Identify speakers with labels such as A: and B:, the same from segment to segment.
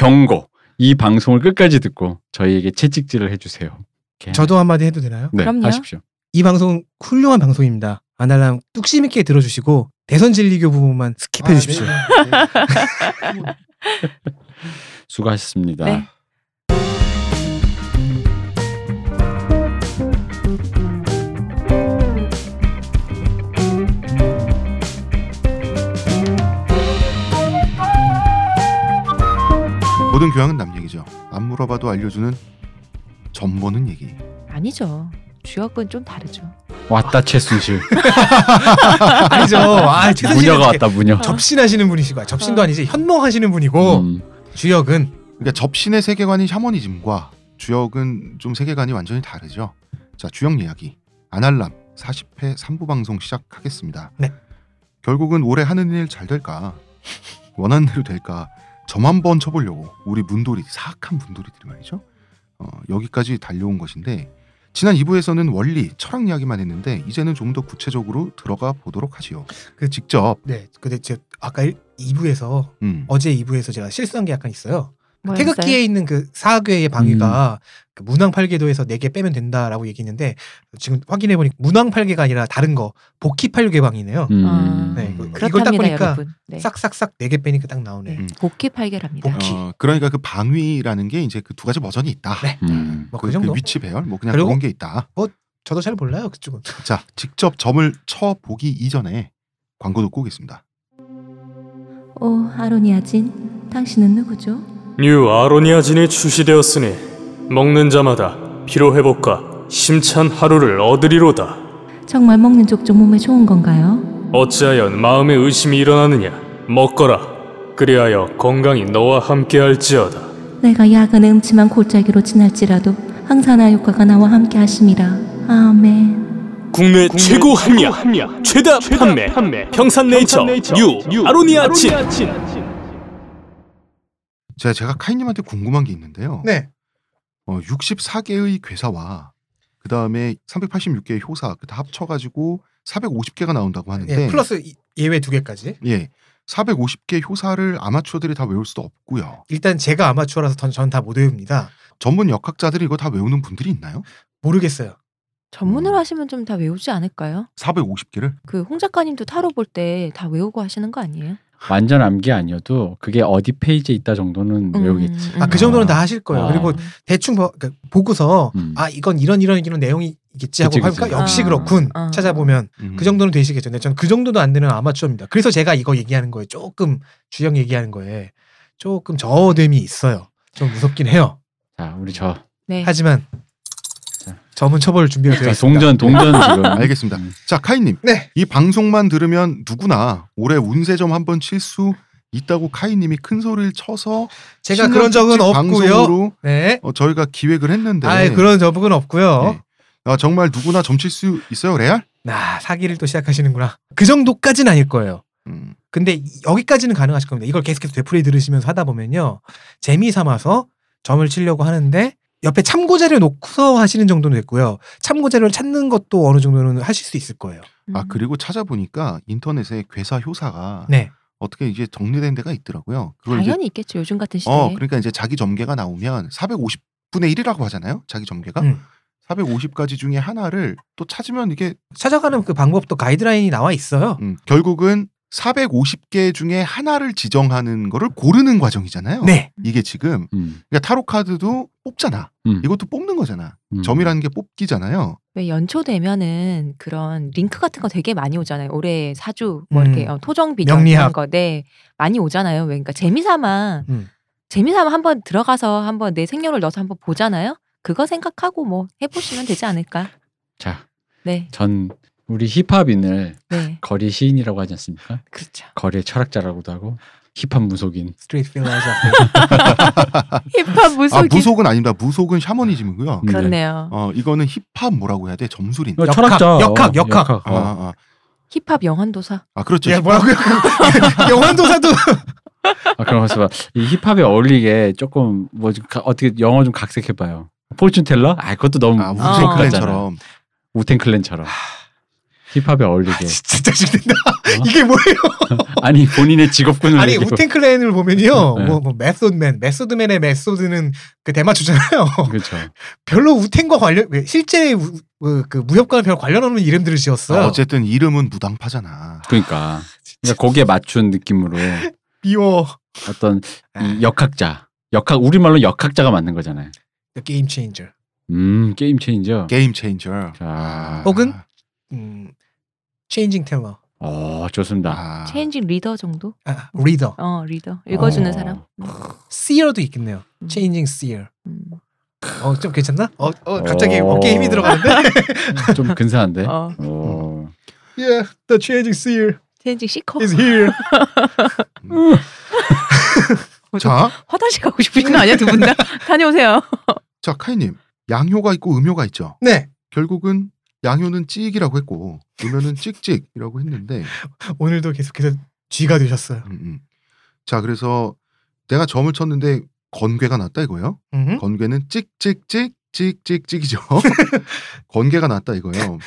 A: 경고. 이 방송을 끝까지 듣고 저희에게 채찍질을 해주세요. 이렇게
B: 저도 한마디 해도 되나요?
A: 네,
C: 그럼요.
A: 하십시오.
B: 이 방송 훌륭한 방송입니다. 아날람 뚝심 있게 들어주시고 대선 진리교 부분만
A: 아,
B: 스킵해
D: 아,
B: 주십시오.
D: 네.
A: 네. 수고하셨습니다.
C: 네.
D: 모든 교양은 남 얘기죠. 안 물어봐도 알려주는 전보는 얘기.
C: 아니죠. 주역은 좀
B: 음.
C: 다르죠.
A: 왔다 최순실.
B: 아니죠. 아, 최선 씨는
A: 무녀가
B: 이렇게
A: 왔다 무녀.
B: 접신하시는 분이시고 접신도 아니지 현몽하시는 분이고
A: 음,
B: 주역은
D: 그러니까 접신의 세계관인 샤머니즘과 주역은 좀 세계관이 완전히 다르죠. 자, 주역 이야기. 아날람 40회 3부 방송 시작하겠습니다.
B: 네.
D: 결국은 올해 하는 일 잘 될까? 원하는 대로 될까? 점 한번 쳐보려고 우리 문돌이 사악한 문돌이들이 말이죠. 어, 여기까지 달려온 것인데 지난 2부에서는 원리, 철학 이야기만 했는데 이제는 좀 더 구체적으로 들어가 보도록 하지요.
B: 그
D: 직접
B: 네. 근데 제 아까 2부에서
D: 음,
B: 어제 2부에서 제가 실수한 게 약간 있어요.
C: 뭐였어요?
B: 태극기에 있는 그 사괴의
A: 음.
B: 방위가 그 문왕 팔계도에서 4개 빼면 된다라고 얘기했는데 지금 확인해 보니 문왕 팔계가 아니라 다른 거 복희 팔계 방이네요.
A: 음.
C: 아.
B: 네. 이거- 이걸 딱
C: 그렇답니다,
B: 보니까
C: 여러분. 네.
B: 싹싹싹 4개 빼니까 딱 나오네.
C: 네. 복귀 팔결합니다.
B: 복귀.
D: 음. 어, 그러니까 그 방위라는 게 이제 그 두 가지 버전이 있다.
B: 네.
A: 음.
B: 뭐그 정도?
D: 위치 배열 뭐 그냥
B: 그리고-
D: 그런 게 있다.
B: 저도 잘 몰라요 그쪽은.
D: 자, 직접 점을 쳐 보기 이전에 광고 듣고 오겠습니다.
E: 오 어, 아로니아진 당신은 누구죠?
F: 뉴 아로니아진이 출시되었으니 먹는 자마다 피로 회복과 심찬 하루를 얻으리로다.
E: 정말 먹는 족족 몸에 좋은 건가요?
F: 어찌하여 마음의 의심이 일어나느냐? 먹거라. 그리하여 건강이 너와 함께할지어다.
E: 내가 약은 음침한 골짜기로 지날지라도 항산화 효과가 나와 함께 하심이라 아멘
F: 국내, 최고 합리화, 최다, 판매, 평산네이처, 뉴, 아로니아진.
D: 제가 제가 카이님한테 궁금한 게 있는데요.
B: 네.
D: 어, 64개의 괴사와 그 다음에 386개의 효사 그다 합쳐가지고 450개가 나온다고 하는데
B: 예, 플러스 이- 예외 두 개까지.
D: 예, 450개 효사를 아마추어들이 다 외울 수도 없고요.
B: 일단 제가 아마추어라서 전다못 외웁니다.
D: 전문 역학자들이 이거 다 외우는 분들이 있나요?
B: 모르겠어요.
C: 전문으로 하시면 좀 다 외우지 않을까요?
D: 450개를
C: 그 홍 작가님도 타로 볼 때 다 외우고 하시는 거 아니에요?
A: 완전 암기 아니어도 그게 어디 페이지에 있다 정도는
C: 음,
A: 외우겠지.
C: 음.
B: 아 그 정도는 다 하실 거예요.
A: 아.
B: 그리고 대충 보, 그러니까 보고서
A: 음.
B: 아 이건 이런 이런 이런 내용이겠지 하고
A: 그치,
B: 하니까
A: 그치.
B: 역시
C: 아,
B: 그렇군
C: 아.
B: 찾아보면
D: 음.
B: 그 정도는 되시겠죠. 근데 저는 그 정도도 안 되는 아마추어입니다. 그래서 제가 이거 얘기하는 거에 조금 주영 얘기하는 거에 조금 저됨이 있어요. 좀 무섭긴 해요.
A: 자, 우리 저
C: 네.
B: 하지만 점은 처벌 준비가 되어
A: 자,
B: 있습니다.
A: 동전 동전 지금.
D: 알겠습니다.
A: 음.
D: 자 카이님
B: 네.
D: 이 방송만 들으면 누구나 올해 운세 좀 한번 칠 수 있다고 카이님이 큰 소리를 쳐서
B: 제가 그런 적은
D: 신년 특집
B: 없고요. 그렇죠.
D: 방송으로
B: 네.
D: 어, 저희가 기획을 했는데
B: 아예 그런 적은 없고요.
D: 네. 아, 정말 누구나 점칠 수 있어요 레알?
B: 나 사기를 또 시작하시는구나. 그 정도까지는 아닐 거예요.
D: 음,
B: 근데 이- 여기까지는 가능하실 겁니다. 이걸 계속해서 되풀이 들으시면서 하다 보면요. 재미 삼아서 점을 치려고 하는데 옆에 참고 자료 놓고서 하시는 정도는 됐고요. 참고 자료를 찾는 것도 어느 정도는 하실 수 있을 거예요.
C: 음.
D: 아 그리고 찾아보니까 인터넷에 괴사 효사가
B: 네.
D: 어떻게 이제 정리된 데가 있더라고요. 그걸 이제
C: 당연히 있겠죠. 요즘 같은 시대에.
D: 어 그러니까 이제 자기 점괘가 나오면 450분의 1이라고 하잖아요. 자기 점괘가
B: 음.
D: 450가지 중에 하나를 또 찾으면 이게
B: 찾아가는 그 방법도 가이드라인이 나와 있어요.
D: 음, 결국은 450개 중에 하나를 지정하는 거를 고르는 과정이잖아요.
B: 네.
D: 이게 지금
A: 음.
D: 그러니까 타로 카드도 뽑잖아.
A: 음.
D: 이것도 뽑는 거잖아.
A: 음.
D: 점이라는 게 뽑기잖아요.
C: 왜 연초 되면은 그런 링크 같은 거 되게 많이 오잖아요. 올해 사주 뭐 이렇게
B: 음.
C: 어, 토정 비전
B: 명리학.
C: 이런 거, 네 많이 오잖아요. 왜 그러니까 재미삼아
B: 음.
C: 재미삼아 한번 들어가서 한번 내 생년을 넣어서 한번 보잖아요. 그거 생각하고 뭐 해보시면 되지 않을까.
A: 자,
C: 네,
A: 전 우리 힙합인을
C: 네,
A: 거리 시인이라고 하지 않습니까?
C: 그렇죠.
A: 거리의 철학자라고도 하고 힙합 무속인.
B: 스트레이트 필라이저.
C: 힙합
D: 아
C: 무속이
D: 무속은 아니다. 무속은 샤머니즘이고요.
A: 네.
C: 그렇네요.
D: 어 이거는 힙합 뭐라고 해야 돼? 점술인.
A: 이거
B: 역학,
A: 철학자.
B: 역학, 역학.
D: 아,
A: 어.
D: 아,
C: 힙합 영환도사.
D: 아 그렇죠.
B: 예,
D: 힙합.
B: 뭐라고요? 영환도사도
D: 네.
A: 아, 그러면서 이 힙합에 어울리게 조금 뭐좀 가- 어떻게 영어 좀 각색해봐요. 포춘 텔러? 아, 그것도 너무
D: 아
A: 무속
D: 우생
A: 같잖아.
D: 클랜처럼.
A: 우텐클랜처럼. 힙합에 어울리게.
B: 진짜 짜증낸다. 이게 뭐예요?
A: 아니 본인의
D: 음.
A: 직업군을
B: 아니
D: 네.
A: 얘기하고.
B: 우텐클랜을 보면요,
A: 네.
B: 뭐, 뭐 메소드맨, 메소드맨의 메소드는 그 대마초잖아요.
A: 그렇죠.
B: 별로 우텐과 관련 실제 우- 그, 그 무협과는 별 관련 없는 이름들을 지었어요.
D: 아, 어쨌든 이름은 무당파잖아.
A: 그러니까. 그러니까 거기에 맞춘 느낌으로
B: 미워.
A: 어떤 이 역학자, 역학 우리말로 역학자가 맞는 거잖아요.
B: The Game Changer.
A: 음 게임 체인저.
D: 게임 체인저.
A: 자.
D: 아.
B: 혹은? 음, Changing Teller.
A: 어 좋습니다.
D: 아.
C: 체인지 리더 정도?
B: 아, Reader.
C: 어 리더 읽어주는
A: 어.
C: 사람. 음,
B: Seer도 있겠네요.
C: 음.
B: Changing Seer.
C: 음.
B: 어, 좀 괜찮나? 어, 어 갑자기
A: 어.
B: 어깨에 힘이 들어가는데.
A: 좀 근사한데.
C: 어
A: 어.
D: 예.
B: yeah, the Changing Seer
C: 체인지 시커.
B: is here.
D: 음. 자,
C: 화장실 가고 싶으신 거 아니야 두 분 다? 다녀오세요. 어,
D: 자 카이님 양효가 있고 음효가 있죠.
B: 네,
D: 결국은 양효는 찍이라고 했고 음효는 찍찍이라고 했는데
B: 오늘도 계속해서 쥐가 되셨어요.
D: 음, 음. 자 그래서 내가 점을 쳤는데 건괴가 났다 이거예요.
B: 음.
D: 건괴는 찍찍찍 찍찍찍이죠. 건괴가 났다 이거예요.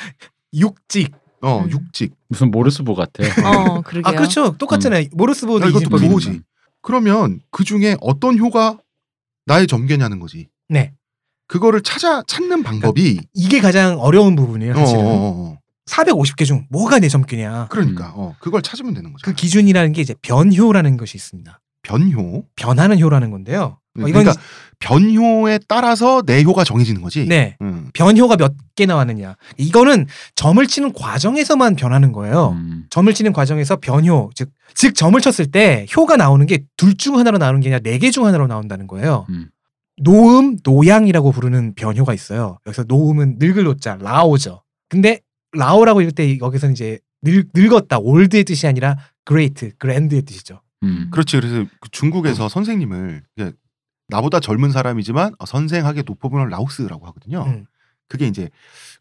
B: 육직.
D: 어
C: 음.
D: 육찍.
A: 무슨 모르스보 같아.
C: 어 그러게요.
B: 아 그렇죠. 똑같잖아요. 모르스보드
D: 음. 야, 이것도
B: 이진법이.
D: 보호지. 그러면 그 중에 어떤 효가 나의 점괘냐는 거지.
B: 네.
D: 그거를 찾아 찾는 방법이
B: 이게 가장 어려운 부분이에요.
D: 어,
B: 그러니까, 사실은.
D: 어, 어.
B: 450개 중 뭐가 내 점괘냐.
D: 그러니까 어, 그걸 찾으면 되는 거죠.
B: 음. 그 기준이라는 게 이제 변효라는 것이 있습니다.
D: 변효.
B: 변하는 효라는 건데요. 어, 이건
D: 그러니까 변효에 따라서 내 효가 정해지는 거지.
B: 네.
D: 음.
B: 변효가 몇 개 나왔느냐. 이거는 점을 치는 과정에서만 변하는 거예요.
A: 음.
B: 점을 치는 과정에서 변효, 즉, 즉 점을 쳤을 때 효가 나오는 게 둘 중 하나로 나오는 게 아니라 네 개 중 하나로 나온다는 거예요.
A: 음.
B: 노음, 노양이라고 부르는 변효가 있어요. 여기서 노음은 늙을 노자, 라오죠. 근데 라오라고 읽을 때 여기서는 이제 늙, 늙었다, 올드의 뜻이 아니라 great, grand의 뜻이죠.
A: 음.
D: 그렇지. 그래서 그
B: 어.
D: 중국에서 선생님을 이게 나보다 젊은 사람이지만 어, 선생하게 높아보는 라오스라고 하거든요.
B: 음.
D: 그게 이제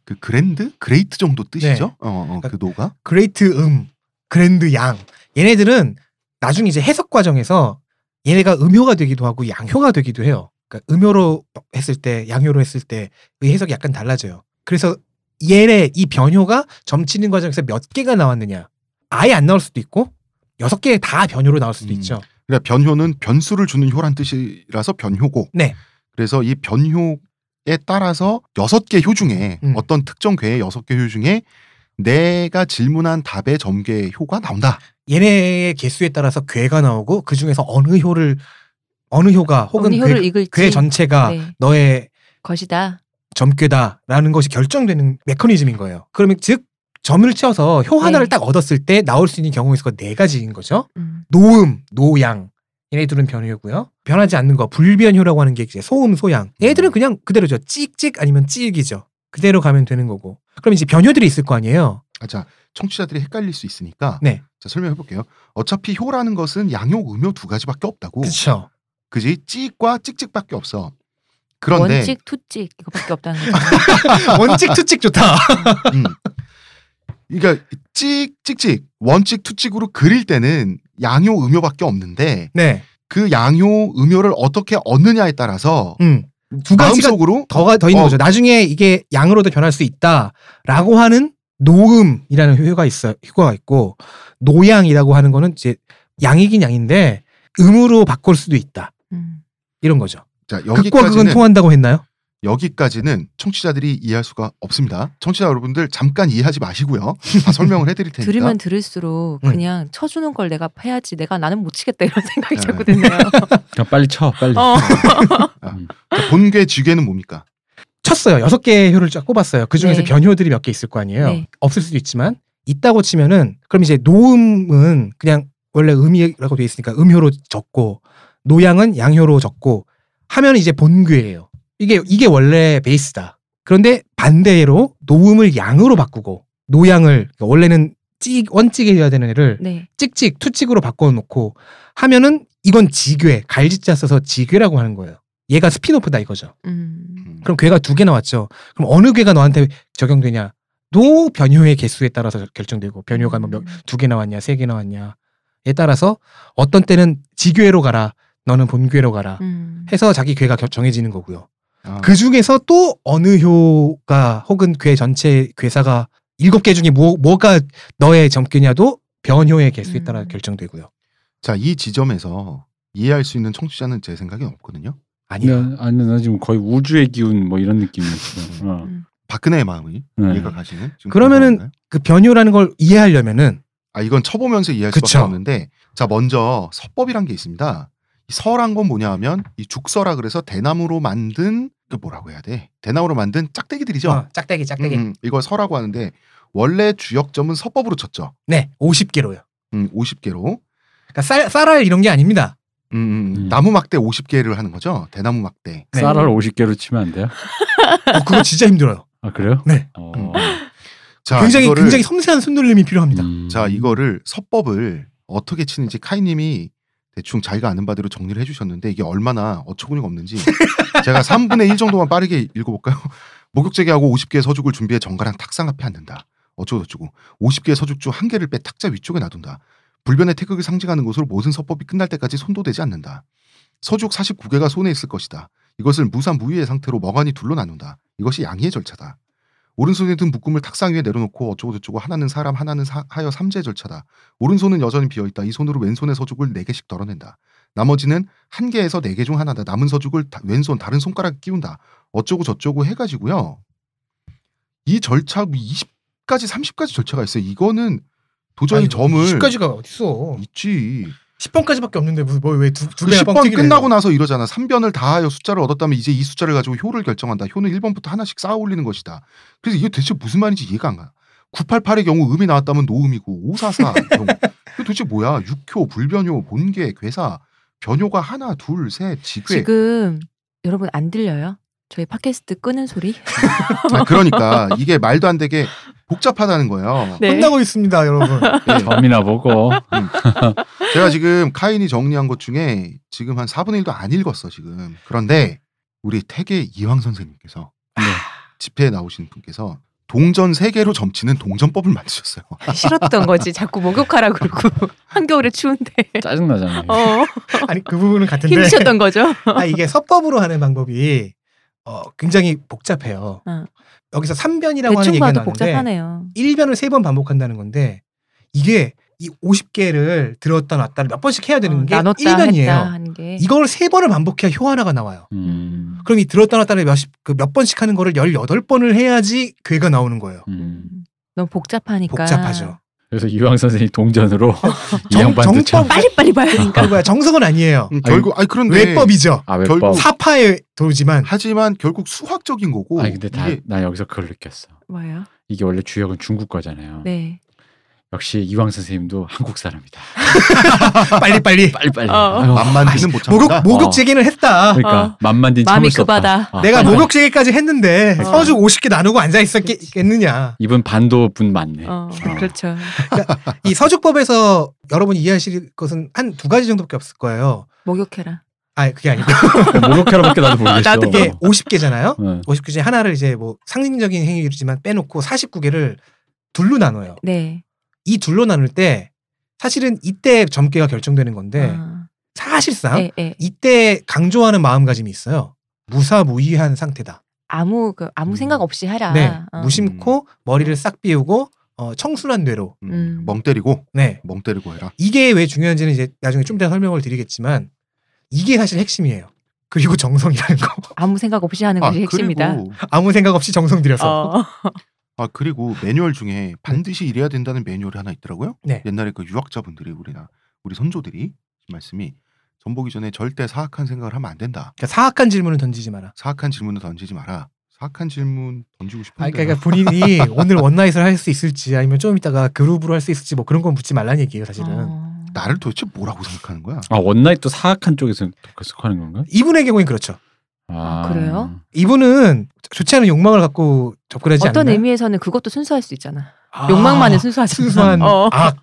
D: 그 그랜드, 그레이트 정도 뜻이죠.
B: 네.
D: 어, 어,
B: 그러니까
D: 그 노가.
B: great 음, grand 양. 얘네들은 나중에 이제 해석 과정에서 얘네가 음효가 되기도 하고 양효가 되기도 해요. 그러니까 음효로 했을 때, 양효로 했을 때의 해석이 약간 달라져요. 그래서 얘네 이 변효가 점치는 과정에서 몇 개가 나왔느냐. 아예 안 나올 수도 있고 여섯 개 다 변효로 나올 수도
D: 음.
B: 있죠.
D: 그러니까 변효는 변수를 주는 효란 뜻이라서 변효고.
B: 네.
D: 그래서 이 변효에 따라서 여섯 개 효 중에
B: 음.
D: 어떤 특정 괴의 여섯 개 효 중에 내가 질문한 답의 점괘 효가 나온다.
B: 얘네의 개수에 따라서 괴가 나오고 그 중에서 어느 효를 어느 효가 혹은
C: 어느 효를
B: 괴,
C: 읽을지
B: 괴 전체가
C: 네,
B: 너의
C: 것이다.
B: 점괘다라는 것이 결정되는 메커니즘인 거예요. 그러면 즉 점을 쳐서 효 하나를 딱 얻었을 때 나올 수 있는 경우의 수가 네 가지인 거죠.
C: 음.
B: 노음, 노양. 얘네들은 변효고요. 변하지 않는 거 불변효라고 하는 게 이제 소음, 소양. 얘들은 그냥 그대로죠. 찍찍 아니면 찍이죠. 그대로 가면 되는 거고. 그럼 이제 변효들이 있을 거 아니에요.
D: 아, 자, 청취자들이 헷갈릴 수 있으니까
B: 네.
D: 자, 설명해 볼게요. 어차피 효라는 것은 양효, 음효 두 가지밖에 없다고.
B: 그렇죠.
D: 그지? 찍과 찍찍밖에 없어. 그런데
C: 원칙 투찍 이거밖에 없다는 거죠.
B: 원칙 투칙 좋다.
D: 음. 그러니까 찍, 찍찍, 원칙, 투찍으로 그릴 때는 양효, 음효밖에 없는데
B: 네.
D: 그 양효, 음효를 어떻게 얻느냐에 따라서
B: 음. 두 가지가
D: 마음속으로
B: 더가 더 있는
D: 어.
B: 거죠. 나중에 이게 양으로도 변할 수 있다라고 하는 노음이라는 효가 있어 효과가 있고 노양이라고 하는 거는 이제 양이긴 양인데 음으로 바꿀 수도 있다
C: 음.
B: 이런 거죠.
D: 자,
B: 극과 극은
D: 여기까지는
B: 통한다고 했나요?
D: 여기까지는 청취자들이 이해할 수가 없습니다. 청취자 여러분들 잠깐 이해하지 마시고요. 다 설명을 해드릴 테니까.
C: 들으면 들을수록
B: 그러니까. 음.
C: 그냥 쳐주는 걸 내가 해야지 내가 나는 못 치겠다 이런 생각이
D: 네.
C: 자꾸 드네요.
A: 그냥 빨리 쳐 빨리. 음.
C: 어.
D: 자, 본괴, 지괴는 뭡니까?
B: 쳤어요. 여섯 개의 효를 쫙 꼽았어요. 그 중에서
C: 네.
B: 변효들이 몇 개 있을 거 아니에요.
C: 네.
B: 없을 수도 있지만 있다고 치면은 그럼 이제 노음은 그냥 원래 음이라고 돼 있으니까 음효로 적고 노양은 양효로 적고 하면 이제 본괴예요. 이게 이게 원래 베이스다. 그런데 반대로 노음을 양으로 바꾸고 노양을 그러니까 원래는 찍 원찍이어야 되는 애를
C: 네.
B: 찍찍 투찍으로 바꿔놓고 하면은 이건 지괴 갈지자 써서 지괴라고 하는 거예요. 얘가 스피노프다 이거죠.
C: 음.
B: 그럼 괴가 두 개 나왔죠. 그럼 어느 괴가 너한테 적용되냐? 도 변효의 개수에 따라서 결정되고 변효가
C: 음.
B: 뭐두개 나왔냐, 세 개 나왔냐에 따라서 어떤 때는 지괴로 가라, 너는 본괴로 가라
C: 음.
B: 해서 자기 괴가 겨- 정해지는 거고요.
D: 아,
B: 그 중에서 또 어느 효가 혹은 괴 전체 괴사가 일곱 개 중에 뭐, 뭐가 너의 점괘냐도 변효의 개수에 따라
C: 음.
B: 결정되고요.
D: 자, 이 지점에서 이해할 수 있는 청취자는 제 생각엔 없거든요.
B: 아니야.
A: 네, 아니 나 지금 거의 우주의 기운 뭐 이런 느낌이었어. 어.
D: 박근혜의 마음이
A: 네.
D: 이해가 가시는. 지금
B: 그러면은-
D: 그런 건가요?
B: 그 변효라는 걸 이해하려면은
D: 아 이건 쳐보면서 이해할 수밖에
B: 그쵸.
D: 없는데 자 먼저 서법이란 게 있습니다. 이 서란 건 뭐냐하면 이 죽서라 그래서 대나무로 만든 그 뭐라고 해야 돼? 대나무로 만든 짝대기들이죠.
B: 어, 짝대기 짝대기.
D: 음, 음, 이걸 서라고 하는데 원래 주역점은 서법으로 쳤죠.
B: 네, 50개로요.
D: 음, 50개로
B: 그러니까 쌀, 쌀알 이런 게 아닙니다.
D: 음, 음,
A: 음.
D: 나무 막대 50개를 하는 거죠. 대나무 막대.
B: 네.
A: 쌀알 50개로 치면 안 돼요?
B: 어, 그거 진짜 힘들어요.
A: 아 그래요?
B: 네.
A: 어.
D: 음. 자
B: 굉장히
D: 이거를
B: 굉장히 섬세한 손놀림이 필요합니다.
A: 음.
D: 자 이거를 서법을 어떻게 치는지 카이님이 대충 자기가 아는 바대로 정리를 해주셨는데 이게 얼마나 어처구니가 없는지 제가 3분의 1 정도만 빠르게 읽어볼까요? 목욕제기하고 50개의 서죽을 준비해 정가랑 탁상 앞에 앉는다. 어쩌고저쩌고 50개의 서죽 중 한 개를 빼 탁자 위쪽에 놔둔다. 불변의 태극을 상징하는 것으로 모든 서법이 끝날 때까지 손도 대지 않는다. 서죽 49개가 손에 있을 것이다. 이것을 무사무위의 상태로 멍하니 둘로 나눈다. 이것이 양의의 절차다. 오른손에 든 묶음을 탁상 위에 내려놓고 어쩌고저쩌고 하나는 사람 하나는 사- 하여 삼재 절차다. 오른손은 여전히 비어있다. 이 손으로 왼손의 서죽을 네개씩 덜어낸다. 나머지는 한개에서네 개 중 하나다. 남은 서죽을 다- 왼손 다른 손가락에 끼운다. 어쩌고저쩌고 해가지고요. 이 절차 20까지 30까지 절차가 있어요. 이거는 도저히
B: 아니,
D: 점을
B: 10까지가 어딨어.
D: 있지.
B: 10번까지밖에 없는데 무슨 뭐왜두두
D: 그 10번 끝나고 나서 이러잖아. 3변을 다하여 숫자를 얻었다면 이제 이 숫자를 가지고 효를 결정한다. 효는 1번부터 하나씩 쌓아 올리는 것이다. 그래서 이게 대체 무슨 말인지 이해가 안 가. 988의 경우 음이 나왔다면 노음이고 544 경우 이거 도대체 뭐야? 육효, 불변효, 본계, 괴사, 변효가 하나, 둘, 셋, 지괴.
C: 지금 여러분 안 들려요? 저희 팟캐스트 끄는 소리?
D: 아, 그러니까 이게 말도 안 되게 복잡하다는 거예요.
C: 네.
B: 끝나고 있습니다, 여러분.
D: 네.
A: 점이나 보고
D: 제가 지금 카인이 정리한 것 중에 지금 한 4분의 1도 안 읽었어 지금. 그런데 우리 태계 이황 선생님께서 네, 집회에 나오신 분께서 동전 세개로 점치는 동전법을 만드셨어요.
C: 싫었던 거지. 자꾸 목욕하라 그러고 한겨울에 추운데.
A: 짜증 나잖아요.
C: 어,
B: 아니 그 부분은 같은데.
C: 힘드셨던 거죠?
B: 아 이게 서법으로 하는 방법이 어, 굉장히 복잡해요.
C: 어.
B: 여기서 3변이라고 하는
C: 대충
B: 얘기가
C: 봐도
B: 나는데
C: 복잡하네요.
B: 1변을 세 번 반복한다는 건데 이게 이 50개를 들었다 놨다 몇 번씩 해야 되는
C: 어,
B: 게
C: 나눴다
B: 1변이에요.
C: 했다 네. 하는 게.
B: 이걸 세 번을 반복해야 효 하나가 나와요.
A: 음.
B: 그럼 이 들었다 놨다를 몇십 그몇 번씩 하는 거를 18번을 해야지 괴가 나오는 거예요.
A: 음.
C: 너무 복잡하니까.
B: 복잡하죠.
A: 그래서 이황 선생님 동전으로 이
B: 정-
A: 양반도 참.
B: 정법-
C: 빨리빨리 봐야 되니까.
B: 그러니까 정석은 아니에요.
D: 음, 결국 아니 그런데
B: 외법이죠.
A: 아 외법.
D: 결국
B: 사파의 도지만
D: 하지만 결국 수학적인 거고
A: 아니 근데 다,
D: 이게
A: 나 여기서 그걸 느꼈어.
B: 아.
C: 뭐예요?
A: 이게 원래 주역은 중국 거잖아요.
C: 네.
A: 역시 이황 선생님도 한국 사람이다.
B: 빨리빨리
A: 빨리빨리.
C: 어.
A: 아유,
D: 만만히는 못
B: 목욕
D: 참다.
A: 어.
B: 목욕 재개는 했다.
A: 그러니까
C: 어.
A: 만만딘
C: 마음이
A: 참을 수
C: 급하다.
A: 없다. 어.
B: 내가 목욕 재개까지 했는데
C: 어.
B: 서죽 50개 나누고 앉아 있었겠느냐.
A: 이분 반도 분 맞네.
C: 어, 그렇죠.
A: 아.
B: 이 서죽법에서 여러분이 이해하실 것은 한 두 가지 정도밖에 없을 거예요.
C: 목욕해라.
B: 아 그게 아니고
A: 그렇죠. 목욕하러밖에 나도 모르겠어.
C: 나도 뭐.
B: 이게 50개잖아요.
A: 어.
B: 50개 중에 하나를 이제 뭐 상징적인 행위지만 빼놓고 49개를 둘로 나눠요.
C: 네.
B: 이 둘로 나눌 때 사실은 이때 점괘가 결정되는 건데
C: 어,
B: 사실상
C: 예, 예.
B: 이때 강조하는 마음가짐이 있어요. 무사무위한 상태다.
C: 아무 그 아무
A: 음.
C: 생각 없이 해라.
B: 네,
C: 어.
B: 무심코 머리를 싹 비우고 어, 청순한 뇌로.
D: 음,
C: 음.
D: 멍 때리고
B: 네,
D: 멍 때리고 해라.
B: 이게 왜 중요한지는 이제 나중에 좀 이따 설명을 드리겠지만 이게 사실 핵심이에요. 그리고 정성이라는 거
C: 아무 생각 없이 하는 것이 핵심이다.
D: 그리고
B: 아무 생각 없이 정성 들여서
C: 어.
D: 아 그리고 매뉴얼 중에 반드시 이래야 된다는 매뉴얼이 하나 있더라고요.
B: 네.
D: 옛날에 그 유학자분들이 우리나 우리 선조들이 말씀이 전보기 전에 절대 사악한 생각을 하면 안 된다.
B: 그러니까 사악한 질문을 던지지 마라.
D: 사악한 질문을 던지지 마라. 사악한 질문 던지고 싶은데.
B: 아, 그러니까 본인이 오늘 원나잇을 할 수 있을지 아니면 좀 이따가 그룹으로 할 수 있을지 뭐 그런 건 묻지 말라는 얘기예요 사실은.
C: 어.
D: 나를 도대체 뭐라고 생각하는 거야?
A: 아 원나잇 또 사악한 쪽에서 속하는 건가?
B: 이분의 경우엔 그렇죠.
A: 아,
C: 그래요?
B: 이분은 좋지 않은 욕망을 갖고 접근하지
C: 어떤
B: 않나요?
C: 의미에서는 그것도 순수할 수 있잖아.
B: 아,
C: 욕망만은 순수하지.
B: 순수한
C: 어.
B: 악,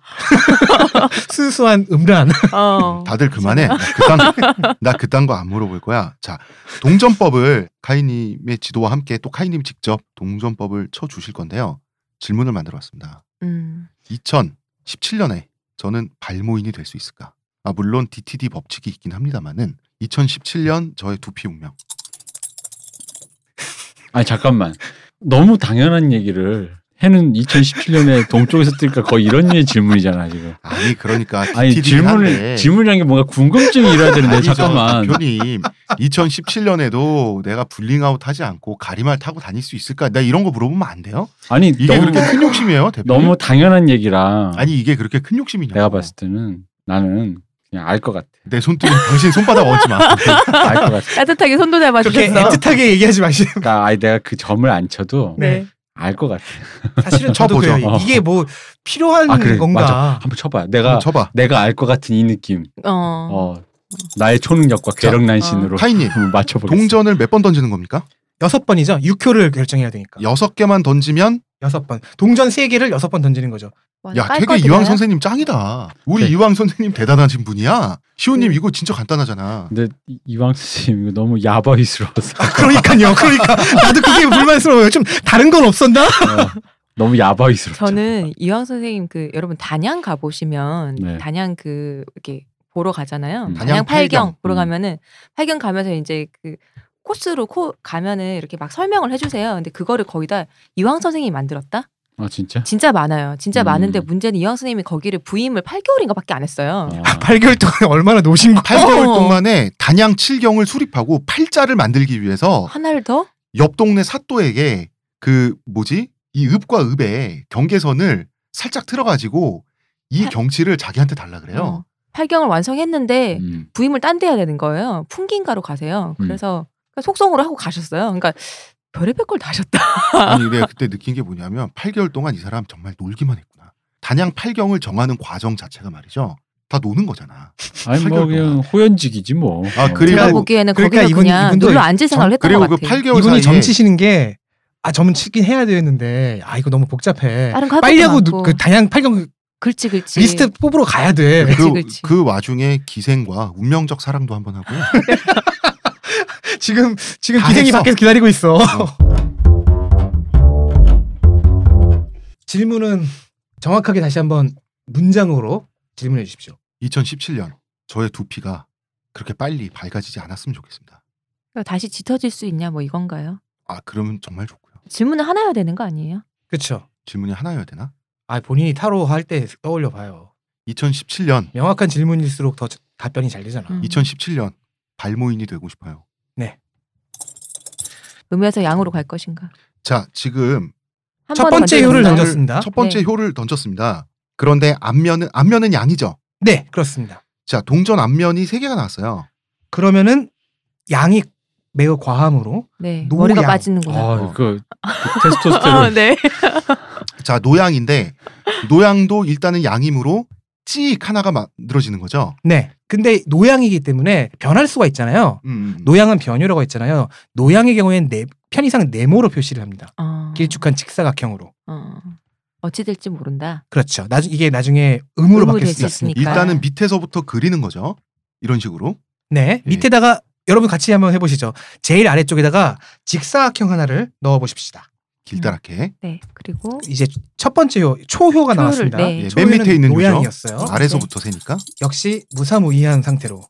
B: 순수한 음란.
C: 어.
D: 다들 그만해. 나 그딴 나 그딴 거 안 물어볼 거야. 자 동전법을 카이님의 지도와 함께 또 카이님이 직접 동전법을 쳐 주실 건데요. 질문을 만들어봤습니다.
C: 음.
D: 2017년에 저는 발모인이 될 수 있을까? 아 물론 DTD 법칙이 있긴 합니다만은 2017년 저의 두피 운명.
A: 아니 잠깐만. 너무 당연한 얘기를 해는 2017년에 동쪽에서 뜰까 거의 이런 류의 질문이잖아 지금.
D: 아니 그러니까
A: 아니
D: DTD 긴 한데.
A: 질문을 질문이란 게 뭔가 궁금증이 일어야 되는데
D: 아니죠,
A: 잠깐만.
D: 대표님 2017년에도 내가 불링아웃 하지 않고 가리말 타고 다닐 수 있을까? 나 이런 거 물어보면 안 돼요?
A: 아니
D: 이게
A: 너무
D: 그렇게 큰 욕심이에요, 대표님?
A: 너무 당연한 얘기라
D: 아니 이게 그렇게 큰 욕심이냐?
A: 내가 봤을 때는 나는 그냥 알 것 같아.
D: 내 손등에 당신 손바닥 얹지 마.
A: 알 것 같아.
C: 따뜻하게 손도
B: 그렇게
C: 잡아주셨어.
B: 애틋하게 얘기하지 마시고
A: 그러니까 아니 내가 그 점을 안 쳐도
C: 네.
A: 알 것 같아.
B: 사실은 저도
D: 쳐보죠.
B: 그래요. 이게 뭐 필요한
A: 아 그래
B: 건가?
A: 맞아. 한번 쳐봐. 내가
D: 쳐봐.
A: 내가 알 것 같은 이 느낌.
C: 어.
A: 어 나의 초능력과
D: 자,
A: 괴력난신으로
D: 타이님
A: 한번 맞춰보겠습니다.
D: 동전을 몇 번 던지는 겁니까?
B: 여섯 번이죠. 6표를 결정해야 되니까.
D: 여섯 개만 던지면
B: 여섯 번. 동전 세 개를 여섯 번 던지는 거죠.
C: 뭐
D: 야
C: 깔
D: 되게
C: 거
D: 이왕
C: 드려요?
D: 선생님 짱이다. 우리
A: 네.
D: 이왕 선생님 대단하신 분이야.
C: 네.
D: 시호님 이거 진짜 간단하잖아.
C: 어.
A: 근데 이- 이왕 선생님 이거 너무 야바이스러워서
B: 아, 그러니까요. 그러니까 나도 그게 불만스러워요. 좀 다른 건 없었나?
A: 어, 너무 야바이스럽죠.
C: 저는 이왕 선생님 그 여러분 단양 가 보시면
A: 네.
C: 단양 그 이렇게 보러 가잖아요.
A: 음.
C: 단양,
D: 단양
C: 팔경,
D: 팔경.
C: 보러
A: 음.
C: 가면은 팔경 가면서 이제 그 코스로 코 가면은 이렇게 막 설명을 해주세요. 근데 그거를 거의 다 이왕 선생님이 만들었다?
A: 아 진짜?
C: 진짜 많아요. 진짜
A: 음.
C: 많은데 문제는 이왕 선생님이 거기를 부임을 8개월인가밖에 안 했어요.
A: 아,
B: 8개월 동안 얼마나 노신 거?
D: 8개월
C: 어.
D: 동안에 단양 칠경을 수립하고 팔자를 만들기 위해서
C: 하나를 더?
D: 옆 동네 사또에게 그 뭐지 이 읍과 읍의 경계선을 살짝 틀어가지고 이
C: 팔-
D: 경치를 자기한테 달라
C: 어,
D: 그래요.
C: 팔경을 완성했는데
A: 음.
C: 부임을 딴 데 해야 되는 거예요. 풍긴가로 가세요.
A: 음.
C: 그래서 속성으로 하고 가셨어요. 그러니까 별의별 걸 다 하셨다.
D: 아니 내가 그때 느낀 게 뭐냐면 8개월 동안 이 사람 정말 놀기만 했구나. 단양 팔경을 정하는 과정 자체가 말이죠. 다 노는 거잖아.
A: 아니
D: 팔개월
A: 뭐 그냥
D: 동안.
A: 호연직이지 뭐.
D: 아,
A: 어.
D: 그리고
C: 제가 보기에는
B: 그러니까
C: 거기서
B: 이분-
C: 그냥
B: 이분도
C: 놀러 앉을 생각을 했던 것
D: 그리고 그
C: 같아요.
D: 8개월
B: 이분이
D: 사이에
B: 점치시는 게 아, 점은 치긴 해야 되는데 아 이거 너무 복잡해.
C: 다른 거
B: 빨리 하고
C: 하고
B: 누- 그 단양 8경
C: 글치 글치
B: 리스트 뽑으러 가야 돼.
C: 그치,
D: 그,
C: 그치.
D: 그 와중에 기생과 운명적 사랑도 한번 하고요.
B: 지금 지금
D: 다
B: 기생이
D: 했어.
B: 밖에서 기다리고 있어.
D: 어.
B: 질문은 정확하게 다시 한번 문장으로 질문해 주십시오.
D: 2017년 저의 두피가 그렇게 빨리 밝아지지 않았으면 좋겠습니다.
C: 다시 짙어질 수 있냐 뭐 이건가요?
D: 아 그러면 정말 좋고요.
C: 질문을 하나 해야 되는 거 아니에요?
B: 그렇죠.
D: 질문이 하나여야 되나?
B: 아 본인이 타로 할 때 떠올려 봐요.
D: 2017년
B: 명확한 질문일수록 더 답변이 잘 되잖아.
C: 음.
D: 2017년 발모인이 되고 싶어요.
C: 음에서 양으로 갈 것인가?
D: 자, 지금
C: 한
B: 첫
C: 번에
B: 번째 효를
C: 던져준다.
B: 던졌- 던졌습니다.
D: 첫 번째
C: 네.
D: 효를 던졌습니다. 그런데 앞면은 앞면은 양이죠.
B: 네 그렇습니다.
D: 자, 동전 앞면이 세 개가 나왔어요.
B: 그러면은 양이 매우 과함으로
C: 네
B: 노양.
C: 머리가 빠지는구나.
B: 어.
A: 아, 그, 그 테스토스테론.
C: 아, 네.
D: 자, 노양인데 노양도 일단은 양이므로 찌익 하나가 만들어지는 거죠.
B: 네 근데 노양이기 때문에 변할 수가 있잖아요.
D: 음, 음.
B: 노양은 변효라고 했잖아요. 노양의 경우에는 네, 편의상 네모로 표시를 합니다.
C: 어,
B: 길쭉한 직사각형으로.
C: 어. 어찌 될지 모른다.
B: 그렇죠. 나중 이게 나중에 음으로
C: 음으로
B: 바뀔 수
C: 됐을
B: 있습니다.
C: 그러니까.
D: 일단은 밑에서부터 그리는 거죠. 이런 식으로.
B: 네.
D: 예.
B: 밑에다가 여러분 같이 한번 해보시죠. 제일 아래쪽에다가 직사각형 하나를 넣어 보십시다.
D: 길다랗게
C: 네 그리고
B: 이제 첫 번째 요 초효가
C: 초효를,
B: 나왔습니다.
C: 네.
D: 예, 맨
B: 초효는
D: 밑에 있는 요죠.
B: 음. 노양이었어요. 네.
D: 아래서부터 세니까
B: 역시 무사무이한 상태로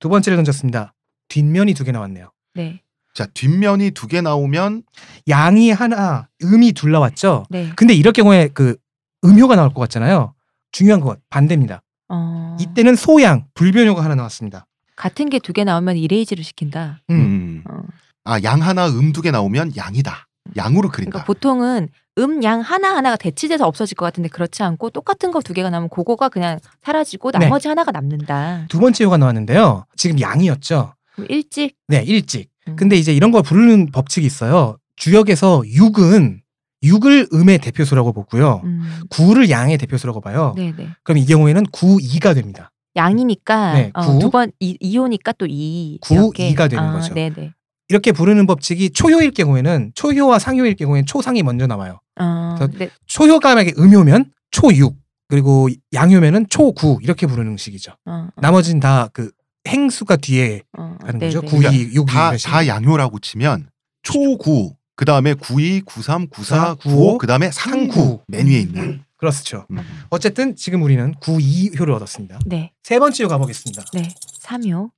B: 두 번째를 던졌습니다. 뒷면이 두 개 나왔네요.
C: 네
D: 자 뒷면이 두 개 나오면
B: 양이 하나, 음이 둘 나왔죠.
C: 네.
B: 근데 이럴 경우에 그 음효가 나올 것 같잖아요. 중요한 것 반대입니다.
C: 어,
B: 이때는 소양, 불변효가 하나 나왔습니다.
C: 같은 게 두 개 나오면 이레이지를 시킨다.
B: 음.
D: 음.
C: 어.
D: 아 양 하나 음 두 개 나오면 양이다 양으로
C: 그러니까
D: 그린다
C: 보통은 음, 양 하나 하나가 대치돼서 없어질 것 같은데 그렇지 않고 똑같은 거 두 개가 나면 그거가 그냥 사라지고
B: 네.
C: 나머지 하나가 남는다.
B: 두 번째 효가 나왔는데요. 지금 양이었죠.
C: 그럼 일찍
B: 네, 일찍.
C: 음.
B: 근데 이제 이런 걸 부르는 법칙이 있어요. 주역에서 육은 육을 음의 대표수라고 보고요.
C: 음,
B: 구를 양의 대표수라고 봐요.
C: 네네
B: 그럼 이 경우에는 구이가 됩니다.
C: 양이니까 어,
B: 네, 구.
C: 두번 이오니까 또 이.
B: 구,
C: 이렇게.
B: 이가 되는
C: 아,
B: 거죠.
C: 네네.
B: 이렇게 부르는 법칙이 초효일 경우에는 초효와 상효일 경우에는 초상이 먼저 나와요.
C: 어,
B: 그래서
C: 네.
B: 초효가 만약에 음효면 초육 그리고 양효면은 초구 이렇게 부르는 식이죠.
C: 어,
B: 나머지는 다 그 행수가 뒤에
C: 어,
B: 하는
C: 네네.
B: 거죠. 구이, 육이,
D: 다,
B: 그래서.
D: 다 양효라고 치면 초구 그 다음에 92, 93, 94, 95,
B: 구오,
D: 그 다음에 상구
B: 상구.
D: 맨 위에 있는
B: 그렇죠.
D: 음.
B: 어쨌든 지금 우리는 구이효를 얻었습니다.
C: 네,
B: 세 번째 효 가보겠습니다.
C: 네. 삼요.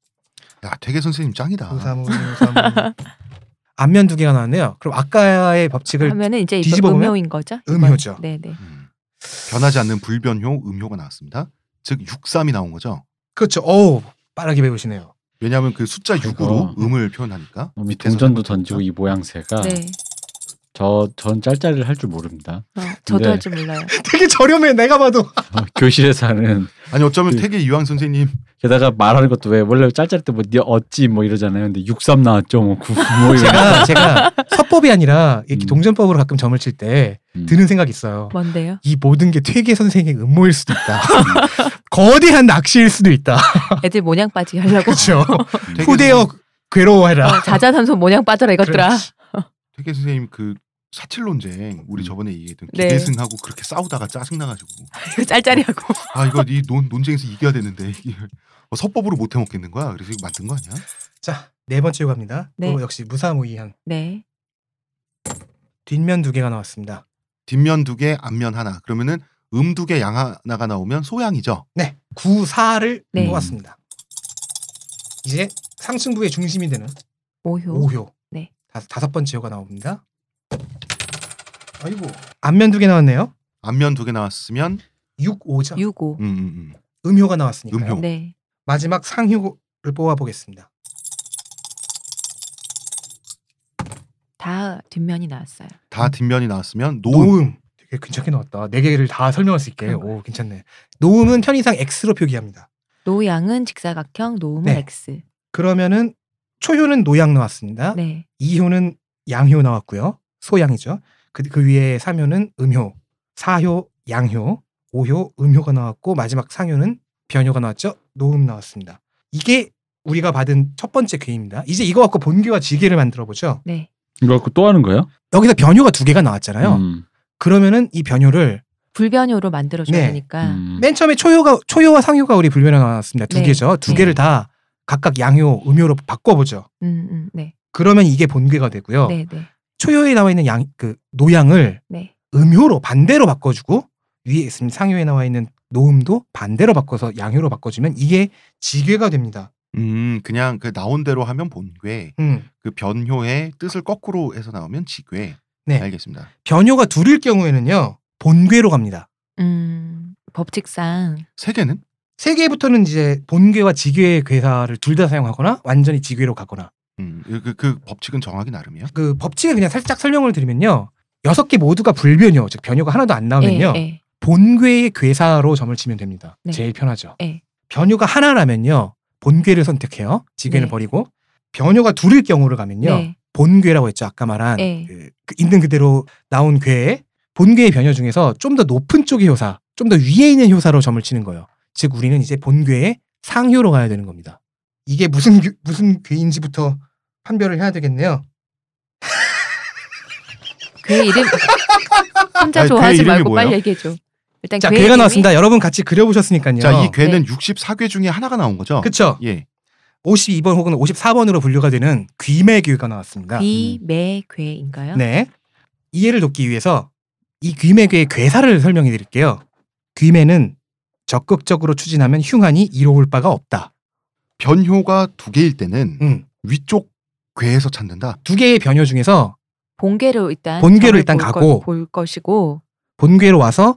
B: 아.
D: 야 되게 선생님 짱이다
B: 우사무 우사무 앞면 두 개가 나왔네요. 그럼 아까의 법칙을
C: 하면은 이제 이거
B: 뒤집어 보면
C: 음효인 거죠?
B: 음효죠.
C: 네, 네.
D: 음. 변하지 않는 불변효, 음효가 나왔습니다. 즉 63이 나온 거죠.
B: 그렇죠. 어우 빠르게 배우시네요.
D: 왜냐하면 그 숫자
A: 아이고.
D: 6으로 음을 표현하니까.
A: 이
D: 밑에서
A: 동전도
D: 나온 거니까.
A: 던지고 이 모양새가
C: 네.
A: 저 전 짤짤이를 할 줄 모릅니다.
C: 어, 저도
A: 네.
C: 할 줄 몰라요.
B: 되게 저렴해. 내가 봐도
A: 어, 교실에서 하는
D: 아니 어쩌면
A: 그-
D: 태계 이황 선생님
A: 게다가 말하는 것도 왜 원래 짤짤 때뭐 어찌 뭐 이러잖아요. 근데 63 나왔죠. 뭐 9, 뭐 이런.
B: 제가 제가 서법이 아니라 이렇게
A: 음.
B: 동전법으로 가끔 점을 칠 때
A: 음.
B: 드는 생각이 있어요.
C: 뭔데요?
B: 이 모든 게 퇴계 선생의 음모일 수도 있다. 거대한 낚시일 수도 있다.
C: 애들 모냥 빠지게 하려고.
B: 그렇죠.
D: 되게
B: 후대여 괴로워해라.
C: 어, 자자삼손 모냥 빠져라 이것들아.
D: 태계 선생님 그 사칠 논쟁 우리
A: 음.
D: 저번에 얘기했던
C: 네.
D: 기대승하고 그렇게 싸우다가 짜증 나가지고
C: 이거 짤짤이하고.
D: 아 이거 이 논, 논쟁에서 이겨야 되는데 이걸 어, 서법으로 못 해먹겠는 거야. 그래서 이거 만든 거 아니야?
B: 자, 네 번째 요갑니다.
C: 네.
B: 또 역시 무사무이한
C: 네.
B: 뒷면 두 개가 나왔습니다.
D: 뒷면 두 개, 앞면 하나. 그러면은 음 두 개, 양 하나가 나오면 소양이죠.
B: 네, 구사를
C: 네.
B: 뽑았습니다. 이제 상층부의 중심이 되는
C: 오효.
B: 오효.
C: 네.
B: 다, 다섯 번째 요가 나옵니다. 아이고. 앞면 두 개 나왔네요.
D: 앞면 두 개 나왔으면
B: 육오죠.
C: 유고.
D: 음, 음, 음.
B: 음효가 나왔으니까.
D: 음효.
B: 요
C: 네.
B: 마지막 상효를 뽑아 보겠습니다.
C: 다 뒷면이 나왔어요.
D: 다 뒷면이 나왔으면 노음.
B: 노음. 되게 괜찮게 나왔다. 네 개를 다 설명할 수 있게.
C: 그런가요?
B: 오, 괜찮네. 노음은 편의상 X로 표기합니다.
C: 노양은 직사각형, 노음은
B: 네.
C: X.
B: 그러면은 초효는 노양 나왔습니다.
C: 네.
B: 이효는 양효 나왔고요. 소양이죠. 그, 그 위에 삼효는 음효, 사효, 양효, 오효, 음효가 나왔고 마지막 상효는 변효가 나왔죠. 노음 나왔습니다. 이게 우리가 받은 첫 번째 괴입니다. 이제 이거 갖고 본괴와 지괴를 만들어 보죠.
C: 네.
A: 이거 갖고 또 하는 거야?
B: 여기서 변효가 두 개가 나왔잖아요.
A: 음,
B: 그러면은 이 변효를
C: 불변효로 만들어 줘야
B: 네.
C: 되니까.
A: 음.
B: 맨 처음에 초효가 초효와 상효가 우리 불변에 나왔습니다. 두
C: 네.
B: 개죠. 두
C: 네.
B: 개를 다 각각 양효, 음효로 바꿔 보죠.
C: 음, 음, 네.
B: 그러면 이게 본괴가 되고요.
C: 네, 네.
B: 초효에 나와 있는 양 그 노양을
C: 네.
B: 음효로 반대로 바꿔주고 위에 있으면 상효에 나와 있는 노음도 반대로 바꿔서 양효로 바꿔주면 이게 지괴가 됩니다.
D: 음, 그냥 그 나온 대로 하면 본괴.
B: 음.
D: 그 변효의 뜻을 거꾸로 해서 나오면 지괴.
B: 네.
D: 알겠습니다.
B: 변효가 둘일 경우에는요 본괴로 갑니다.
C: 음. 법칙상 예,
D: 세 개는
B: 세 개부터는 이제 본괴와 지괴의 괴사를 둘 다 사용하거나 완전히 지괴로 가거나
D: 음, 그, 그 법칙은 정하기 나름이야.
B: 그 법칙을 그냥 살짝 설명을 드리면요 여섯 개 모두가 불변효 즉 변효가 하나도 안 나오면요
C: 예, 예.
B: 본괴의 괴사로 점을 치면 됩니다.
C: 네.
B: 제일 편하죠.
C: 예.
B: 변효가 하나라면요 본괴를 선택해요 지괴는
C: 네.
B: 버리고 변효가 둘일 경우를 가면요
C: 네.
B: 본괴라고 했죠 아까 말한
C: 예.
B: 그, 그 있는 그대로 나온 괴의 본괴의 변효 중에서 좀 더 높은 쪽의 효사, 좀 더 위에 있는 효사로 점을 치는 거예요. 즉 우리는 이제 본괴의 상효로 가야 되는 겁니다. 이게 무슨 괴- 무슨 괴인지부터 판별을 해야 되겠네요.
C: 괴 이름 혼자
D: 아니, 괴
C: 좋아하지
D: 이름이
C: 말고
D: 뭐예요?
C: 빨리 얘기해 줘. 일단
B: 자,
C: 괴
B: 괴가
C: 이름이-
B: 나왔습니다. 여러분 같이 그려보셨으니까요.
D: 자, 이 괴는 64괴 중에 하나가 나온 거죠.
B: 네. 그쵸?
D: 예.
B: 52번 혹은 54번으로 분류가 되는 귀매괴가 나왔습니다.
C: 귀매괴인가요?
B: 음. 네. 이해를 돕기 위해서 이 귀매괴의 괴사를 설명해 드릴게요. 귀매는 적극적으로 추진하면 흉한이 이로울 바가 없다.
D: 변효가 두 개일 때는
B: 음.
D: 위쪽 괴에서 찾는다.
B: 두 개의 변효 중에서
C: 본괴로 일단
B: 본괴로
C: 점을
B: 일단
C: 볼
B: 가고.
C: 거- 볼 것이고
B: 본괴로 와서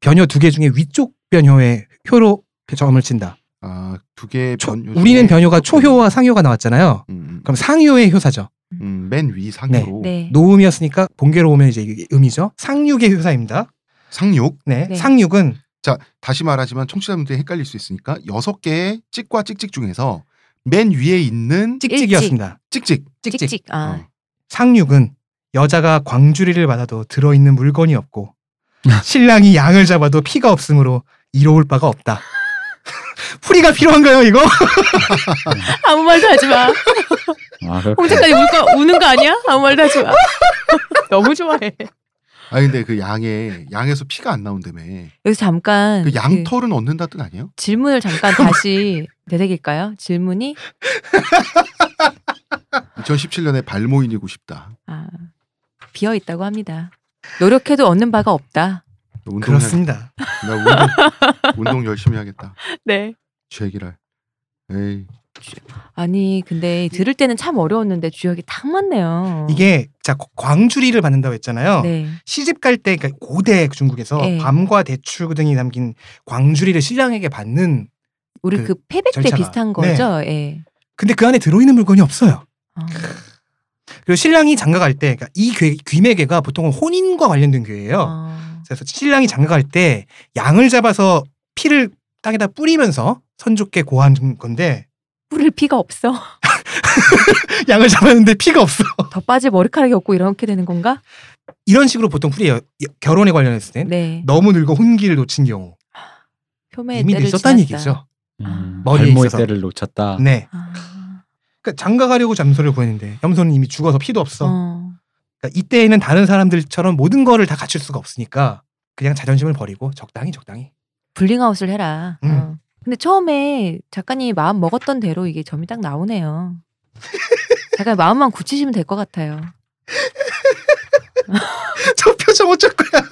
B: 변효 두 개 중에 위쪽 변효의 효로 점을 친다.
D: 아, 두 개의
B: 초-
D: 변효. 중에
B: 우리는 변효가
D: 위쪽
B: 초효와 상효가 나왔잖아요.
D: 음, 음,
B: 그럼 상효의 효사죠.
D: 음, 맨위 상효로
C: 네.
B: 노음이었으니까 본괴로 오면 이제 이게 음이죠. 상육의 효사입니다.
D: 상욕.
B: 네.
C: 네.
B: 상육은
D: 자, 다시 말하지만 청취자분들이 헷갈릴 수 있으니까 여섯 개의 찍과 찍찍 중에서 맨 위에 있는
B: 찍찍이었습니다.
D: 찍찍.
B: 찍찍.
C: 찍찍. 아.
D: 어.
B: 상륙은 여자가 광주리를 받아도 들어있는 물건이 없고 신랑이 양을 잡아도 피가 없으므로 이로울 바가 없다. 풀이가 필요한가요 이거?
C: 아무 말도 하지 마.
A: 아, 그렇구나.
C: 홍대까지 울 거, 우는 거 아니야? 아무 말도 하지 마. 너무 좋아해.
D: 아 근데 그 양에 양에서 피가 안 나온다며.
C: 여기서 잠깐
D: 그
C: 그
D: 양털은 얻는다 뜻 아니에요?
C: 질문을 잠깐 다시 되새길까요? 질문이
D: 2017년에 발모인이고 싶다.
C: 아, 비어 있다고 합니다. 노력해도 얻는 바가 없다.
D: 운동
B: 그렇습니다.
C: 어.
D: 해야- 나 운동, 운동 열심히 하겠다.
C: 네.
D: 죄기랄. 에이
C: 아니 근데 들을 때는 참 어려웠는데 주역이 딱 맞네요.
B: 이게 자 거- 광주리를 받는다고 했잖아요.
C: 네.
B: 시집 갈 때 그러니까 고대 중국에서
C: 예.
B: 밤과 대추 등이 담긴 광주리를 신랑에게 받는
C: 우리 그,
B: 그
C: 패백 때
B: 절차가.
C: 비슷한
B: 네.
C: 거죠. 예.
B: 근데 그 안에 들어있는 물건이 없어요.
C: 아,
B: 그리고 신랑이 장가갈 때, 그러니까 이 괴, 귀매개가 보통은 혼인과 관련된 괴예요.
C: 아.
B: 그래서 신랑이 장가갈 때 양을 잡아서 피를 땅에다 뿌리면서 선조께 고한 건데
C: 뿌릴 피가 없어.
B: 양을 잡았는데 피가 없어.
C: 더 빠질 머리카락이 없고 이렇게 되는 건가?
B: 이런 식으로 보통 풀이에요. 결혼에 관련했을 땐
C: 네.
B: 너무 늙어 혼기를 놓친 경우
C: 표면에
B: 이미
C: 때를
B: 늦었다는
C: 네, 지났다.
B: 얘기죠.
A: 음,
B: 머리에
A: 발모의
B: 있어서.
A: 때를 놓쳤다.
B: 네.
C: 아.
B: 그러니까 장가가려고 잠소를 구했는데 염소는 이미 죽어서 피도 없어.
C: 어.
B: 그러니까 이때에는 다른 사람들처럼 모든 거를 다 갖출 수가 없으니까 그냥 자존심을 버리고 적당히 적당히.
C: 블링아웃을 해라.
B: 음.
C: 어. 근데 처음에 작가님이 마음 먹었던 대로 이게 점이 딱 나오네요. 잠깐 마음만 굳히시면 될 것 같아요.
B: 저 표정 어쩔 거야.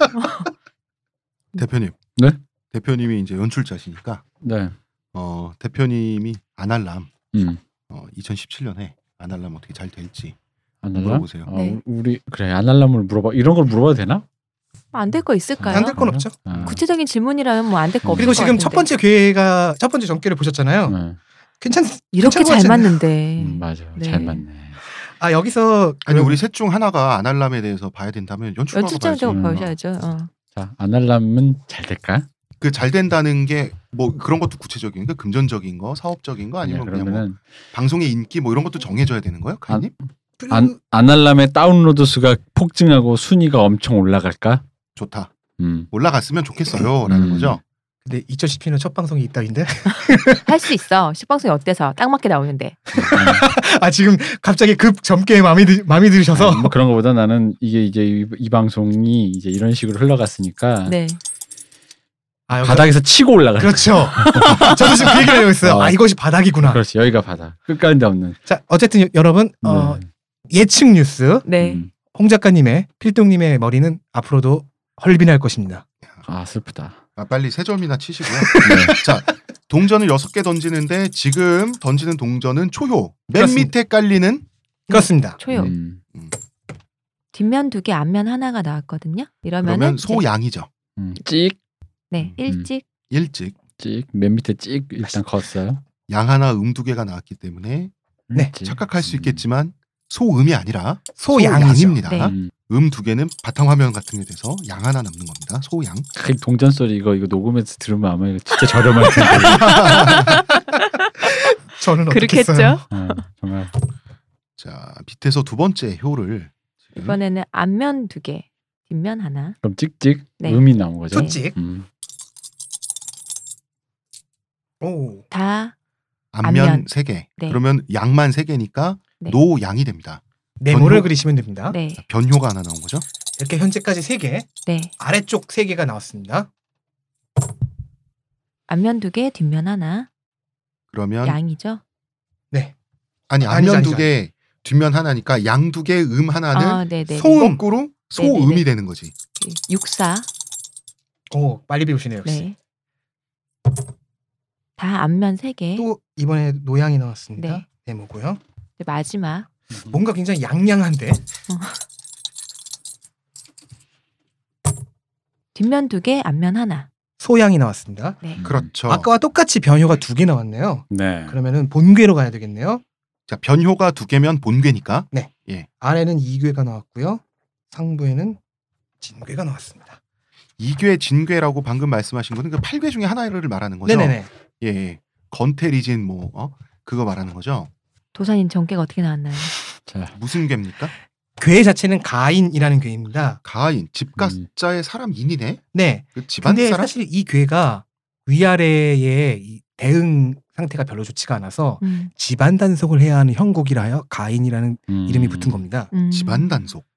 D: 대표님.
A: 네?
D: 대표님이 이제 연출자시니까
A: 네.
D: 어, 대표님이 아날람
A: 음.
D: 어, 2017년에 아날람 어떻게 잘 될지
A: 안할람?
D: 물어보세요.
A: 어,
C: 네.
A: 우리 그래 안할람을 물어봐. 이런 걸 물어봐도 되나?
C: 아, 안 될 거 있을까요? 음.
B: 안 될 건 없죠.
A: 아,
C: 구체적인 질문이라면 뭐 안 될 거
A: 음.
C: 없을
B: 그리고
C: 것
B: 지금 첫
C: 같은데.
B: 번째 기회가 첫 번째 전기를 보셨잖아요.
A: 네.
B: 괜찮.
C: 이렇게
B: 괜찮은
C: 잘
B: 것 같지
C: 맞는데.
A: 음, 맞아요.
C: 네.
A: 잘 맞네.
B: 아 여기서
D: 아니
B: 그럼-
D: 우리 셋 중 하나가 아날람에 대해서 봐야 된다면
C: 어,
D: 연출가가 봐야지.
C: 연출장도
A: 음.
C: 보셔야죠. 어.
A: 자 안할람은 잘 될까? 네,
D: 그잘 된다는 게 뭐 그런 것도 구체적인 거, 금전적인 거, 사업적인 거 아니면
A: 네,
D: 그냥 뭐
A: 그러면은
D: 방송의 인기 뭐 이런 것도 정해져야 되는 거예요, 가님? 뭐
A: 안 안할람의 다운로드 수가 폭증하고 순위가 엄청 올라갈까?
D: 좋다.
A: 음.
D: 올라갔으면
A: 음.
D: 좋겠어요라는 거죠.
B: 근데 2010회는 첫 방송이 이따인데.
C: 할 수 있어. 식방송이 어때서 딱 맞게 나오는데.
B: 아 지금 갑자기 급 점괘에 마음이 드, 마음이 들으셔서
A: 아니, 뭐 그런 거보다 나는 이게 이제 이, 이 방송이 이제 이런 식으로 흘러갔으니까
C: 네.
B: 아, 여기가-
A: 바닥에서 치고 올라가.
B: 그렇죠. 저도 지금 그 얘기를 하려고 했어요.
A: 어.
B: 아 이것이 바닥이구나.
A: 그렇지 여기가 바닥. 끝까지 없는.
B: 자 어쨌든 여- 여러분 어,
A: 네.
B: 예측 뉴스
C: 네.
A: 음.
B: 홍 작가님의 필동님의 머리는 앞으로도 헐빈할 것입니다.
A: 아 슬프다.
D: 아, 빨리 세 점이나 치시고요.
A: 네.
D: 자, 동전을 여섯 개 던지는데 지금 던지는 동전은 초효. 맨
B: 그렇습니다.
D: 밑에 깔리는
B: 그렇습니다.
C: 초요.
A: 음.
C: 뒷면 두 개, 앞면 하나가 나왔거든요. 이러면은
D: 그러면
C: 이제
D: 소양이죠.
A: 음. 찍
C: 네,
A: 음.
C: 일찍
D: 일찍
A: 찍. 맨 밑에 찍 일단 컸어요.
D: 양 하나 음 두 개가 나왔기 때문에
B: 네.
A: 찍.
D: 착각할
A: 음.
D: 수 있겠지만 소음이 아니라
B: 소양이죠.
D: 소양입니다.
C: 네.
A: 음.
D: 음 두 개는 바탕 화면 같은 게 돼서 양 하나 남는 겁니다. 소양.
A: 그 동전 소리 이거 이거 녹음해서 들으면 아마 이거 진짜 저렴할 텐데.
B: 저는
C: 그렇겠죠?
B: 어떻겠어요?
A: 어, 정말
D: 자, 밑에서 두 번째 효를 지금
C: 이번에는 앞면 두 개, 뒷면 하나.
A: 그럼 찍찍
C: 네.
A: 음이 나온 거죠.
B: 솔직.
A: 음.
C: 어,
B: 오.
C: 다
D: 앞면
C: 앞면.
D: 세 개.
C: 네.
D: 그러면 양만 세 개니까
C: 네.
D: 노양이 됩니다.
B: 네모를
D: 전혀-
B: 그리시면
A: 아?
B: 됩니다.
C: 네.
D: 변효가 하나 나온 거죠.
B: 이렇게 현재까지 세 개,
C: 네.
B: 아래쪽 세 개가 나왔습니다.
C: 앞면 두 개, 뒷면 하나.
D: 그러면
C: 양이죠.
D: 아니
B: 아니죠,
D: 앞면
B: 아니죠,
D: 두 개 뒷면 하나니까 양 두 개 음 하나는
C: 아, 네, 네.
B: 소- 소음.
D: 거꾸로
C: 네네네.
D: 소음이 되는 거지.
C: 육사.
B: 오 어, 빨리 배우시네요. 역시.
C: 네. 다 앞면 세 개.
B: 또 이번에 노양이 나왔습니다.
C: 네.
B: 네모고요.
C: 이제 마지막
B: 뭔가 굉장히 양양한데
C: 뒷면 두 개, 앞면 하나.
B: 소양이 나왔습니다.
C: 네.
A: 음.
D: 그렇죠.
B: 아까와 똑같이 변효가 두 개 나왔네요.
A: 네.
B: 그러면은 본괴로 가야 되겠네요.
D: 자 변효가 두 개면 본괴니까
B: 아래는 이괴가 나왔고요. 상부에는 진괴가 나왔습니다.
D: 이괴 진괴라고 방금 말씀하신 거는 그 팔괴 중에 하나를 말하는 거죠.
B: 네네네.
D: 예, 예. 건태리진 뭐 어? 그거 말하는 거죠.
C: 도산인 전개가 어떻게 나왔나요?
A: 자.
D: 무슨 괴입니까?
B: 괴 자체는 가인이라는 괴입니다.
D: 가인 집가자의 사람 인이네.
B: 네.
D: 그 집안
B: 근데
D: 사람.
B: 사실 이 괴가 위아래의 이 대응 상태가 별로 좋지가 않아서
C: 음,
B: 집안 단속을 해야 하는 형국이라 하여 가인이라는
A: 음.
B: 이름이 붙은 겁니다.
C: 음.
D: 집안 단속.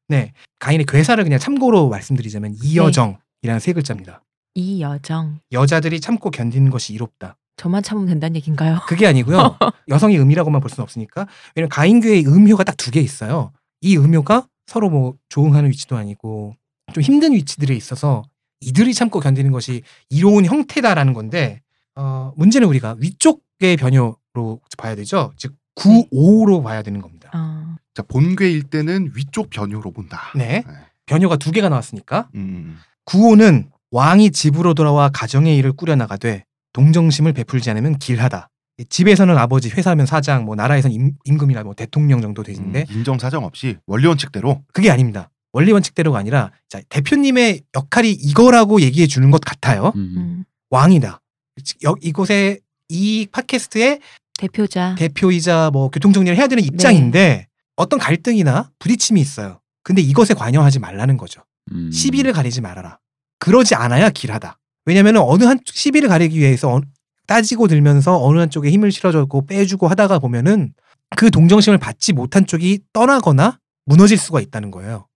B: 가인의 괴사를 그냥 참고로 말씀드리자면 이여정이라는 세 글자입니다.
C: 이 여정.
B: 여자들이 참고 견디는 것이 이롭다.
C: 저만 참으면 된다는 얘기인가요? 어,
B: 그게 아니고요. 여성의 음이라고만 볼 수는 없으니까. 왜냐면 가인교의 음효가 딱 두 개 있어요. 이 음효가 서로 뭐 조응하는 위치도 아니고 좀 힘든 위치들에 있어서 이들이 참고 견디는 것이 이로운 형태다라는 건데 어, 문제는 우리가 위쪽의 변효 로 봐야 되죠. 즉 95로 봐야 되는 겁니다.
C: 아,
D: 자 본괴일 때는 위쪽 변효로 본다. 예.
B: 네. 변효가 두 개가 나왔으니까
D: 음,
B: 9호는 왕이 집으로 돌아와 가정의 일을 꾸려나가되 동정심을 베풀지 않으면 길하다. 집에서는 아버지, 회사면 사장, 뭐 나라에선 임, 임금이나 뭐 대통령 정도
D: 음,
B: 되는데
D: 인정 사정 없이 원리 원칙대로.
B: 그게 아닙니다. 원리 원칙대로가 아니라 자, 대표님의 역할이 이거라고 얘기해 주는 것 같아요.
A: 음.
C: 음.
B: 왕이다. 즉, 여- 이곳에 이 팟캐스트의
C: 대표자.
B: 대표이자 뭐 교통정리를 해야 되는 입장인데 어떤 갈등이나 부딪힘이 있어요. 근데 이것에 관여하지 말라는 거죠.
A: 음.
B: 시비를 가리지 말아라. 그러지 않아야 길하다. 왜냐면 어느 한 시비를 가리기 위해서 어- 따지고 들면서 어느 한쪽에 힘을 실어주고 빼주고 하다가 보면은 그 동정심을 받지 못한 쪽이 떠나거나 무너질 수가 있다는 거예요.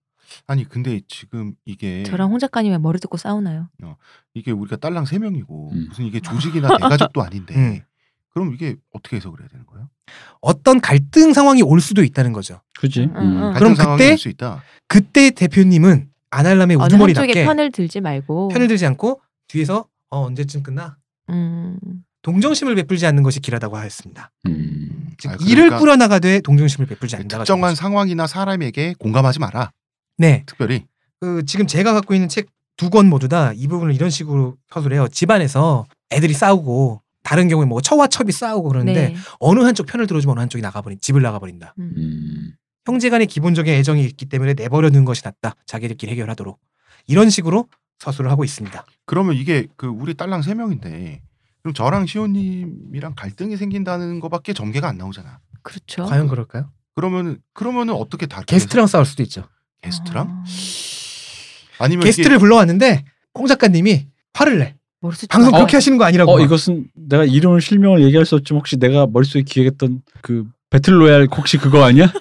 D: 아니 근데 지금 이게
C: 저랑 홍 작가님의 머리 듣고 싸우나요?
D: 이게 우리가 딸랑 세 명이고
A: 음.
D: 무슨 이게 조직이나 대가족도 아닌데
B: 음.
D: 그럼 이게 어떻게 해서 그래야 되는 거예요?
B: 어떤 갈등 상황이 올 수도 있다는 거죠.
A: 그지.
C: 음, 음.
D: 같은
B: 그럼
D: 상황이
B: 그때-
D: 올 수 있다. 음. 아,
B: 그때 대표님은 아날람의
C: 어느 한쪽에
B: 네, 우두머리답게
C: 편을 들지 말고.
B: 편을 들지 않고 뒤에서 어, 언제쯤 끝나?
C: 음,
B: 동정심을 베풀지 않는 것이 길하다고 하였습니다.
A: 음.
B: 즉
D: 아,
B: 일을
D: 그러니까
B: 꾸려나가되 동정심을 베풀지 않는다.
D: 특정한 상황이나 사람에게 공감하지 마라.
B: 네.
D: 특별히
B: 그 지금 제가 갖고 있는 책 두 권 모두 다 이 부분을 이런 식으로 서술해요. 집안에서 애들이 싸우고 다른 경우에 뭐 처와 첩이 싸우고 그러는데
C: 네.
B: 어느 한쪽 편을 들어주면 어느 한쪽이 나가버린 집을 나가버린다.
C: 음.
A: 음.
B: 형제간의 기본적인 애정이 있기 때문에 내버려 두는 것이 낫다. 자기들끼리 해결하도록 이런 식으로 서술을 하고 있습니다.
D: 그러면 이게 그 우리 딸랑 세 명인데 그럼 저랑 시호님이랑 갈등이 생긴다는 거밖에 전개가 안 나오잖아.
C: 그렇죠.
B: 어? 과연 그럴까요?
D: 그러면 그러면은 어떻게 다른
B: 게스트랑 싸울 수도 있죠.
D: 게스트랑
C: 아,
D: 아니면
B: 게스트를
D: 이게 머릿속에
B: 불러왔는데 홍 작가님이 화를 내.
C: 머리 쓰지
B: 방송
C: 말고.
B: 그렇게 하시는 거 아니라고.
A: 어
B: 막.
A: 이것은 내가 이름을 실명을 얘기할 수 없지만 혹시 내가 머릿속에 기획했던 그 배틀로얄 혹시 그거 아니야?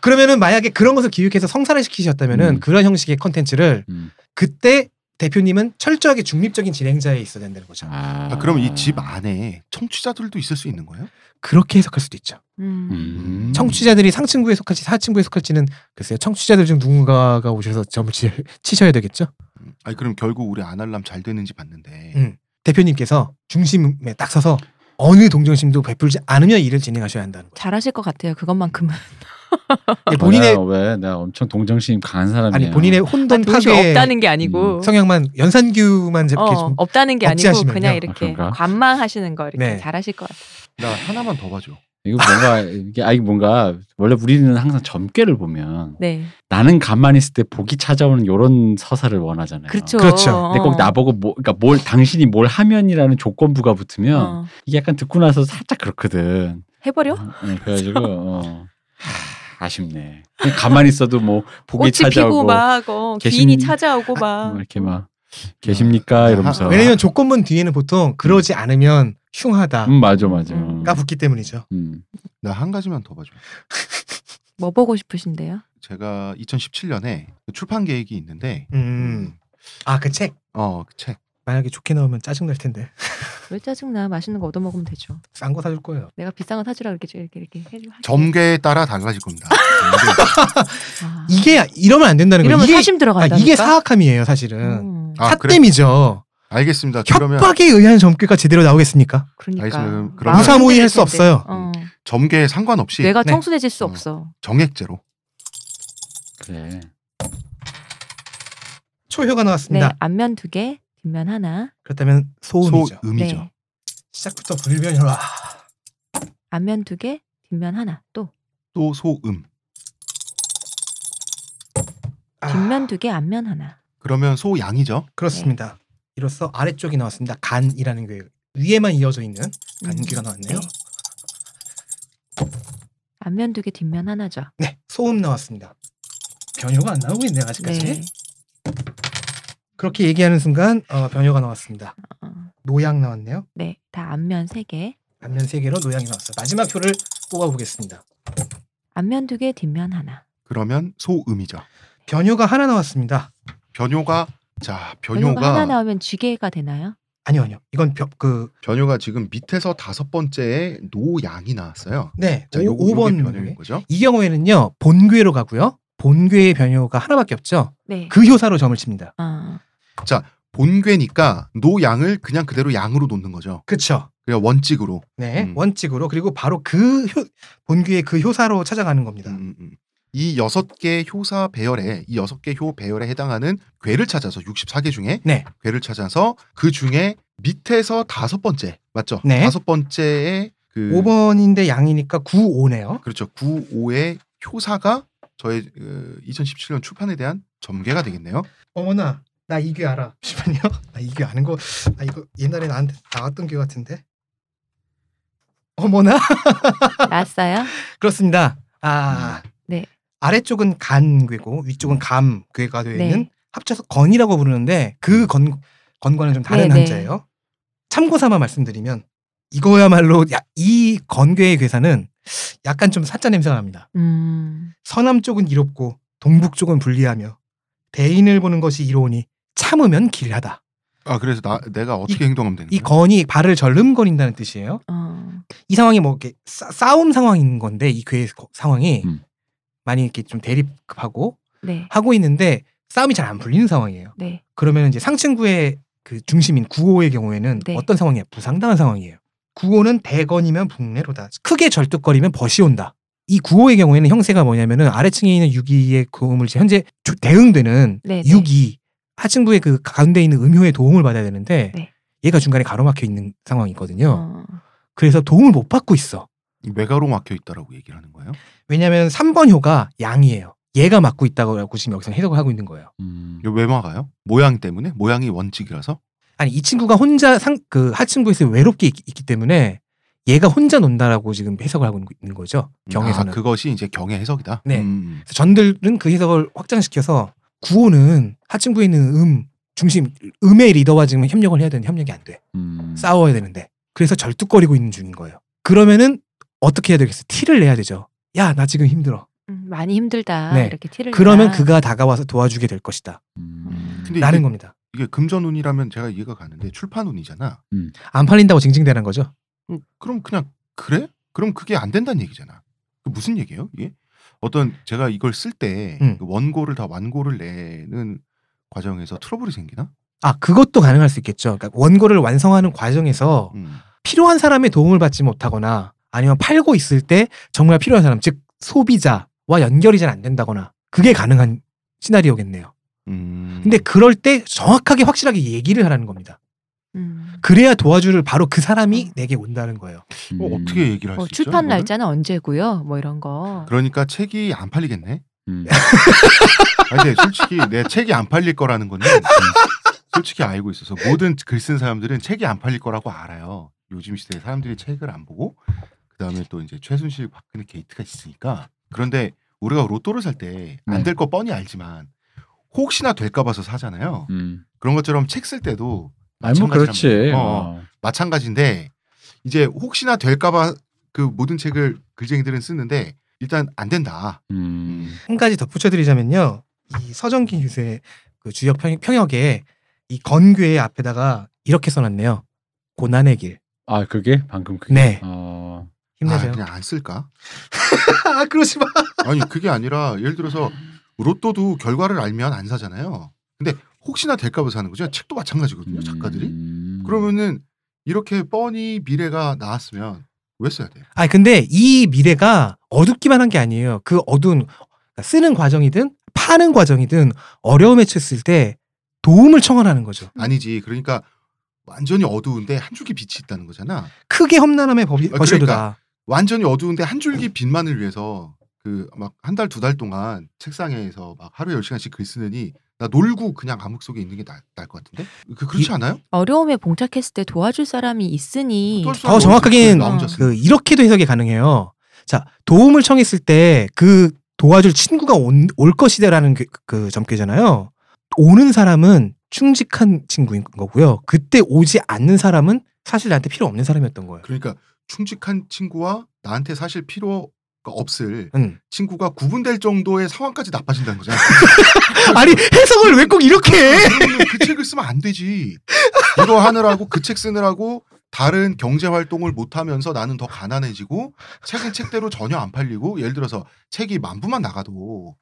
B: 그러면은 만약에 그런 것을 기획해서 성사를 시키셨다면은
A: 음.
B: 그런 형식의 컨텐츠를
A: 음.
B: 그때 대표님은 철저하게 중립적인 진행자에 있어야 된다는 거죠.
A: 아,
D: 아, 그럼 이 집 안에 청취자들도 있을 수 있는 거예요?
B: 그렇게 해석할 수도 있죠.
C: 음.
A: 음.
B: 청취자들이 상층부 해석할지 하층부 해석할지는 글쎄요. 청취자들 중 누군가가 오셔서 점을 치, 치셔야 되겠죠.
D: 음. 아니 그럼 결국 우리 아날람 잘 되는지 봤는데
B: 음. 대표님께서 중심에 딱 서서 어느 동정심도 베풀지 않으며 일을 진행하셔야 한다는 거예요.
C: 잘하실 것 같아요. 그것만큼은.
B: 예,
A: 아, 내가
B: 본인의
A: 왜 내가 엄청 동정심 강한 사람이야.
B: 아니 본인의 혼돈
C: 동심이
B: 파괴
C: 없다는 게 아니고.
B: 성향만 연산규만
C: 어,
B: 이렇게 좀
C: 없다는 게 아니고
B: 억제하시면요.
C: 그냥
A: 아,
C: 이렇게
A: 그런가?
C: 관망하시는 거 이렇게
B: 네.
C: 잘하실 것 같아요.
D: 나 하나만 더 봐줘.
A: 이거 뭔가 이게 아니 뭔가 원래 우리는 항상 점괘를 보면
C: 네.
A: 나는 가만히 있을 때 복이 찾아오는 요런 서사를 원하잖아요.
C: 그렇죠.
B: 그렇죠.
A: 근데 꼭 나보고 뭐, 그러니까 뭘 당신이 뭘 하면이라는 조건부가
C: 어.
A: 붙으면
C: 어.
A: 이게 약간 듣고 나서 살짝 그렇거든.
C: 해버려?
A: 네, 그래가지고 어. 하, 아쉽네. 그냥 가만히 있어도 뭐 복이
C: 꽃이 피고
A: 찾아오고
C: 막 어,
A: 개심-
C: 귀인이 찾아오고
A: 뭐
C: 막
A: 이렇게 막 계십니까 이러면서.
B: 아, 왜냐면 조건문 뒤에는 보통 그러지 않으면 흉하다가
A: 음 맞아 맞아.
C: 음.
B: 붙기 때문이죠.
A: 음.
D: 나 한 가지만 더 봐줘.
C: 뭐 보고 싶으신데요?
D: 제가 2017년에 그 출판 계획이 있는데
B: 음. 아, 그 책.
D: 어그 책.
B: 만약에 좋게 나오면 짜증 날 텐데.
C: 왜 짜증나? 맛있는 거 얻어 먹으면 되죠.
B: 싼 거 사줄 거예요.
C: 내가 비싼 거 사주라 이렇게 이렇게 이렇게 해주.
D: 점괘에 따라 달라질 겁니다.
C: 아,
B: 이게 이러면 안 된다는 거예요.
C: 이러면
B: 이게,
C: 사심
B: 아,
C: 들어간다.
B: 이게 사악함이에요, 사실은.
C: 음,
D: 아, 그래?
B: 사땜이죠.
D: 알겠습니다. 그러면
B: 협박에 의한 점괘가 제대로 나오겠습니까?
C: 그러니까
D: 알겠습니다. 그럼- 그럼
C: 마음이
B: 무사무이 할수
C: 흔들릴 텐데.
B: 없어요.
C: 어.
D: 점괘에 상관없이
C: 뇌가
B: 네.
C: 청순해질 수
D: 어.
C: 없어.
D: 정액제로.
A: 그래.
B: 초효가
C: 네,
B: 나왔습니다.
C: 앞면 두 개, 뒷면 하나.
B: 그렇다면 소음이죠.
D: 소음이죠.
C: 네,
B: 시작부터 아, 불변이 와.
C: 앞면 두 개, 뒷면 하나. 또
D: 또 소음.
B: 아,
C: 뒷면 두 개, 앞면 하나.
D: 그러면 소양이죠. 네.
B: 그렇습니다. 이로써 아래쪽이 나왔습니다. 간이라는 게 위에만 이어져 있는
C: 음.
B: 간귀가 나왔네요.
C: 네. 앞면 두 개, 뒷면 하나죠.
B: 네, 소음 나왔습니다. 변효가 안 나오고 있네요, 아직까지.
C: 네.
B: 그렇게 얘기하는 순간 어, 변효가 나왔습니다.
C: 어,
D: 아.
B: 노양 나왔네요.
C: 네, 다 앞면 세 개,
B: 앞면 세 개로 노양이 나왔어요. 마지막 효를 뽑아보겠습니다.
C: 앞면 두 개, 뒷면 하나.
D: 그러면 소음이죠.
B: 변효가 하나 나왔습니다.
D: 변효가 자
C: 이런 거 하나
D: 변효가
C: 나오면 쥐개가 되나요?
B: 아니요, 아니요. 이건 벼, 그
D: 변효가 지금 밑에서 다섯 번째에 노양이 나왔어요.
B: 네,
D: 자,
B: 오-
D: 요거- 요게
B: 5번
D: 변효인
B: 네.
D: 거죠.
B: 이 경우에는요 본괴로 가고요 본괴의 변효가 하나밖에 없죠
C: 네.
B: 그 효사로 점을 칩니다
C: 어,
D: 본괴니까 노양을 그냥 그대로 양으로 놓는 거죠.
B: 그쵸
D: 그냥 원칙으로.
B: 네,
D: 음.
B: 원칙으로 그리고 바로 그 효- 본규의 그 효사로 찾아가는 겁니다.
D: 음, 음, 음. 이 여섯 개 효사 배열에 이 여섯 개 효 배열에 해당하는 괴를 찾아서 64개 중에
B: 네.
D: 괴를 찾아서 그 중에 밑에서 다섯 번째 맞죠?
B: 네.
D: 다섯 번째에 그
B: 5번인데 양이니까 9, 5네요.
D: 그렇죠. 9, 5의 효사가 저의 2017년 출판에 대한 점괘가 되겠네요.
B: 어머나, 나 이 귀 알아. 잠시만요. 나 이 귀 아는 거, 나 이거 옛날에 나한테 나왔던 귀 같은데. 어머나,
C: 났어요?
B: 그렇습니다. 아,
C: 네.
B: 아래쪽은 간괴고 위쪽은 감괴가 되어
C: 네.
B: 있는 합쳐서 건이라고 부르는데 그 건, 건과는 좀 다른
C: 음. 네, 네.
B: 한자예요. 참고삼아 말씀드리면 이거야말로 야- 이 건괴의 괴사는 약간 좀 사자 냄새가 납니다.
C: 음.
B: 서남 쪽은 이롭고 동북 쪽은 불리하며 대인을 보는 것이 이로우니 참으면 길하다.
D: 아 그래서 나 내가 어떻게 행동하면 되는
C: 음.
B: 이
D: 거야?
B: 건이 발을 절름거린다는 뜻이에요.
C: 어.
B: 이 상황이 뭐 이렇게 싸, 싸움 상황인 건데 이 괴의 거- 상황이
A: 음.
B: 많이 이렇게 좀 대립하고
C: 네.
B: 하고 있는데 싸움이 잘 안 풀리는 상황이에요.
C: 네.
B: 그러면 이제 상층구의 그 중심인 구호의 경우에는
C: 네.
B: 어떤 상황이야? 부상당한 상황이에요. 구호는 대건이면 북내로다. 크게 절뚝거리면 벗이 온다. 이 구호의 경우에는 형세가 뭐냐면은 아래층에 있는 6이의 도움을 이제 현재 조- 대응되는
C: 네, 네.
B: 6이 하층부의 그 가운데 있는 음효의 도움을 받아야 되는데
C: 네.
B: 얘가 중간에 가로막혀 있는 상황이거든요.
C: 어.
B: 그래서 도움을 못 받고 있어.
D: 외가로 막혀 있다라고 얘기를 하는 거예요.
B: 왜냐하면 3번 효가 양이에요. 얘가 막고 있다고 지금 여기서 해석을 하고 있는 거예요.
A: 음.
D: 이거 왜 막아요? 모양 때문에 모양이 원칙이라서 음,
B: 아니 이 친구가 혼자 상, 그 하층부에서 외롭게 있, 기 때문에 얘가 혼자 논다라고 지금 해석을 하고 있는 거죠 경에서는
D: 아, 그것이 이제 경의 해석이다.
B: 네.
D: 음,
B: 그래서 전들은 그 해석을 확장시켜서 구호는 하층부에 있는 음 중심 음의 리더와 지금 협력을 해야 되는 협력이 안돼
A: 음.
B: 싸워야 되는데 그래서 절뚝거리고 있는 중인 거예요 그러면은 어떻게 해야 되겠어 티를 내야 되죠 야 나 지금 힘들어
C: 음, 많이 힘들다.
B: 네.
C: 이렇게 티를
B: 그러면
C: 내라.
B: 그가 다가와서 도와주게 될 것이다
A: 음.
D: 근데
B: 라는
D: 이게,
B: 겁니다
D: 이게 금전운이라면 제가 이해가 가는데 출판운이잖아.
B: 안 팔린다고 징징대는 거죠
D: 그럼 그냥 그래? 그럼 그게 안 된다는 얘기잖아. 그 무슨 얘기예요? 이게 어떤 제가 이걸 쓸 때그
B: 음.
D: 원고를 다 완고를 내는 과정에서 트러블이 생기나?
B: 아 그것도 가능할 수 있겠죠 그러니까 원고를 완성하는 과정에서
D: 음.
B: 필요한 사람의 도움을 받지 못하거나 아니면 팔고 있을 때 정말 필요한 사람 즉 소비자와 연결이 잘 안 된다거나 그게 가능한 시나리오겠네요.
D: 음.
B: 근데 그럴 때 정확하게 확실하게 얘기를 하라는 겁니다.
C: 음.
B: 그래야 도와줄 바로 그 사람이 내게 온다는 거예요.
D: 어, 어떻게
A: 음,
D: 얘기를 할 수
C: 뭐
D: 있죠?
C: 출판
D: 이거를?
C: 날짜는 언제고요? 뭐 이런 거.
D: 그러니까 책이 안 팔리겠네.
A: 음.
D: 아니, 근데 솔직히 내 책이 안 팔릴 거라는 거는 음, 솔직히 알고 있어서 모든 글 쓴 사람들은 책이 안 팔릴 거라고 알아요. 요즘 시대에 사람들이 책을 안 보고 그다음에 또 이제 최순실 박근혜 게이트가 있으니까 그런데 우리가 로또를 살 때 안
A: 네.
D: 될거 뻔히 알지만 혹시나 될까 봐서 사잖아요.
A: 음.
D: 그런 것처럼 책 쓸 때도
A: 아니 뭐 그렇지.
D: 마찬가지랍니다. 어,
A: 어.
D: 마찬가지인데 이제 혹시나 될까 봐 그 모든 책을 글쟁이들은 쓰는데 일단 안 된다. 아,
A: 음.
B: 한 가지 덧붙여드리자면요. 이 서정기 교수의 그 주역 평- 평역에 이 건괴의 앞에다가 이렇게 써놨네요. 고난의 길.
A: 아 그게 방금 그게.
B: 네.
A: 어.
D: 아,
B: 힘내세요.
D: 그냥 안 쓸까?
B: 아 그러지 마.
D: 아니 그게 아니라 예를 들어서 로또도 결과를 알면 안 사잖아요. 근데 혹시나 될까봐 사는 거죠. 책도 마찬가지거든요. 작가들이.
A: 음.
D: 그러면은 이렇게 뻔히 미래가 나왔으면 왜 써야 돼?
B: 아 근데 이 미래가 어둡기만 한 게 아니에요. 그 어두운 그러니까 쓰는 과정이든 파는 과정이든 어려움에 처했을 때 도움을 청하라는 거죠.
D: 아니지. 그러니까 완전히 어두운데 한 줄기 빛이 있다는 거잖아.
B: 크게 험난함에 버-
D: 아,
B: 버셔도다.
D: 완전히 어두운데 한 줄기 빛만을 위해서 그 막 한 달 두 달 동안 책상에서 막 하루에 열 시간씩 글 쓰느니 나 놀고 그냥 암흑 속에 있는 게 나, 나을 것 같은데? 그, 그렇지
B: 이-
D: 않아요?
C: 어려움에 봉착했을 때 도와줄 사람이 있으니
D: 어떨 수
B: 더 정확하게는
D: 나 혼자
B: 그
D: 쓰는
B: 이렇게도 해석이 가능해요. 자 도움을 청했을 때 그 도와줄 친구가 온- 올 것이다라는 그, 그 점괘잖아요. 오는 사람은 충직한 친구인 거고요. 그때 오지 않는 사람은 사실 나한테 필요 없는 사람이었던 거예요.
D: 그러니까 충직한 친구와 나한테 사실 필요가 없을
B: 음.
D: 친구가 구분될 정도의 상황까지 나빠진다는 거잖아.
B: 아니 해석을 왜 꼭 이렇게 해?
D: 그러면 그 책을 쓰면 안 되지. 이거 하느라고 그 책 쓰느라고 다른 경제 활동을 못 하면서 나는 더 가난해지고 책은 책대로 전혀 안 팔리고 예를 들어서 책이 만 부만 나가도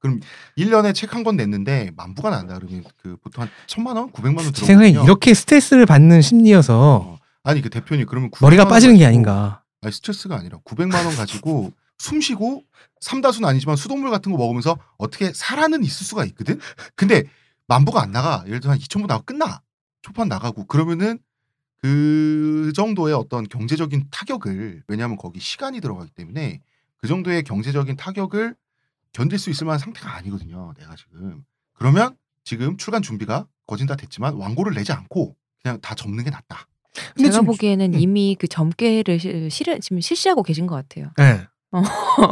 D: 그럼 1년에 책 한 권 냈는데 만 부가 난다 그러면 그 보통 한 천만 원, 구백만 원
B: 제 생각엔
D: 들어오거든요.
B: 이렇게 스트레스를 받는 심리여서
D: 아니 그 대표님 그러면 900만
B: 머리가
D: 원
B: 빠지는 게
D: 가지고-
B: 아닌가.
D: 아니 스트레스가 아니라 900만 원 가지고 숨쉬고 삼다수는 아니지만 수돗물 같은 거 먹으면서 어떻게 살아는 있을 수가 있거든. 근데 만보가 안 나가. 예를 들어 한 2천보 나가 끝나. 초판 나가고 그러면은 그 정도의 어떤 경제적인 타격을 왜냐하면 거기 시간이 들어가기 때문에 그 정도의 경제적인 타격을 견딜 수 있을 만한 상태가 아니거든요. 내가 지금 그러면 지금 출간 준비가 거진 다 됐지만 완고를 내지 않고 그냥 다 접는 게 낫다.
B: 근데
C: 제가
B: 지금-
C: 보기에는
B: 음.
C: 이미 그 점괘를 실, 실, 지금 실시하고 계신 것 같아요.
B: 예.
C: 어.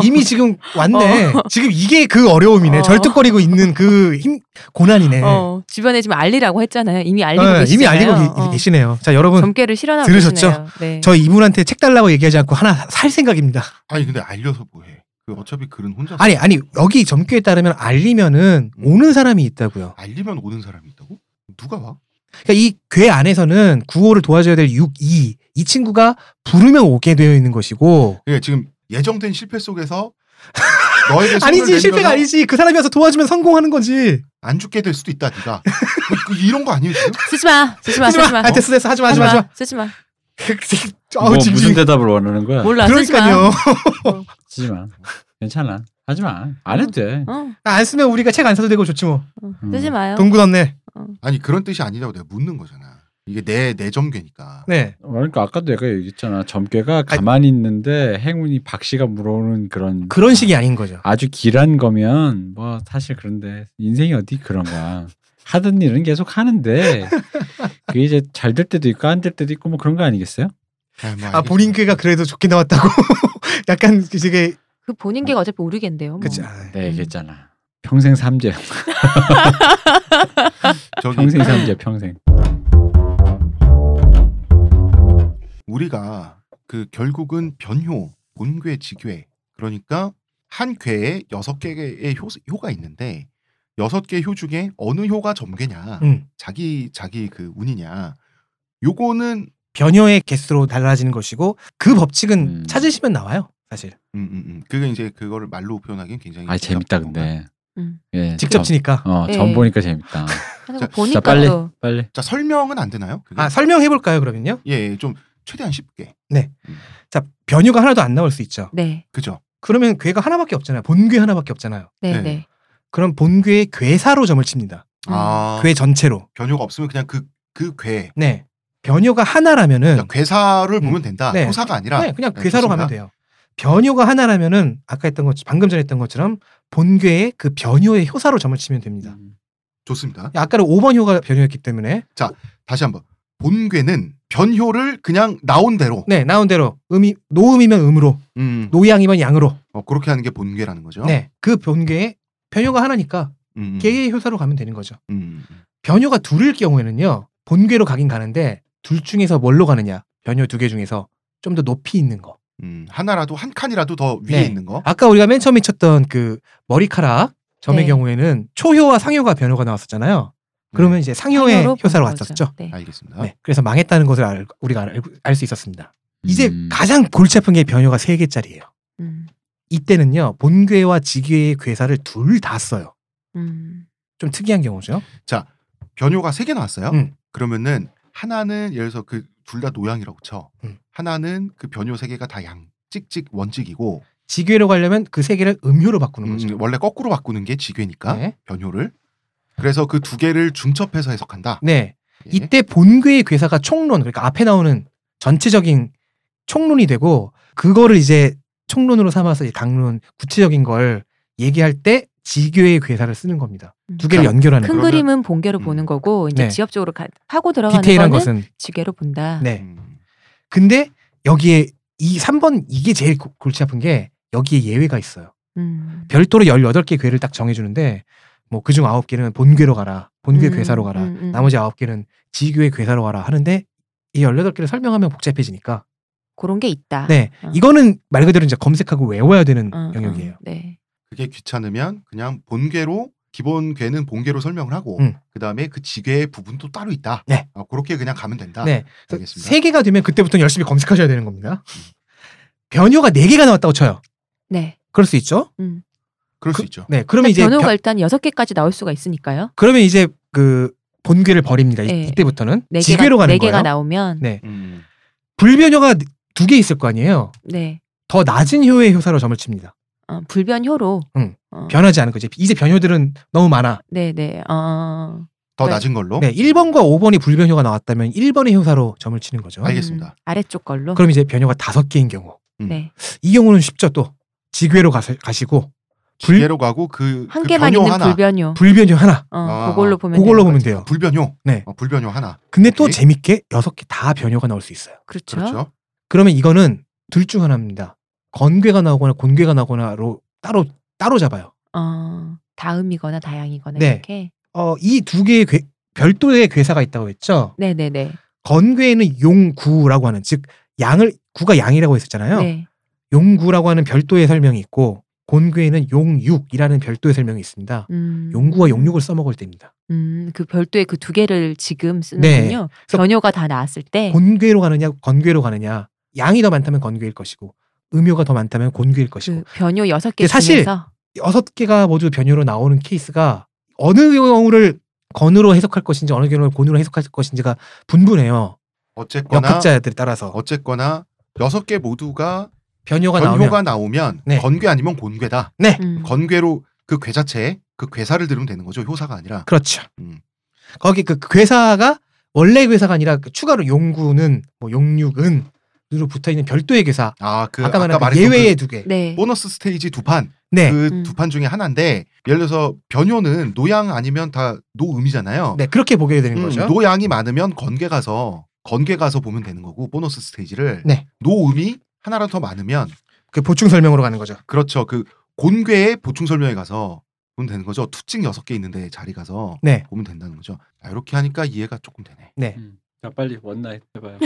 B: 이미 지금 왔네. 지금 이게 그 어려움이네.
C: 어.
B: 절뚝거리고 있는 그 힘, 고난이네.
C: 어, 주변에 지금 알리라고 했잖아요. 이미 알리고
B: 예,
C: 계시잖아요.
B: 이미 알리고 계-
C: 어.
B: 계시네요. 자, 여러분.
C: 점괘를 실현하고
B: 들으셨죠?
C: 계시네요. 네.
B: 저 이분한테 책 달라고 얘기하지 않고 하나 살 생각입니다.
D: 아니 근데 알려서 뭐해? 그 어차피 글은 혼자
B: 아니, 아니, 여기 점괘에 따르면 알리면은 오는 사람이 있다고요.
D: 알리면 오는 사람이 있다고? 누가 와?
B: 그러니까 이 괴 안에서는 구호를 도와줘야 될 6, 2. 이 친구가 부르면 오게 되어 있는 것이고.
D: 예, 지금 예정된 실패 속에서 너에게 손을
B: 아니지,
D: 내밀어서
B: 실패가 아니지. 그 사람이 와서 도와주면 성공하는 거지.
D: 안 죽게 될 수도 있다, 네가. 뭐, 그 이런 거 아니에요 지금?
C: 쓰지 마, 쓰지 마, 쓰지 마.
B: 아, 됐어, 됐어. 하지 마, 하지 마, 하지 마.
C: 쓰지 마.
B: 아우,
A: 뭐
B: 징징.
A: 무슨 대답을 원하는 거야?
C: 몰라,
B: 그러니까요.
A: 쓰지 마. 괜찮아. 하지 마. 안 해도 돼.
C: 쓰지 마. 어,
B: 아, 안 쓰면 우리가 책 안 사도 되고 좋지 뭐.
C: 어,
A: 음.
C: 쓰지 마요.
B: 동구 덥네.
D: 아니 그런 뜻이 아니라고 내가 묻는 거잖아. 이게 내 내점괘니까.
B: 네.
A: 그러니까 아까도 내가 얘기했잖아. 점괘가 가만히 있는데 행운이 박씨가 물어오는 그런
B: 그런 식이 아닌 거죠.
A: 아주 길한 거면 뭐 사실 그런데 인생이 어디 그런 거야. 하던 일은 계속 하는데 그게 이제 잘 될 때도 있고 안 될 때도 있고 뭐 그런 거 아니겠어요?
D: 아, 뭐
B: 아, 본인 괴가 그래도 좋게 나왔다고. 약간 이게
C: 그 본인 게가 어차피 모르겠는데요. 뭐.
B: 그치. 아,
A: 네, 얘기했잖아. 평생 삼재.
D: 저기
A: 평생 삼재 평생.
D: 우리가 그 결국은 변효, 본괴, 지괴. 그러니까 한 괘에 여섯 개의 효, 효가 있는데 여섯 개 효 중에 어느 효가 점괘냐,
B: 음.
D: 자기 자기 그 운이냐. 요거는
B: 변효의 개수로 달라지는 것이고 그 법칙은
A: 음. 네.
B: 찾으시면 나와요. 사실.
D: 음, 음, 음. 그게 이제 그거를 말로 표현하기엔 굉장히
A: 아 재밌다
D: 복잡한 거야.
A: 근데.
C: 음.
A: 예.
B: 직접
A: 점-
B: 치니까.
A: 어,
C: 예.
A: 점 보니까 재밌다.
C: 그래서
D: 자,
A: 자,
C: 보니까
A: 빨리
C: 또
A: 빨리.
D: 자 설명은 안 되나요? 그게?
B: 아, 설명해 볼까요, 그러면요?
D: 예, 예, 좀 최대한 쉽게.
B: 자, 변효가 하나도 안 나올 수 있죠.
C: 네,
D: 그죠?
B: 그러면 괴가 하나밖에 없잖아요. 본괴 하나밖에 없잖아요.
C: 네,
D: 네.
C: 네.
B: 그럼 본괴의 괴사로 점을 칩니다.
C: 음.
A: 어.
D: 아,
B: 괴 전체로.
D: 변효가 없으면 그냥 그그 괴.
B: 네. 변효가 하나라면은
D: 그러니까 괴사를
B: 음.
D: 보면 된다.
B: 네.
D: 효사가 아니라.
B: 네, 그냥
D: 네,
B: 괴사로
D: 좋습니다.
B: 가면 돼요. 변효가 하나라면은 아까 했던 것 방금 전에 했던 것처럼 본괴의 그 변효의 효사로 점을 치면 됩니다.
A: 음.
D: 좋습니다.
B: 아까는 5번 효가 변효였기 때문에
D: 다시 한번. 본괴는 변효를 그냥 나온 대로.
B: 네 나온 대로 음이 노음이면 음으로
D: 음.
B: 네. 노양이면 양으로
D: 어, 그렇게 하는 게 본괴라는 거죠.
B: 네그 본괴의 변효가 하나니까
D: 음, 음,
B: 개의 효사로 가면 되는 거죠.
D: 음, 음.
B: 변효가 둘일 경우에는요 본괴로 가긴 가는데 둘 중에서 뭘로 가느냐 변효 두 개 중에서 좀 더 높이 있는 거.
D: 음, 하나라도 한 칸이라도 더 위에
B: 네.
D: 있는 거.
B: 아까 우리가 맨 처음에 쳤던 그 머리카락 점의
C: 네.
B: 경우에는 초효와 상효가 변효가 나왔었잖아요.
D: 네.
B: 그러면 이제 상효의
C: 상효로
B: 아, 효사로
C: 보는 거죠.
B: 갔었죠.
C: 네.
D: 알겠습니다.
B: 네. 그래서 망했다는 것을 알, 우리가 알 수 있었습니다. 이제
A: 음.
B: 가장 골치 아픈 게 변효가 세개짜리예요
C: 음,
B: 이때는요. 본괴와 지괴의 괴사를 둘 다 써요.
C: 음,
B: 좀 특이한 경우죠.
D: 변효가 세 개 나왔어요.
B: 음.
D: 그러면은 하나는 예를 들어서 그 둘 다 노양이라고 쳐.
B: 음.
D: 하나는 그 변효 세 개가 다 양. 찍찍 원칙이고
B: 지괴로 가려면 그 세개를 음효로 바꾸는
D: 음,
B: 거죠.
D: 원래 거꾸로 바꾸는 게 지괴니까
B: 네.
D: 변효를 그래서 그 두 개를 중첩해서 해석한다.
B: 네.
D: 예.
B: 이때 본괴의 괴사가 총론 그러니까 앞에 나오는 전체적인 총론이 되고 그거를 이제 총론으로 삼아서 이 강론 구체적인 걸 얘기할 때 지교의 괴사를 쓰는 겁니다.
C: 음.
B: 두 개를
D: 자,
B: 연결하는
C: 큰
B: 거.
D: 그러면-
C: 그림은 본계로
D: 음.
C: 보는 거고 이제
B: 네.
C: 지역 적으로 가, 파고 들어가는
B: 디테일한
C: 거는 아.
B: 것은
C: 지계로 본다.
B: 네.
D: 음,
B: 근데 여기에 이 3번 이게 제일 고- 골치 아픈 게 여기에 예외가 있어요.
C: 음.
B: 별도로 18개 괴를 딱 정해 주는데 뭐 그중 9개는 본괴로 가라. 본괴
C: 음,
B: 괴사로 가라.
C: 음, 음.
B: 나머지 9개는 지교의 괴사로 가라 하는데 이 18개를 설명하면 복잡해지니까
C: 그런 게 있다.
B: 네,
C: 어.
B: 이거는 말 그대로 이제 검색하고 외워야 되는
C: 어, 어,
B: 영역이에요.
C: 네.
D: 그게 귀찮으면 그냥 본괴로 기본 괴는 본괴로 설명을 하고
B: 음.
D: 그다음에 그 지괴의 부분도 따로 있다.
B: 네.
D: 아, 그렇게 그냥 가면 된다.
B: 네, 그래서
D: 알겠습니다. 음.
B: 세 개가 되면 그때부터는 열심히 검색하셔야 되는 겁니다. 변효가 네 개가 나왔다고 쳐요.
C: 네.
B: 그럴 수 있죠.
C: 음.
D: 그럴
B: 그-
D: 수 있죠.
B: 네, 그러면 이제
C: 그러니까 변호가
B: 변-
C: 일단 여섯 개까지 나올 수가 있으니까요.
B: 그러면 이제 그 본괴를 버립니다. 이-
C: 네.
B: 이때부터는
C: 네 개가
B: 지괴로 가는
C: 네
B: 거예요.
C: 개가 나오면
B: 네,
D: 음,
B: 불변효가 두 개 있을 거 아니에요.
C: 네.
B: 더 낮은 효의 효사로 점을 칩니다.
C: 어, 불변효로.
B: 응.
C: 어,
B: 변하지 않은 거지. 이제 변효들은 너무 많아.
C: 네네. 어.
D: 더
C: 네.
D: 낮은 걸로.
B: 네, 1번과 5번이 불변효가 나왔다면 1번의 효사로 점을 치는 거죠.
D: 아니. 알겠습니다.
C: 음, 아래쪽 걸로.
B: 그럼 이제 변효가 다섯 개인 경우.
C: 네.
B: 이 경우는 쉽죠. 또 지괴로 가서, 가시고 불-
D: 기계로 가고 그,
C: 한
D: 그
C: 개만
D: 변효
C: 있는
D: 하나.
C: 불변효.
B: 불변효 하나.
C: 어,
D: 아,
C: 그걸로 보면.
B: 그걸로
C: 되는
B: 보면
C: 거죠.
B: 돼요.
D: 불변효.
B: 네.
D: 어, 불변효 하나.
B: 근데 또
D: 오케이.
B: 재밌게 여섯 개 다 변효가 나올 수 있어요.
C: 그렇죠.
D: 그렇죠.
B: 그러면 이거는 둘 중 하나입니다. 건괴가 나오거나 곤괴가 나거나로 따로 따로 잡아요.
C: 어, 다음이거나 다양이거나
B: 네.
C: 이렇게.
B: 어, 이 두 개의 괴- 별도의 괴사가 있다고 했죠.
C: 네네네.
B: 건괴는 용구라고 하는 즉 양을 구가 양이라고 했었잖아요.
C: 네.
B: 용구라고 하는 별도의 설명이 있고 곤괴에는 용육이라는 별도의 설명이 있습니다.
C: 음.
B: 용구와 용육을 써먹을 때입니다.
C: 음, 그 별도의 그 두 개를 지금
B: 네.
C: 쓰는군요.
B: 그래서
C: 변효가 다 나왔을 때.
B: 곤괴로 가느냐 건괴로 가느냐 양이 더 많다면 건괴일 것이고 음효가 더 많다면 곤괴일 것이고
C: 그 변효 여섯 개
B: 근데 사실
C: 중에서
B: 여섯 개가 모두 변효로 나오는 케이스가 어느 경우를 건으로 해석할 것인지 어느 경우를 곤으로 해석할 것인지가 분분해요.
D: 어쨌거나
B: 역학자들에 따라서
D: 어쨌거나 여섯 개 모두가
B: 변효가
D: 변효가
B: 어, 나오면
D: 나오면
B: 네.
D: 건괴 아니면 곤괴다.
C: 음.
D: 건괴로 그 괴 자체에 그 괴사를 들으면 되는 거죠. 효사가 아니라.
B: 그렇죠.
D: 음.
B: 거기 그 괴사가 원래 괴사가 아니라 그 추가로 용구는 뭐 용육은 으로 붙어 있는 별도의 괴사.
D: 아, 그
B: 아까
D: 아까,
B: 말한 그
D: 말했던
B: 예외의 두 개.
C: 네.
D: 그 보너스 스테이지 두 판.
B: 네.
D: 그
C: 음.
D: 두 판 중에 하나인데 예를 들어서 변효는 노양 아니면 다 노음이잖아요.
B: 네, 그렇게 보게 되는
D: 음,
B: 거죠.
D: 노양이 많으면 건괴 가서 건괴 가서 보면 되는 거고 보너스 스테이지를
B: 네.
D: 노음이 하나라도 더 많으면
B: 그 보충 설명으로 가는 거죠.
D: 그렇죠. 그 곤괴의 보충 설명에 가서 보면 되는 거죠. 투증 여섯 개 있는데 자리 가서
B: 네.
D: 보면 된다는 거죠. 아, 이렇게 하니까 이해가 조금 되네.
A: 음. 자, 빨리 원나잇 해봐요.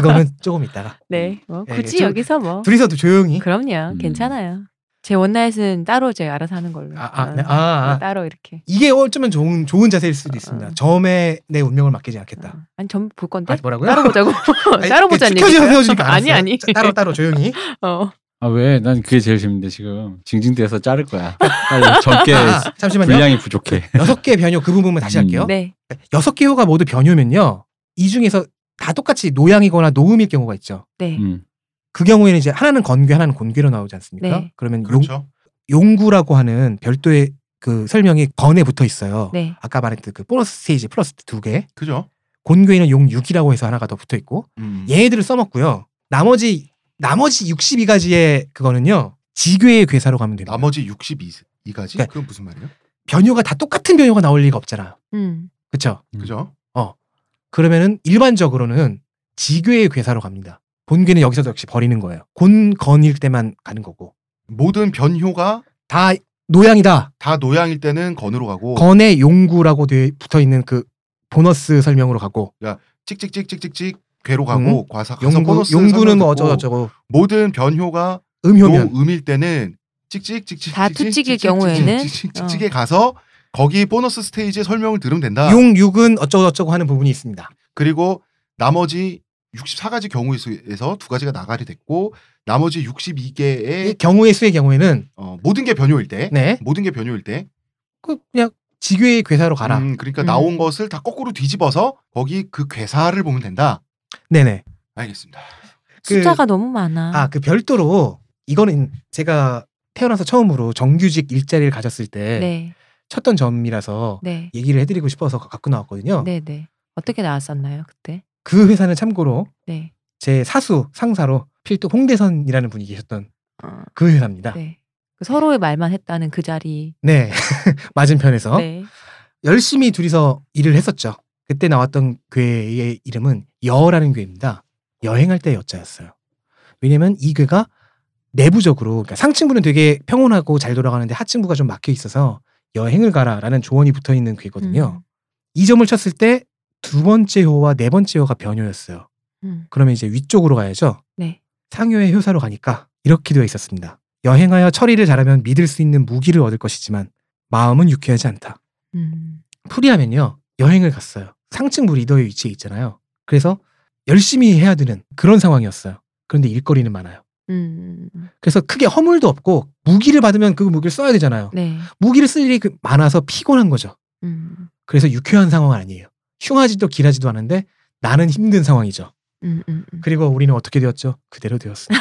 B: 그거는 조금 있다가
C: 네. 뭐
B: 네,
C: 굳이
B: 좀-
C: 여기서 뭐.
B: 둘이서도 조용히.
C: 그럼요.
A: 음.
C: 괜찮아요. 제 원나잇은 따로 제가 알아서 하는 걸로.
B: 아, 아,
C: 어,
B: 네. 아, 아.
C: 따로 이렇게.
B: 이게 어쩌면 좋은 좋은 자세일 수도 있습니다.
C: 어.
B: 점에 내 운명을 맡기지
C: 어.
B: 않겠다.
C: 아니 전부 볼 건데.
B: 아, 뭐라고요?
C: 따로 보자고.
B: 아니,
C: 따로
B: 그
C: 보자는
B: 지켜지어
C: 얘기예요?
B: 세워주니까
C: 아니
B: 알았어요.
C: 아니.
B: 자, 따로 따로 조용히.
C: 어.
A: 아 왜? 난 그게 제일 재밌는데 지금 징징대서 자를 거야. 빨리
C: 예.
A: 적게
B: 아, 잠시만요.
A: 분량이 부족해.
B: 여섯 개 변효 그 부분만 다시
A: 음.
B: 할게요.
C: 네.
B: 여섯 개 효가 모두 변효면요. 이 중에서 다 똑같이 노양이거나 노음일 경우가 있죠.
C: 네.
A: 음.
B: 그 경우에는 이제 하나는 건괴, 하나는 곤괴로 나오지 않습니까?
C: 네.
B: 그러면
D: 그렇죠.
B: 용, 구라고 하는 별도의 그 설명이 건에 붙어 있어요.
C: 네.
B: 아까 말했던 그 보너스 스테이지 플러스 두 개,
D: 그죠?
B: 곤괴는 용육이라고 해서 하나가 더 붙어 있고
D: 음.
B: 얘네들을 써먹고요. 나머지 나머지 62가지의 그거는요 지괴의 괴사로 가면 됩니다.
D: 나머지 62가지?
B: 네.
D: 그건 무슨 말이에요?
B: 변효가 다 똑같은 변효가 나올 리가 없잖아.
C: 음.
B: 그렇죠?
A: 음.
D: 그죠?
B: 그러면은 일반적으로는 지괴의 괴사로 갑니다. 본괴는 여기서도 역시 버리는 거예요. 곤건일 때만 가는 거고
D: 모든 변효가
B: 다 노양이다.
D: 다 노양일 때는 건으로 가고
B: 건의 용구라고 돼 붙어 있는 그 보너스 설명으로 가고
D: 찍찍찍찍찍찍 괴로 가고 과사 가서
B: 용구
D: 아, 보너스
B: 용구는
D: 설명
B: 뭐
D: 듣고
B: 어쩌고저쩌고
D: 모든 변효가
B: 음효면
D: 노음일 때는 찍찍찍찍
C: 다 투찍일 경우에는?
D: 찍찍찍찍에 가서 거기 보너스 스테이지 설명을 들으면 된다.
B: 용육은 어쩌고저쩌고 하는 부분이 있습니다.
D: 그리고 나머지 64가지 경우의 수에서 두 가지가 나가리 됐고 나머지
B: 이
D: 62개의
B: 경우의 수의 경우에는
D: 어, 모든 게 변효일 때
B: 네,
D: 모든 게 변효일 때
B: 그 그냥 지괴의 괴사로 가라.
D: 음, 그러니까
C: 음.
D: 나온 것을 다 거꾸로 뒤집어서 거기 그 괴사를 보면 된다.
B: 네네.
D: 알겠습니다.
B: 그-
C: 숫자가 너무 많아.
B: 아 그 별도로 이거는 제가 태어나서 처음으로 정규직 일자리를 가졌을 때
C: 네.
B: 쳤던 점이라서
C: 네.
B: 얘기를 해드리고 싶어서 갖고 나왔거든요.
C: 네, 네. 어떻게 나왔었나요, 그때?
B: 그 회사는 참고로
C: 네.
B: 제 사수 상사로 필두 홍대선이라는 분이 계셨던
C: 어,
B: 그 회사입니다. 네,
C: 네. 그 서로의 말만 했다는 그 자리.
B: 맞은편에서
C: 네.
B: 열심히 둘이서 일을 했었죠. 그때 나왔던 괴의 이름은 여라는 괴입니다. 여행할 때 여자였어요. 왜냐면 이 괴가 내부적으로 그러니까 상층부는 되게 평온하고 잘 돌아가는데 하층부가 좀 막혀 있어서 여행을 가라라는 조언이 붙어 있는
C: 음.
B: 괴거든요. 이 점을 쳤을 때 두 번째 효와 네 번째 효가 변효였어요.
C: 음.
B: 그러면 이제 위쪽으로 가야죠.
C: 네.
B: 상효의 효사로 가니까 이렇게 되어 있었습니다. 여행하여 처리를 잘하면 믿을 수 있는 무기를 얻을 것이지만 마음은 유쾌하지 않다.
C: 음.
B: 풀이하면요 여행을 갔어요 상층부 리더의 위치에 있잖아요 그래서 열심히 해야 되는 그런 상황이었어요 그런데 일거리는 많아요
C: 음. 음.
B: 그래서 크게 허물도 없고 무기를 받으면 그 무기를 써야 되잖아요
C: 네.
B: 무기를 쓸 일이 그- 많아서 피곤한 거죠
C: 음.
B: 그래서 유쾌한 상황은 아니에요 흉하지도 길하지도 않은데 나는 힘든 상황이죠
C: 음, 음, 음.
B: 그리고 우리는 어떻게 되었죠? 그대로 되었습니다.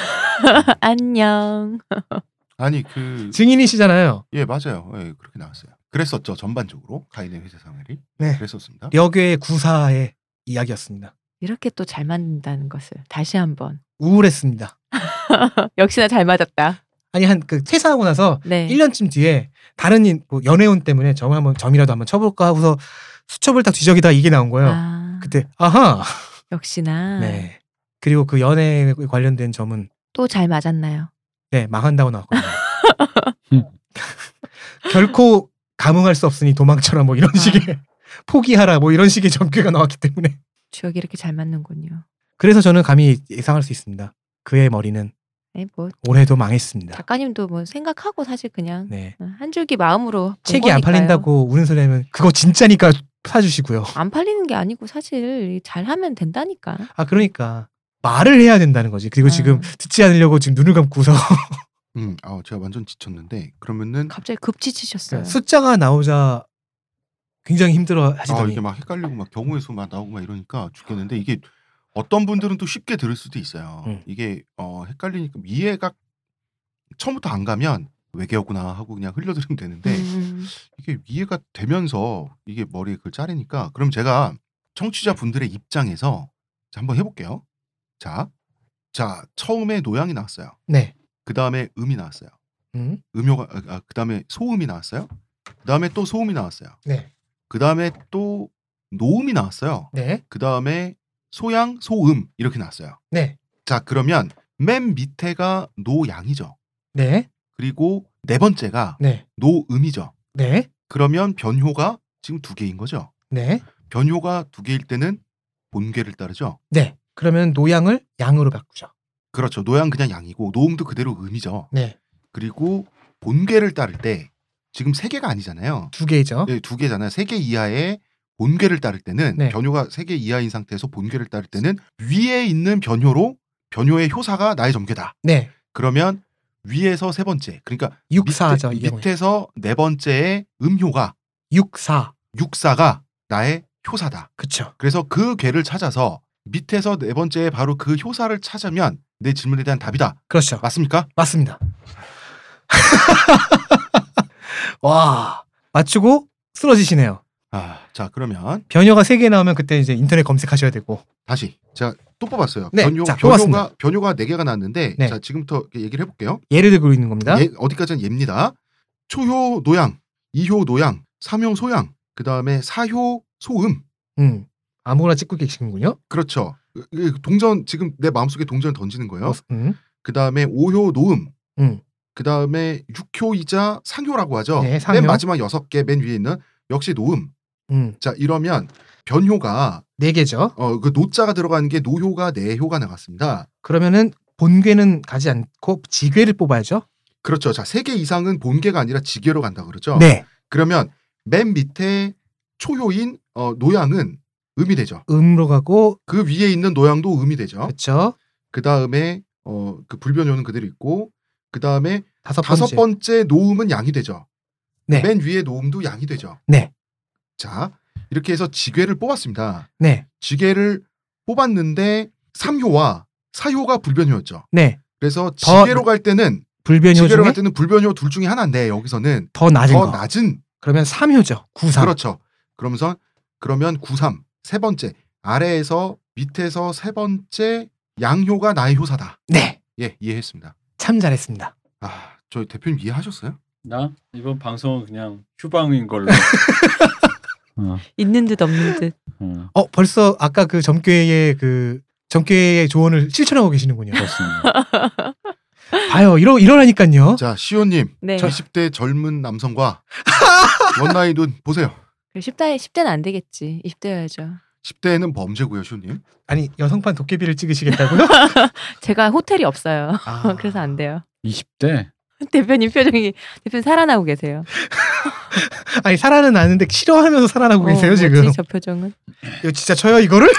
C: 안녕.
D: 아니 그
B: 증인이시잖아요.
D: 예 맞아요. 예, 그렇게 나왔어요. 그랬었죠 전반적으로 가인의 회사 상황이
B: 네.
D: 그랬었습니다.
B: 여괴 구사의 이야기였습니다.
C: 이렇게 또 잘 맞는다는 것을 다시 한번.
B: 우울했습니다.
C: 역시나 잘 맞았다.
B: 아니 한 그 퇴사하고 나서
C: 네.
B: 1년쯤 뒤에 다른 인- 뭐 연애운 때문에 점 한번 점이라도 한번 쳐볼까 하고서 수첩을 딱 뒤적이다 이게 나온 거예요.
C: 아,
B: 그때 아하.
C: 역시나
B: 네. 그리고 그 연애에 관련된 점은
C: 또 잘 맞았나요?
B: 네, 망한다고 나왔거든요.
A: 음.
B: 결코 감흥할 수 없으니 도망쳐라 뭐 이런
C: 아.
B: 식의 포기하라 뭐 이런 식의 전개가 나왔기 때문에
C: 주역이 이렇게 잘 맞는군요.
B: 그래서 저는 감히 예상할 수 있습니다. 그의 머리는
C: 네, 뭐
B: 올해도 망했습니다.
C: 작가님도 뭐 생각하고 사실 그냥
B: 네.
C: 한 줄기 마음으로 본
B: 책이 안
C: 거니까요.
B: 팔린다고 우는 소리 하면 그거 진짜니까 사주시고요.
C: 안 팔리는 게 아니고 사실 잘하면 된다니까.
B: 아 그러니까 말을 해야 된다는 거지. 그리고 지금
C: 아.
B: 듣지 않으려고 지금 눈을 감고서
D: 음, 아 제가 완전 지쳤는데 그러면은
C: 갑자기 급지치셨어요.
B: 네, 숫자가 나오자 굉장히 힘들어
D: 아
B: 하시더니
D: 이게 막 헷갈리고 막 경우의 수만 나오고 막 이러니까 죽겠는데 이게 어떤 분들은 또 쉽게 들을 수도 있어요.
B: 음.
D: 이게 어 헷갈리니까 이해가 처음부터 안 가면 외계어구나 하고 그냥
B: 네.
D: 흘려들으면 되는데
C: 음,
D: 이게 이해가 되면서 이게 머리에 그걸 자르니까 그럼 제가 청취자 분들의 입장에서 자, 한번 해볼게요. 자, 자 처음에 노양이 나왔어요.
B: 네.
D: 그 다음에 음이 나왔어요.
B: 음.
D: 음요가 아, 그 다음에 소음이 나왔어요. 그 다음에 또 소음이 나왔어요.
B: 네.
D: 그 다음에 또 노음이 나왔어요.
B: 네.
D: 그 다음에 소양, 소음 이렇게 나왔어요.
B: 네.
D: 자 그러면 맨 밑에가 노양이죠.
B: 네.
D: 그리고 네 번째가
B: 네.
D: 노음이죠.
B: 네.
D: 그러면 변효가 지금 두 개인 거죠.
B: 네.
D: 변효가 두 개일 때는 본괴를 따르죠.
B: 네. 그러면 노양을 양으로 바꾸죠.
D: 그렇죠. 노양 그냥 양이고 노음도 그대로 음이죠.
B: 네.
D: 그리고 본괴를 따를 때 지금 세 개가 아니잖아요.
B: 두 개죠.
D: 네, 두 개잖아요. 세 개 이하의 본괴를 따를 때는
B: 네.
D: 변효가 세 개 이하인 상태에서 본괴를 따를 때는 위에 있는 변효로 변효의 효사가 나의 점괘다.
B: 네.
D: 그러면 위에서 세 번째 그러니까
B: 육사죠. 이 경우에.
D: 밑에, 서네 번째의 음효가
B: 육사.
D: 육사가 나의 효사다.
B: 그쵸.
D: 그래서 그 괴를 찾아서 밑에서 네 번째의 바로 그 효사를 찾으면 내 질문에 대한 답이다.
B: 그렇죠.
D: 맞습니까?
B: 맞습니다. 와. 맞추고 쓰러지시네요.
D: 아, 자 그러면
B: 변효가 세 개 나오면 그때 이제 인터넷 검색하셔야 되고.
D: 다시 제가 또 뽑았어요.
B: 네,
D: 변효,
B: 자,
D: 변효가
B: 뽑았습니다.
D: 변효가 네 개가 나왔는데
B: 네.
D: 자 지금부터 얘기를 해볼게요.
B: 예를 들고 있는 겁니다.
D: 예, 어디까지는 예입니다. 초효 노양, 이효 노양, 삼효 소양, 그 다음에 사효 소음.
B: 음. 아무거나 찍고 계시는군요.
D: 그렇죠. 으, 으, 동전 지금 내 마음속에 동전 던지는 거예요.
B: 음.
D: 그 다음에 오효 노음.
B: 음.
D: 그 다음에 육효이자 상효라고 하죠.
B: 네, 상효.
D: 맨 마지막 여섯 개 맨 위에 있는 역시 노음.
B: 음.
D: 자 이러면 변효가
B: 네 개죠.
D: 어 그 노자가 들어가는 게 노효가 내효가 나갔습니다.
B: 그러면은 본괴는 가지 않고 지괴를 뽑아야죠.
D: 그렇죠. 자 세 개 이상은 본계가 아니라 지계로 간다 그러죠.
B: 네.
D: 그러면 맨 밑에 초효인 어, 노양은 음이 되죠.
B: 음으로 가고
D: 그 위에 있는 노양도 음이 되죠.
B: 그렇죠.
D: 그 다음에 어, 그 불변효는 그대로 있고 그 다음에
B: 다섯,
D: 다섯
B: 아, 번째.
D: 번째 노음은 양이 되죠.
B: 네.
D: 맨 위에 노음도 양이 되죠.
B: 네.
D: 자 이렇게 해서 지괴를 뽑았습니다.
B: 네.
D: 지괴를 뽑았는데 삼효와 사효가 불변효였죠.
B: 네.
D: 그래서
B: 더
D: 지괴로 갈 때는
B: 불변효
D: 지괴로
B: 중에
D: 갈 때는 불변효 둘 중에 하나인데 네, 여기서는
B: 더 낮은
D: 더
B: 거.
D: 낮은
B: 그러면 3효죠. 9, 3.
D: 그렇죠. 그러면서 그러면 93 세 번째 아래에서 밑에서 세 번째 양효가 나의 효사다.
B: 네.
D: 예, 이해했습니다.
B: 참 잘했습니다.
D: 아, 저희 대표님 이해하셨어요?
A: 나 이번 방송은 그냥 휴방인 걸로. 어,
C: 있는 듯 없는 듯.
A: 어,
B: 어, 벌써 아까 그 점괘의 그 점괘의 조언을 실천하고 계시는군요.
A: 그렇습니다.
B: 봐요. 이러 이러라니까요.
D: 자, 시온님,
C: 네.
D: 저 20대 젊은 남성과 원나이 눈 보세요.
C: 10대 10대는 안 되겠지. 20대여야죠.
D: 10대에는 범죄고요, 시온님.
B: 아니, 여성판 도깨비를 찍으시겠다고요?
C: 제가 호텔이 없어요.
B: 아.
C: 그래서 안 돼요.
A: 20대
C: 대표님 표정이 대표님 살아나고 계세요.
B: 아니, 살아는 나는데 싫어하면서 살아나고 계세요,
C: 어,
B: 지금.
C: 뭐지, 저 표정은
B: 이거 진짜 쳐요, 이거를?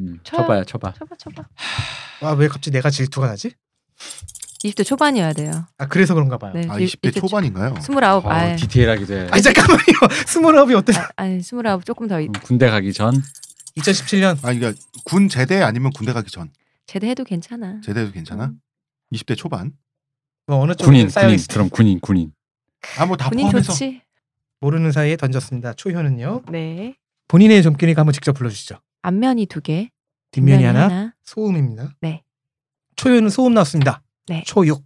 A: 음,
C: 쳐요.
A: 쳐봐요, 쳐봐.
C: 쳐봐 쳐봐.
B: 아, 왜 갑자기 내가 질투가 나지?
C: 20대 초반이어야 돼요.
B: 아, 그래서 그런가 봐요.
C: 네.
D: 아,
C: 이-
D: 20대
C: 이때
D: 초반인가요?
C: 29.
A: 어,
C: 아,
A: 디테일하게 돼.
B: 아니, 잠깐만요. 스물아홉이 어때?
C: 아, 아니 29 조금 더 있-
A: 음, 군대 가기 전
B: 2017년
D: 아니 그러니까 군 제대 아니면 군대 가기 전
C: 제대해도 괜찮아.
D: 제대해도 괜찮아?
C: 음.
D: 20대 초반?
B: 뭐 어느 쪽에
A: 군인
B: 쌓여
A: 군인
B: 있을
A: 그럼 군인 군인
D: 아뭐 다
C: 군인
D: 포함해서
C: 좋지.
B: 모르는 사이에 던졌습니다. 초효는요.
C: 네.
B: 본인의 점괘니까 한번 직접 불러주시죠.
C: 앞면이 두 개,
B: 뒷면이 하나, 소음입니다.
C: 네.
B: 초효는 소음 나왔습니다.
C: 네.
B: 초효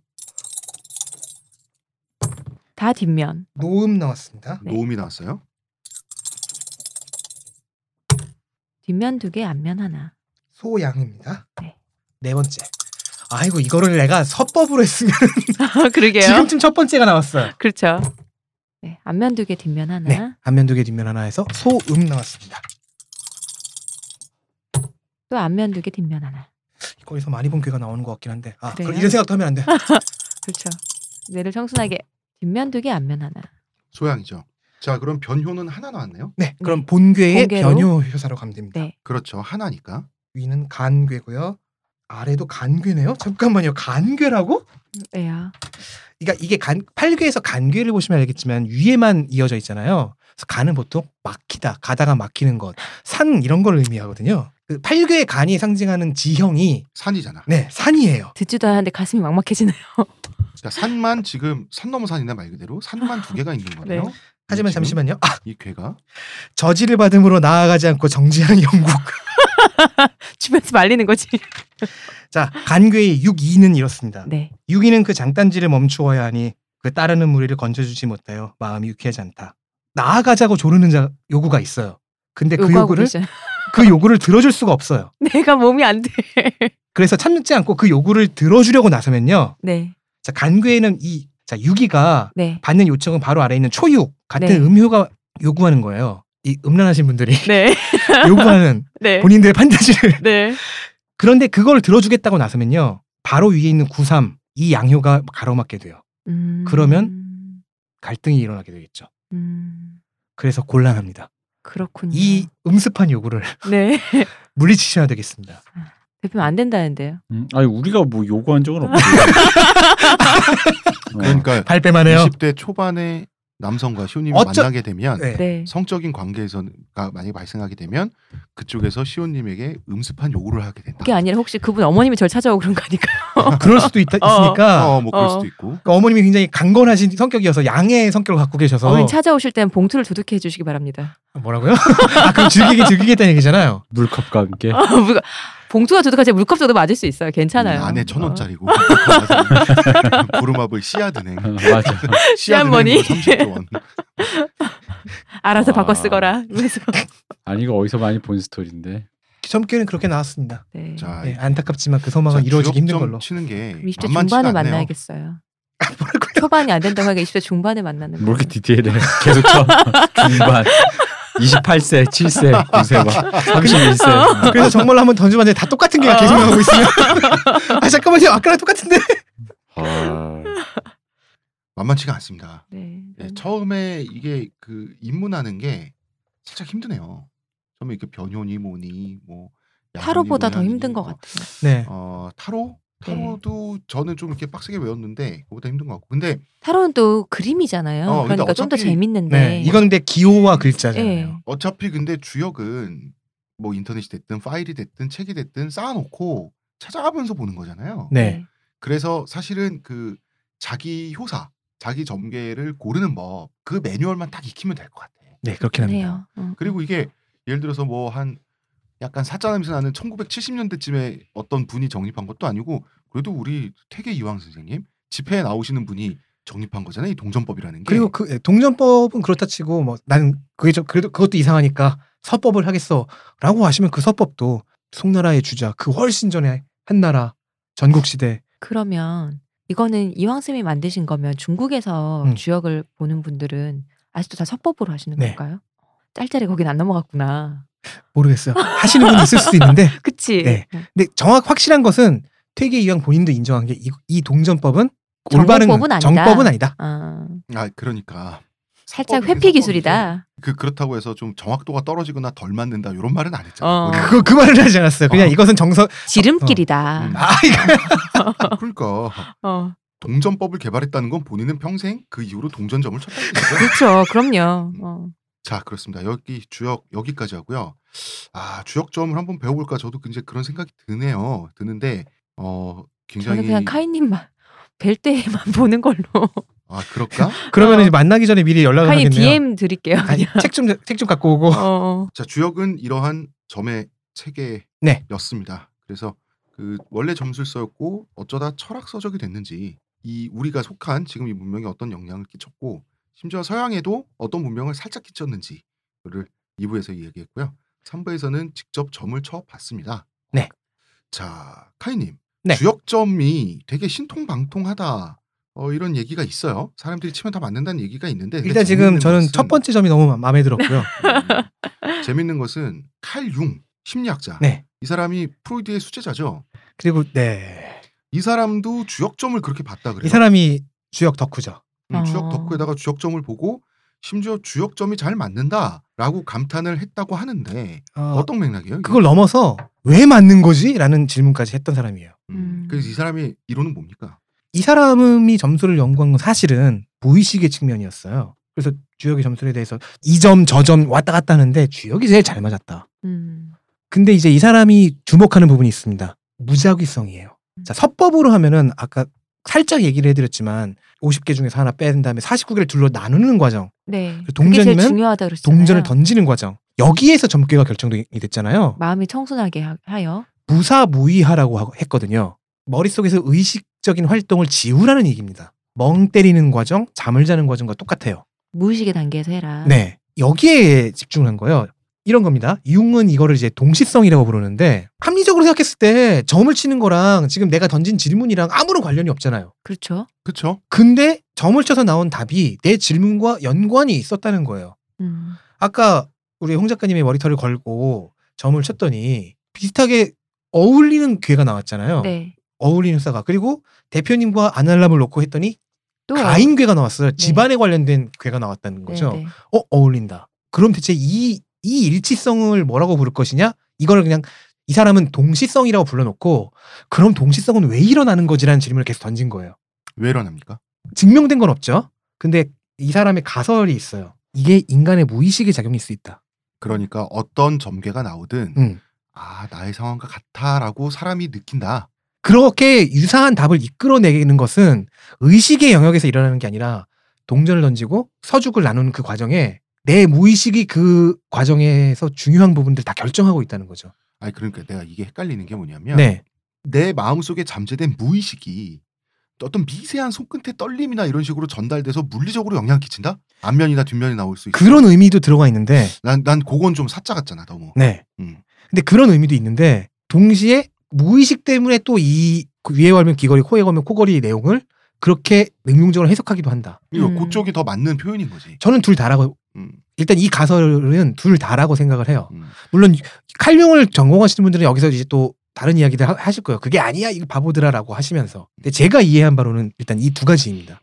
C: 다 뒷면.
B: 노음 나왔습니다.
C: 네.
D: 노음이 나왔어요?
C: 뒷면 두 개, 앞면 하나.
B: 소양입니다.
C: 네.
B: 네 번째. 아이고 이거를 내가 서법으로 했으면
C: 아, 그러게요.
B: 지금쯤 첫 번째가 나왔어요.
C: 그렇죠. 네, 앞면 두 개, 뒷면 하나.
B: 네. 앞면 두 개, 뒷면 하나 해서 소음 나왔습니다.
C: 또 앞면 두 개, 뒷면 하나.
B: 거기서 많이 본 괴가 나오는 것 같긴 한데. 아,
C: 그래요?
B: 그 이런 생각도 하면 안 돼.
C: 그렇죠. 뇌를 청순하게 뒷면 두 개, 앞면 하나.
D: 소양이죠. 자 그럼 변효는 하나 나왔네요.
B: 네. 그럼
C: 네.
B: 본괴의
C: 본괴로?
B: 변효 효사로 가면 됩니다.
C: 네.
D: 그렇죠 하나니까.
B: 위는 간괴고요. 아래도 간괴네요. 잠깐만요. 간괴라고?
C: 왜요?
B: 그러니까 이게 간 팔괘에서 간괴를 보시면 알겠지만 위에만 이어져 있잖아요. 그래서 간은 보통 막히다, 가다가 막히는 것, 산 이런 걸 의미하거든요. 그 팔괘의 간이 상징하는 지형이
D: 산이잖아.
B: 네 산이에요.
C: 듣지도 않았는데 가슴이 막막해지네요.
D: 자, 그러니까 산만 지금 산 넘어 산이네 말 그대로 산만 두 개가 있는 거네요.
C: 네.
B: 하지만
D: 지금
B: 잠시만요. 아,
D: 이 괴가
B: 저지를 받음으로 나아가지 않고 정지한 영국.
C: 주변에서 말리는 거지.
B: 자 간괴의 6이는 이렇습니다.
C: 네.
B: 6이는 그 장단지를 멈추어야 하니 그 따르는 무리를 건져주지 못하여 마음이 유쾌하지 않다. 나아가자고 조르는 자, 요구가 있어요. 근데 그
C: 요구하고
B: 요구를
C: 네, 계셔요.
B: 그 요구를 들어줄 수가 없어요.
C: 내가 몸이 안 돼.
B: 그래서 참지 않고 그 요구를 들어주려고 나서면요.
C: 네.
B: 자, 간괴에는 이, 자, 유기가
C: 네.
B: 받는 요청은 바로 아래에 있는 초육 같은
C: 네.
B: 음효가 요구하는 거예요. 이 음란하신 분들이
C: 네.
B: 요구하는
C: 네.
B: 본인들의 판타지를.
C: 네.
B: 그런데 그걸 들어주겠다고 나서면요. 바로 위에 있는 구삼, 이 양효가 가로막게 돼요.
C: 음.
B: 그러면? 갈등이 일어나게 되겠죠.
C: 음.
B: 그래서 곤란합니다.
C: 그렇군요.
B: 이 음습한 요구를
C: 네.
B: 물리치셔야 되겠습니다.
C: 대표님 안 된다는데요.
A: 음, 아니 우리가 뭐 요구한 적은 어, 없고
D: 그러니까
B: 발뺌하네요.
D: 20대 초반에 남성과 시온님이
B: 어쩌-
D: 만나게 되면
B: 네.
C: 네.
D: 성적인 관계에서가 만약에 발생하게 되면 그쪽에서 시온님에게 음습한 요구를 하게 된다.
C: 그게 아니라 혹시 그분 어머님이 절 찾아오고 그런 거 아닐까요?
B: 그럴 수도 있,
C: 어.
B: 있으니까
D: 어, 뭐 그럴
C: 어.
D: 수도 있고.
B: 그러니까 어머님이 굉장히 강건하신 성격이어서 양의 성격을 갖고 계셔서
C: 어머니 찾아오실 때는 봉투를 두둑해 주시기 바랍니다.
B: 뭐라고요? 아 그럼 즐기게 즐기겠다는 얘기잖아요.
A: 물컵과 함께
C: 뭐가- 봉투가 두둑하지 물컵 정도 맞을 수 있어요. 괜찮아요.
D: 음, 안에 천
C: 어.
D: 원짜리고 보름합을 씨앗은행
A: 어, 맞아
D: 씨앗은행
C: 씨앗머니.
D: 30조 원.
C: 알아서 바꿔
A: 아.
C: 쓰거라. 그래서
A: 아니 이거 어디서 많이 본 스토리인데
B: 점괘는 그렇게 나왔습니다.
C: 네.
D: 자,
B: 네, 안타깝지만 그 소망은
D: 자,
B: 이루어지기 힘든
D: 주역점
B: 걸로.
D: 치는 게
C: 20대
D: 만만치가
C: 중반에
D: 않네요. 아,
C: 만나야겠어요.
B: 뭐라고요?
C: 초반이 안 된다고 하니까 20대 중반에 만나는
A: 뭐
C: 거예요.
A: 이렇게 디테일해 계속 쳐 중반 28세 7세 9세 막 31세
B: 그래서 정말로 한번 던져봤는데 다 똑같은 게가 계속 나오고 있어요. 아 잠깐만요. 아까랑 똑같은데.
A: 아,
D: 만만치가 않습니다.
C: 네.
D: 네, 처음에 이게 그 입문하는 게 살짝 힘드네요. 처음에 이렇게 변효니 뭐니 뭐 야구니
C: 타로보다 더
D: 뭐냐니,
C: 힘든 것
D: 뭐,
C: 같아요.
B: 네.
D: 어 타로 타로도 저는 좀 이렇게 빡세게 외웠는데 그보다 힘든 것 같고 근데
C: 타로는 또 그림이잖아요.
D: 어, 근데
C: 그러니까 좀 더
D: 어차피-
C: 재밌는데.
B: 네. 이건 근데 기호와 글자잖아요.
C: 예.
D: 어차피 근데 주역은 뭐 인터넷이 됐든 파일이 됐든 책이 됐든 쌓아놓고 찾아가면서 보는 거잖아요.
C: 예.
B: 네.
D: 그래서 사실은 그 자기 효사 자기 점괘를 고르는 법 그 매뉴얼만 딱 익히면 될 것 같아.
B: 네, 그렇긴 합니다.
C: 해요. 어, 응.
D: 그리고
B: 음.
D: 이게 예를 들어서 뭐 한 약간 사자 냄새 나는 1970년대쯤에 어떤 분이 정립한 것도 아니고 그래도 우리 퇴계 이황 선생님 집회에 나오시는 분이 정립한 거잖아요. 이 동전법이라는 게.
B: 그리고 그 예, 동전법은 그렇다 치고 뭐 나는 그게 좀 그래도 그것도 이상하니까 서법을 하겠어라고 하시면 그 서법도 송나라의 주자 그 훨씬 전에 한나라 전국 시대
C: 그러면 이거는 이황 쌤이 만드신 거면 중국에서
B: 음.
C: 주역을 보는 분들은 아직도 다 서법으로 하시는
B: 네.
C: 건가요? 짤짤이 거긴 안 넘어갔구나.
B: 모르겠어요 하시는 분 있을 수도 있는데
C: 그치? 어,
B: 네. 근데 정확 확실한 것은 퇴계 이황 본인도 인정한 게 이 동전법은 올바른
C: 정법은 아니다.
B: 정법은 아니다.
C: 아,
D: 아 그러니까
C: 살짝
D: 서법이긴
C: 회피
D: 서법인데
C: 기술이다.
D: 그 그렇다고 해서 좀 정확도가 떨어지거나 덜 맞는다 이런 말은 안
C: 어.
D: 했잖아요. 본인은.
B: 그거 그 말을 하지 않았어요. 그냥
D: 어.
B: 이것은 정서
C: 지름길이다.
D: 음.
B: 아 이거
D: 그러니까
B: 음.
C: 어.
D: 동전법을 개발했다는 건 본인은 평생 그 이후로 동전점을 쳤다는 거죠.
C: 그렇죠. 그럼요. 어.
D: 자, 그렇습니다. 여기 주역 여기까지 하고요. 아, 주역점을 한번 배워볼까 저도 굉장히 그런 생각이 드네요. 드는데 어 굉장히
C: 저는 그냥 카이님만 뵐 때만 보는 걸로
D: 아 그럴까?
B: 그러면
C: 어.
B: 이제 만나기 전에 미리 연락을
C: 카이님
B: 하겠네요.
C: DM 드릴게요.
B: 아, 아니 책좀 책 좀 갖고 오고
C: 어.
D: 자, 주역은 이러한 점의
B: 네.
D: 체계였습니다. 그래서 그 원래 점술서였고 어쩌다 철학 서적이 됐는지 이 우리가 속한 지금 이 문명이 어떤 영향을 끼쳤고 심지어 서양에도 어떤 문명을 살짝 끼쳤는지를 2부에서 이야기했고요. 3부에서는 직접 점을 쳐 봤습니다.
B: 네.
D: 자, 카이님.
B: 네.
D: 주역점이 되게 신통방통하다. 어, 이런 얘기가 있어요. 사람들이 치면 다 맞는다는 얘기가 있는데 근데
B: 일단
D: 재밌는
B: 지금 저는
D: 것은-
B: 첫 번째 점이 너무 마- 마음에 들었고요.
D: 음, 재밌는 것은 칼융 심리학자
B: 네.
D: 이 사람이 프로이드의 수제자죠.
B: 그리고 네.
D: 이 사람도 주역점을 그렇게 봤다 그래요.
B: 이 사람이 주역 덕후죠.
D: 음, 주역
C: 아.
D: 덕후에다가 주역점을 보고 심지어 주역점이 잘 맞는다라고 감탄을 했다고 하는데
B: 어,
D: 어, 떤 맥락이에요? 이게?
B: 그걸 넘어서 왜 맞는 거지라는 질문까지 했던 사람이에요.
D: 음, 그래서 이 사람의 이론은 뭡니까?
B: 이 사람이 점수를 연구한 건 사실은 무의식의 측면이었어요. 그래서 주역의 점수에 대해서 이 점 저 점 왔다 갔다 하는데 주역이 제일 잘 맞았다.
C: 음.
B: 근데 이제 이 사람이 주목하는 부분이 있습니다. 무작위성이에요. 자, 서법으로 하면은 아까 살짝 얘기를 해드렸지만 50개 중에서 하나 뺀 다음에 49개를 둘로 나누는 과정,
C: 네. 그게 제일
B: 동전이면
C: 중요하다 그러시잖아요.
B: 동전을 던지는 과정. 여기에서 점괘가 결정이 됐잖아요.
C: 마음이 청순하게 하- 하여
B: 무사무위하라고 하- 했거든요. 머릿속에서 의식적인 활동을 지우라는 얘기입니다. 멍 때리는 과정, 잠을 자는 과정과 똑같아요.
C: 무의식의 단계에서 해라.
B: 네. 여기에 집중한 거예요. 이런 겁니다. 융은 이거를 이제 동시성이라고 부르는데 합리적으로 생각했을 때 점을 치는 거랑 지금 내가 던진 질문이랑 아무런 관련이 없잖아요.
C: 그렇죠.
D: 그렇죠?
B: 근데 점을 쳐서 나온 답이 내 질문과 연관이 있었다는 거예요.
C: 음.
B: 아까 우리 홍 작가님의 머리털을 걸고 점을 쳤더니 비슷하게 어울리는 괴가 나왔잖아요.
C: 네.
B: 어울리는 사가 그리고 대표님과 아날람을 놓고 했더니
C: 또
B: 가인괴가 나왔어요. 집안에 관련된 괴가 나왔다는 거죠.
C: 네, 네.
B: 어 어울린다. 그럼 대체 이, 이 일치성을 뭐라고 부를 것이냐? 이걸 그냥 이 사람은 동시성이라고 불러놓고 그럼 동시성은 왜 일어나는 거지라는 질문을 계속 던진 거예요.
D: 왜 일어납니까?
B: 증명된 건 없죠. 근데 이 사람의 가설이 있어요. 이게 인간의 무의식의 작용일 수 있다.
D: 그러니까 어떤 점괘가 나오든
B: 음.
D: 아 나의 상황과 같아라고 사람이 느낀다.
B: 그렇게 유사한 답을 이끌어내는 것은 의식의 영역에서 일어나는 게 아니라 동전을 던지고 서죽을 나누는 그 과정에 내 무의식이 그 과정에서 중요한 부분들 다 결정하고 있다는 거죠.
D: 아니 그러니까 내가 이게 헷갈리는 게 뭐냐면
B: 네.
D: 내 마음속에 잠재된 무의식이 어떤 미세한 손끝의 떨림이나 이런 식으로 전달돼서 물리적으로 영향 끼친다? 앞면이나 뒷면이 나올 수 있어.
B: 그런 의미도 들어가 있는데
D: 난, 난 그건 좀 사짜 같잖아, 너무.
B: 네.
D: 음.
B: 근데 그런 의미도 있는데 동시에 무의식 때문에 또 이그 위에 걸면 귀걸이, 코에 걸면 코걸이 내용을 그렇게 능용적으로 해석하기도 한다.
D: 이거
C: 음.
D: 그쪽이 더 맞는 표현인 거지.
B: 저는 둘 다라고
D: 음,
B: 일단 이 가설은 둘 다라고 생각을 해요.
D: 음.
B: 물론 칼륨을 전공하시는 분들은 여기서 이제 또 다른 이야기들 하- 하실 거예요. 그게 아니야 이거 바보들아라고 하시면서. 근데 제가 이해한 바로는 일단 이 두 가지입니다.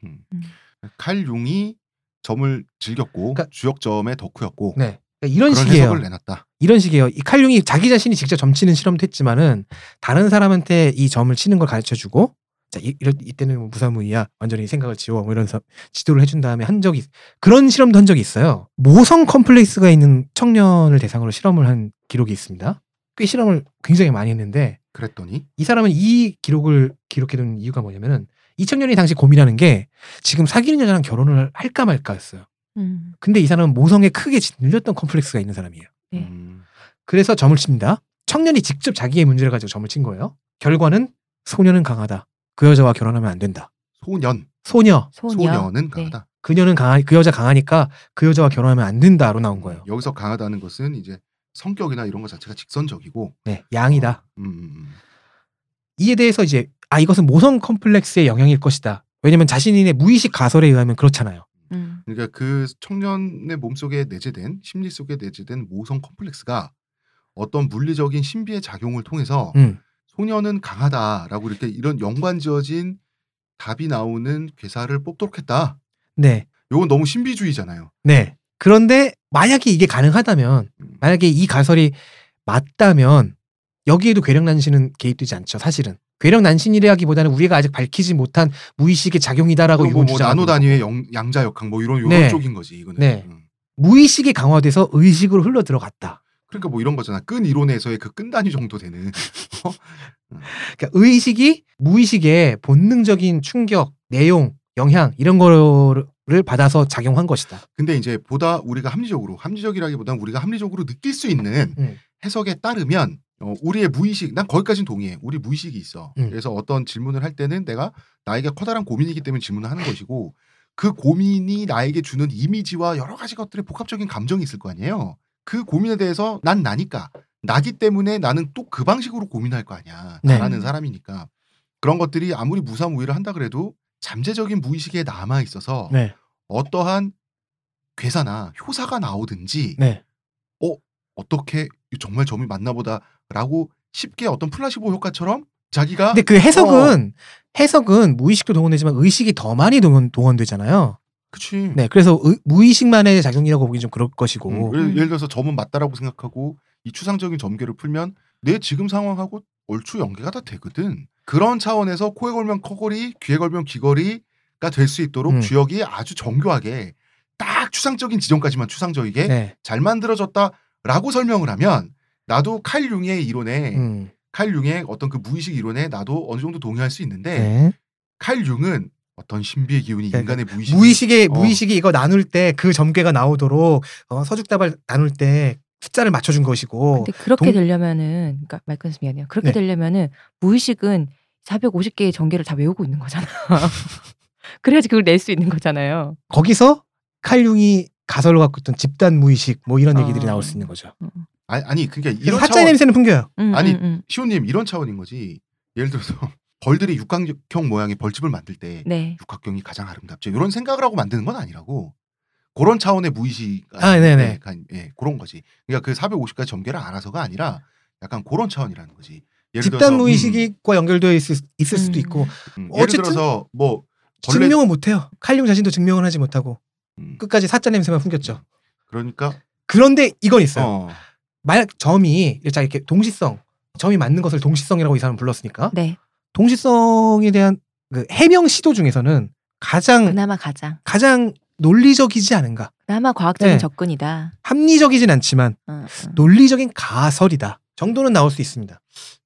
D: 칼 용이 점을 즐겼고
B: 그러니까-
D: 주역점의 덕후였고
B: 네. 그러니까 이런
D: 그런
B: 식이에요.
D: 해석을 내놨다.
B: 이런 식이에요. 이 칼륨이 자기 자신이 직접 점치는 실험도 했지만은 다른 사람한테 이 점을 치는 걸 가르쳐 주고 자 이, 이럴- 이때는 뭐 무사무이야 완전히 생각을 지워 뭐 이런 서- 지도를 해준 다음에 한 적이 있- 그런 실험도 한 적이 있어요. 모성 컴플렉스가 있는 청년을 대상으로 실험을 한 기록이 있습니다. 꽤 실험을 굉장히 많이 했는데
D: 그랬더니
B: 이 사람은 이 기록을 기록해둔 이유가 뭐냐면은 이 청년이 당시 고민하는 게 지금 사귀는 여자랑 결혼을 할까 말까였어요.
C: 음.
B: 근데 이 사람은 모성에 크게 짓눌렸던 컴플렉스가 있는 사람이에요.
C: 네.
D: 음,
B: 그래서 점을 칩니다. 청년이 직접 자기의 문제를 가지고 점을 친 거예요. 결과는 소녀는 강하다. 그 여자와 결혼하면 안 된다.
D: 소년,
B: 소녀,
C: 소녀.
D: 소녀는
C: 네.
D: 강하다.
B: 그녀는 강하, 그 여자 강하니까 그 여자와 결혼하면 안 된다로 나온 거예요.
D: 음, 여기서 강하다는 것은 이제 성격이나 이런 것 자체가 직선적이고
B: 네, 양이다.
D: 음, 음, 음.
B: 이에 대해서 이제 아 이것은 모성 컴플렉스의 영향일 것이다. 왜냐면 자신의 무의식 가설에 의하면 그렇잖아요.
C: 음.
D: 그러니까 그 청년의 몸속에 내재된 심리 속에 내재된 모성 컴플렉스가 어떤 물리적인 신비의 작용을 통해서
B: 음.
D: 소녀는 강하다라고 이렇게 이런 연관지어진 답이 나오는 괴사를 뽑도록 했다.
B: 네,
D: 요건 너무 신비주의잖아요.
B: 네. 그런데 만약에 이게 가능하다면
D: 음.
B: 만약에 이 가설이 맞다면 여기에도 괴력난신은 개입되지 않죠. 사실은 괴력난신이라기보다는 우리가 아직 밝히지 못한 무의식의 작용이다라고
D: 뭐,
B: 이건
D: 뭐
B: 주장.
D: 나노 단위의 영- 양자역학 뭐 이런 요런
B: 네.
D: 쪽인 거지 이거는.
B: 네.
D: 음.
B: 무의식이 강화돼서 의식으로 흘러 들어갔다.
D: 그러니까 뭐 이런 거잖아. 끈 이론에서의 그 끈 단위 정도 되는
B: 그러니까 의식이 무의식의 본능적인 충격, 내용, 영향 이런 거를 받아서 작용한 것이다.
D: 근데 이제 보다 우리가 합리적으로 합리적이라기보다는 우리가 합리적으로 느낄 수 있는
B: 음.
D: 해석에 따르면 어, 우리의 무의식 난 거기까지는 동의해 우리 무의식이 있어
B: 음.
D: 그래서 어떤 질문을 할 때는 내가 나에게 커다란 고민이기 때문에 질문을 하는 것이고 그 고민이 나에게 주는 이미지와 여러 가지 것들의 복합적인 감정이 있을 거 아니에요 그 고민에 대해서 난 나니까 나기 때문에 나는 또 그 방식으로 고민할 거 아니야
B: 네.
D: 나라는 사람이니까 그런 것들이 아무리 무사무위를 한다 그래도 잠재적인 무의식에 남아 있어서
B: 네.
D: 어떠한 괴사나 효사가 나오든지
B: 네.
D: 어떻게 정말 점이 맞나보다라고 쉽게 어떤 플라시보 효과처럼 자기가
B: 근데 그
D: 어.
B: 해석은 해석은 무의식도 동원되지만 의식이 더 많이 동원, 동원되잖아요.
D: 그치
B: 네. 그래서 의- 무의식만의 작용이라고 보기 좀 그럴 것이고.
D: 음, 예를, 예를 들어서 점은 맞다라고 생각하고 이 추상적인 점괘를 풀면 내 지금 상황하고 얼추 연계가 다 되거든 그런 차원에서 코에 걸면 코걸이 귀에 걸면 귀걸이가 될 수 있도록
B: 음.
D: 주역이 아주 정교하게 딱 추상적인 지점까지만 추상적이게
B: 네.
D: 잘 만들어졌다라고 설명을 하면 나도 칼 융의 이론에
B: 음.
D: 칼 융의 어떤 그 무의식 이론에 나도 어느 정도 동의할 수 있는데
B: 네.
D: 칼 융은 어떤 신비의 기운이
B: 네,
D: 인간의 무의식
B: 무의식의
D: 어.
B: 무의식이 이거 나눌 때 그 점괘가 나오도록 어, 서죽답을 나눌 때 숫자를 맞춰준 것이고
C: 근데 그렇게
B: 어, 동-
C: 되려면은 그러니까 마이클 스미아니요 그렇게
B: 네.
C: 되려면은 무의식은 450개의 전개를 다 외우고 있는 거잖아. 그래야지 그걸 낼 수 있는 거잖아요.
B: 거기서 칼융이 가설로 갖고 있던 집단 무의식 뭐 이런 얘기들이
C: 아.
B: 나올 수 있는 거죠.
D: 아니, 아니 그러니까 이런
B: 그래서 사자의
D: 차원
B: 냄새는 풍겨요.
C: 음,
D: 아니,
C: 음, 음.
D: 시호님 이런 차원인 거지 예를 들어서 벌들이 육각형 모양의 벌집을 만들 때
C: 네.
D: 육각형이 가장 아름답죠 이런 생각을 하고 만드는 건 아니라고 그런 차원의 무의식
B: 아, 네네.
D: 약간, 예 그런 거지 그러니까 그 450가지 점괘를 알아서가 아니라 약간 그런 차원이라는 거지 예를
B: 집단
D: 들어서, 음,
B: 무의식과 연결되어 있을, 수- 있을 수도
C: 음.
B: 있고
D: 음, 예를
B: 어쨌든
D: 들어서 뭐 벌레
B: 증명은 못해요. 칼융 자신도 증명을 하지 못하고
D: 음,
B: 끝까지 사자 냄새만 풍겼죠.
D: 그러니까
B: 그런데 이건 있어요.
D: 어,
B: 만약 점이 일단 이렇게 동시성 점이 맞는 것을 동시성이라고 이 사람 은 불렀으니까
C: 네.
B: 동시성에 대한 그 해명 시도 중에서는 가장
C: 그나마 가장
B: 가장 논리적이지 않은가.
C: 그나마 과학적인
B: 네.
C: 접근이다.
B: 합리적이진 않지만
C: 어, 어.
B: 논리적인 가설이다. 정도는 나올 수 있습니다.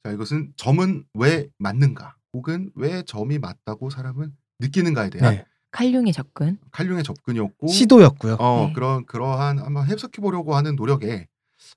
D: 자 이것은 점은 왜 맞는가 혹은 왜 점이 맞다고 사람은 느끼는가에 대한
B: 네.
C: 칼륨의 접근.
D: 칼륨의 접근이었고
B: 시도였고요.
D: 어
C: 네.
D: 그런 그러한 한번 해석해 보려고 하는 노력에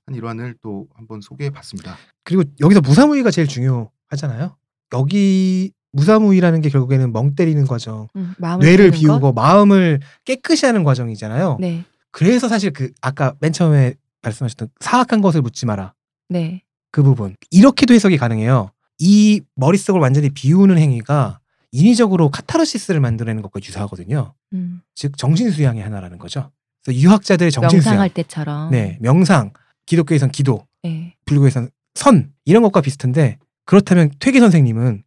D: 한 일환을 또 한번 소개해 봤습니다.
B: 그리고 여기서 무사무위가 제일 중요하잖아요. 여기 무사무위라는 게 결국에는 멍 때리는 과정,
C: 음, 마음을
B: 뇌를
C: 비우는
B: 비우고 마음을 깨끗이 하는 과정이잖아요.
C: 거? 네.
B: 그래서 사실 그 아까 맨 처음에 말씀하셨던 사악한 것을 묻지 마라
C: 네.
B: 그 부분 이렇게도 해석이 가능해요. 이 머릿속을 완전히 비우는 행위가 인위적으로 카타르시스를 만들어내는 것과 유사하거든요.
C: 음.
B: 즉 정신 수양의 하나라는 거죠. 그래서 유학자들의 정신 수양,
C: 명상할 때처럼.
B: 네 명상, 기독교에선 기도,
C: 네.
B: 불교에선 선 이런 것과 비슷한데 그렇다면 퇴계 선생님은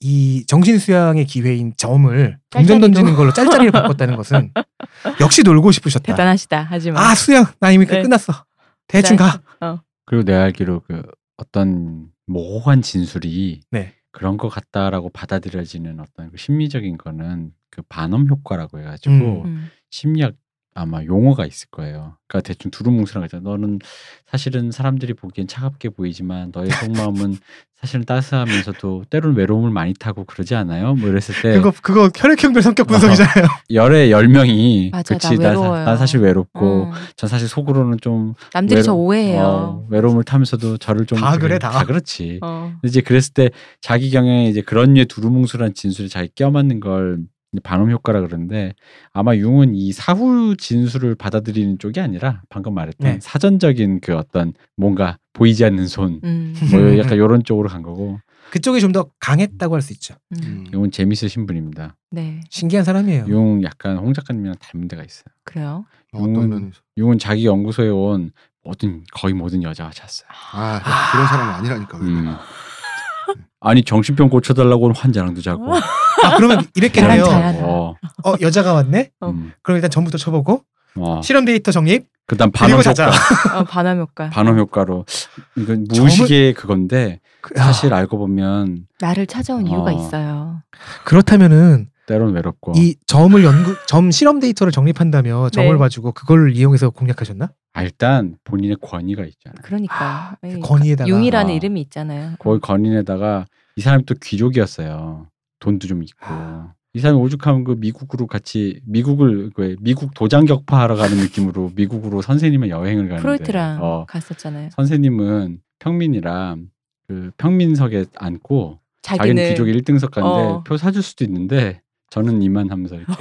B: 이 정신 수양의 기회인 점을 동전
C: 짤짤이로.
B: 던지는 걸로 짤짤이를 바꿨다는 것은 역시 놀고 싶으셨다.
C: 대단하시다. 하지만 어.
B: 아 수양 나 이미
C: 네.
B: 끝났어. 대충 가.
A: 그리고 내가 알기로 그 어떤 모호한 진술이
B: 네.
A: 그런 것 같다라고 받아들여지는 어떤 그 심리적인 거는 그 반음 효과라고 해가지고
B: 음.
C: 음.
A: 심리학 아마 용어가 있을 거예요. 그러니까 대충 두루뭉술한 거죠. 너는 사실은 사람들이 보기엔 차갑게 보이지만 너의 속마음은 사실은 따스하면서도 때로는 외로움을 많이 타고 그러지 않아요? 뭐 이랬을 때
B: 그거 그거 혈액형별 성격 분석이잖아요.
A: 열의 열 명이
C: 맞아,
A: 그치
C: 나
A: 나, 사-
C: 외로워요.
A: 난 사실 외롭고
C: 음.
A: 전 사실 속으로는 좀
C: 남들이 저
A: 외로-
C: 오해해요.
A: 어, 외로움을 타면서도 저를 좀
B: 다
A: 되게-
B: 그래, 다.
A: 그렇지.
C: 어.
A: 근데 이제 그랬을 때 자기 경향에 이제 그런 류의 두루뭉술한 진술에 자기 껴맞는 걸 이제 반음 효과라 그러는데 아마 융은 이 사후 진술을 받아들이는 쪽이 아니라 방금 말했던
B: 네.
A: 사전적인 그 어떤 뭔가 보이지 않는 손.
C: 음.
A: 뭐 약간 요런 쪽으로 간 거고
B: 그쪽이 좀 더 강했다고 할 수 있죠.
C: 음.
A: 융은 재밌으신 분입니다.
C: 네.
B: 신기한 사람이에요.
A: 융 약간 홍 작가님이랑 닮은 데가 있어요.
C: 그래요.
D: 뭐 어떤
A: 음.
D: 면에서
A: 융은 자기 연구소에 온 모든 거의 모든 여자와 잤어요.
D: 아 그런 사람은 아니라니까.
A: 음. 아니 정신병 고쳐달라고 온 환자랑도 자고
B: 아 그러면 이렇게
C: 사람
B: 해요.
C: 잘하-
A: 어,
B: 어 여자가 왔네.
C: 어.
A: 음,
B: 그럼 일단 전부터 쳐보고
A: 어.
B: 실험 데이터 정립.
A: 그다음 반응
B: 그리고 자자.
A: 효과
C: 어, 반함 효과.
A: 반응 효과로 이건 무의식의
B: 아.
A: 그건데 사실 알고 보면
C: 나를 찾아온 이유가
A: 어.
C: 있어요.
B: 그렇다면은
A: 때론 외롭고
B: 이 점을 연구 점 실험 데이터를 정립한다며 점을
C: 네.
B: 봐주고 그걸 이용해서 공략하셨나?
A: 아, 일단 본인의 권위가 있잖아요.
C: 그러니까
B: 그
C: 예,
B: 건의에다가
C: 용이라는
A: 아.
C: 이름이 있잖아요.
A: 거기 건인에다가 이 사람이 또 귀족이었어요. 돈도 좀 있고.
B: 아.
A: 이 사람이 오죽하면 그 미국으로 같이 미국을 그 왜, 미국 도장 격파하러 가는 느낌으로 미국으로 선생님의 여행을 가는데
C: 프로이트랑
A: 어,
C: 갔었잖아요.
A: 선생님은 평민이랑 그 평민석에 앉고 자기는
C: 자기는
A: 귀족 1등석 가는데
C: 어.
A: 표 사줄 수도 있는데 저는 이만 하면서 이렇게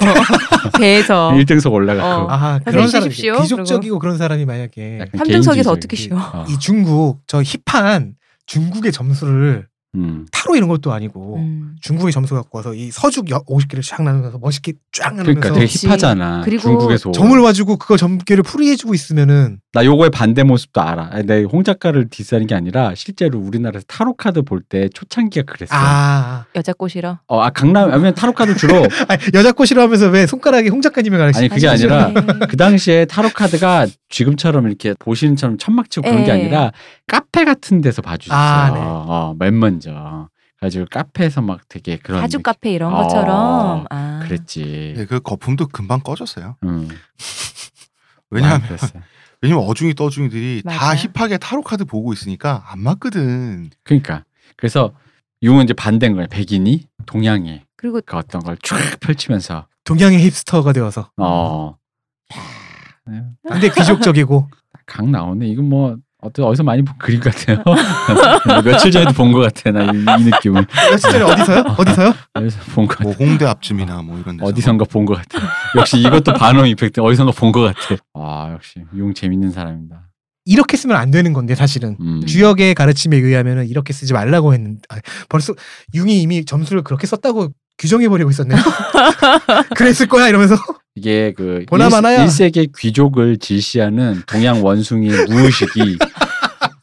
C: 배에서
A: 1등석 올라가고
C: 어.
B: 아
A: 선생님
B: 그런 사람
C: 쉬십시오.
B: 귀족적이고 그런 사람이 만약에
A: 약간
C: 삼등석에서
A: 네, 개인주의적인-
C: 어떻게 쉬어?
A: 어.
B: 이 중국 저 힙한 중국의 점수를
A: 음.
B: 타로 이런 것도
A: 어.
B: 아니고
C: 음.
B: 중국의 점수 갖고 와서 이 서죽 50개를 쫙 나누면서 멋있게 쫙 나누면서
A: 그러니까 되게
C: 그렇지.
A: 힙하잖아.
C: 그리고
A: 중국에서
B: 점을 와주고 그거 점괘를 풀이해주고 있으면은
A: 나 요거의 반대 모습도 알아. 아니, 내홍 작가를 디스하는 게 아니라 실제로 우리나라에서 타로 카드 볼 때 초창기가 그랬어. 아,
B: 아,
C: 여자 꼬시러
A: 어, 아 강남 왜냐면 타로 카드 주로
B: 아 여자 꽃이라 하면서 왜 손가락이 홍 작가님이 가르치
A: 네. 아니 그게
C: 아니죠.
A: 아니라
C: 네.
A: 그 당시에 타로 카드가 지금처럼 이렇게 보시는처럼 천막치고 그런 게
C: 예.
A: 아니라 카페 같은 데서 봐주셨어요.
B: 아, 네.
A: 어, 맨 먼저. 그래가지고 카페에서 막 되게 그런
C: 가죽
A: 느낌.
C: 카페 이런
A: 어,
C: 것처럼 아,
A: 그랬지.
D: 예, 그 거품도 금방 꺼졌어요.
A: 음,
D: 왜냐하면
A: 많이 그랬어요.
D: 왜냐면 어중이 떠중이들이 다
C: 맞아요.
D: 힙하게 타로 카드 보고 있으니까 안 맞거든.
A: 그러니까 그래서 용은 이제 반대인 거예요. 백인이 동양의
C: 그리고
A: 그 어떤 걸 쫙 펼치면서
B: 동양의 힙스터가 되어서
A: 어.
B: 근데 귀족적이고
A: 강 나오네. 이건 뭐 어때 어디서 많이 본 그림 같아요. 뭐 며칠 전에도 본 것 같아. 나 이 느낌을
B: 며칠 전에 어디서요? 어디서요?
A: 어디서 본 것 같아.
D: 뭐 홍대 앞쯤이나 뭐 이런 데서
A: 어디선가 본 것 같아. 역시 이것도 반응 이펙트. 어디선가 본 것 같아. 와 역시 용 재밌는 사람이다.
B: 이렇게 쓰면 안 되는 건데 사실은
A: 음.
B: 주역의 가르침에 의하면은 이렇게 쓰지 말라고 했는데 아, 벌써 융이 이미 점수를 그렇게 썼다고 규정해 버리고 있었네요. 그랬을 거야 이러면서
A: 이게 그
B: 보나마나야.
A: 1, 세기 귀족을 질시하는 동양 원숭이 무의식이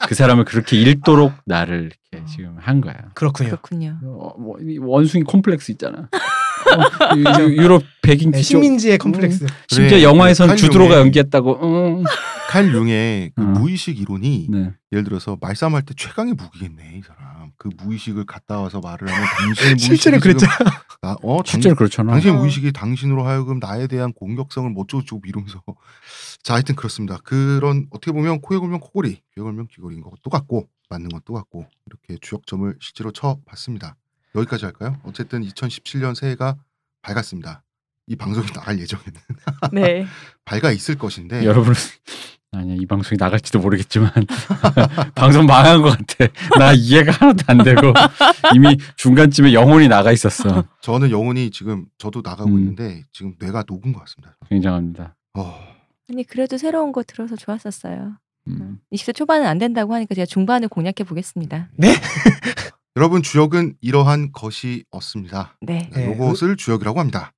A: 그 사람을 그렇게 읽도록 나를 이렇게 지금 한 거야.
B: 그렇군요.
C: 그렇군요.
A: 어, 뭐, 이 원숭이 콤플렉스 있잖아. 어, 유- 유- 유럽 백인
B: 네,
A: 음, 귀족 음.
B: 식민지의 컴플렉스.
A: 심지어
D: 그래,
A: 영화에서는
D: 칼
A: 주드로가
D: 용의-
A: 연기했다고. 음.
D: 칼 융의 그
A: 어.
D: 무의식 이론이
A: 네.
D: 예를 들어서 말싸움할 때 최강의 무기겠네 이 사람. 그 무의식을 갖다 와서 말을 하면 당신의 무의식이
A: 음.
B: 실제로 그랬잖아.
D: 지금 나, 어, 당,
A: 실제로 그렇잖아.
D: 당신의
C: 어.
D: 무의식이 당신으로 하여금 나에 대한 공격성을 못 쫓고 이러면서 자 하여튼 그렇습니다. 그런 어떻게 보면 코에 걸면 코골이, 귀에 걸면 귀걸이인 것도 같고 맞는 것도 같고 이렇게 주역점을 실제로 쳐봤습니다. 여기까지 할까요? 어쨌든 2017년 새해가 밝았습니다. 이 방송이 나갈 예정에는
C: 네.
D: 밝아 있을 것인데
A: 여러분은 아니야 이 방송이 나갈지도 모르겠지만 방송 망한 것 같아. 나 이해가 하나도 안 되고 이미 중간쯤에 영혼이 나가 있었어.
D: 저는 영혼이 지금 저도 나가고
A: 음.
D: 있는데 지금 뇌가 녹은 것 같습니다.
A: 굉장합니다.
D: 어,
C: 아니 그래도 새로운 거 들어서 좋았었어요.
A: 음.
C: 20대 초반은 안 된다고 하니까 제가 중반을 공략해 보겠습니다.
D: 여러분 주역은 이러한 것이었습니다.
C: 네.
D: 네,
B: 네.
D: 요것을 주역이라고 합니다.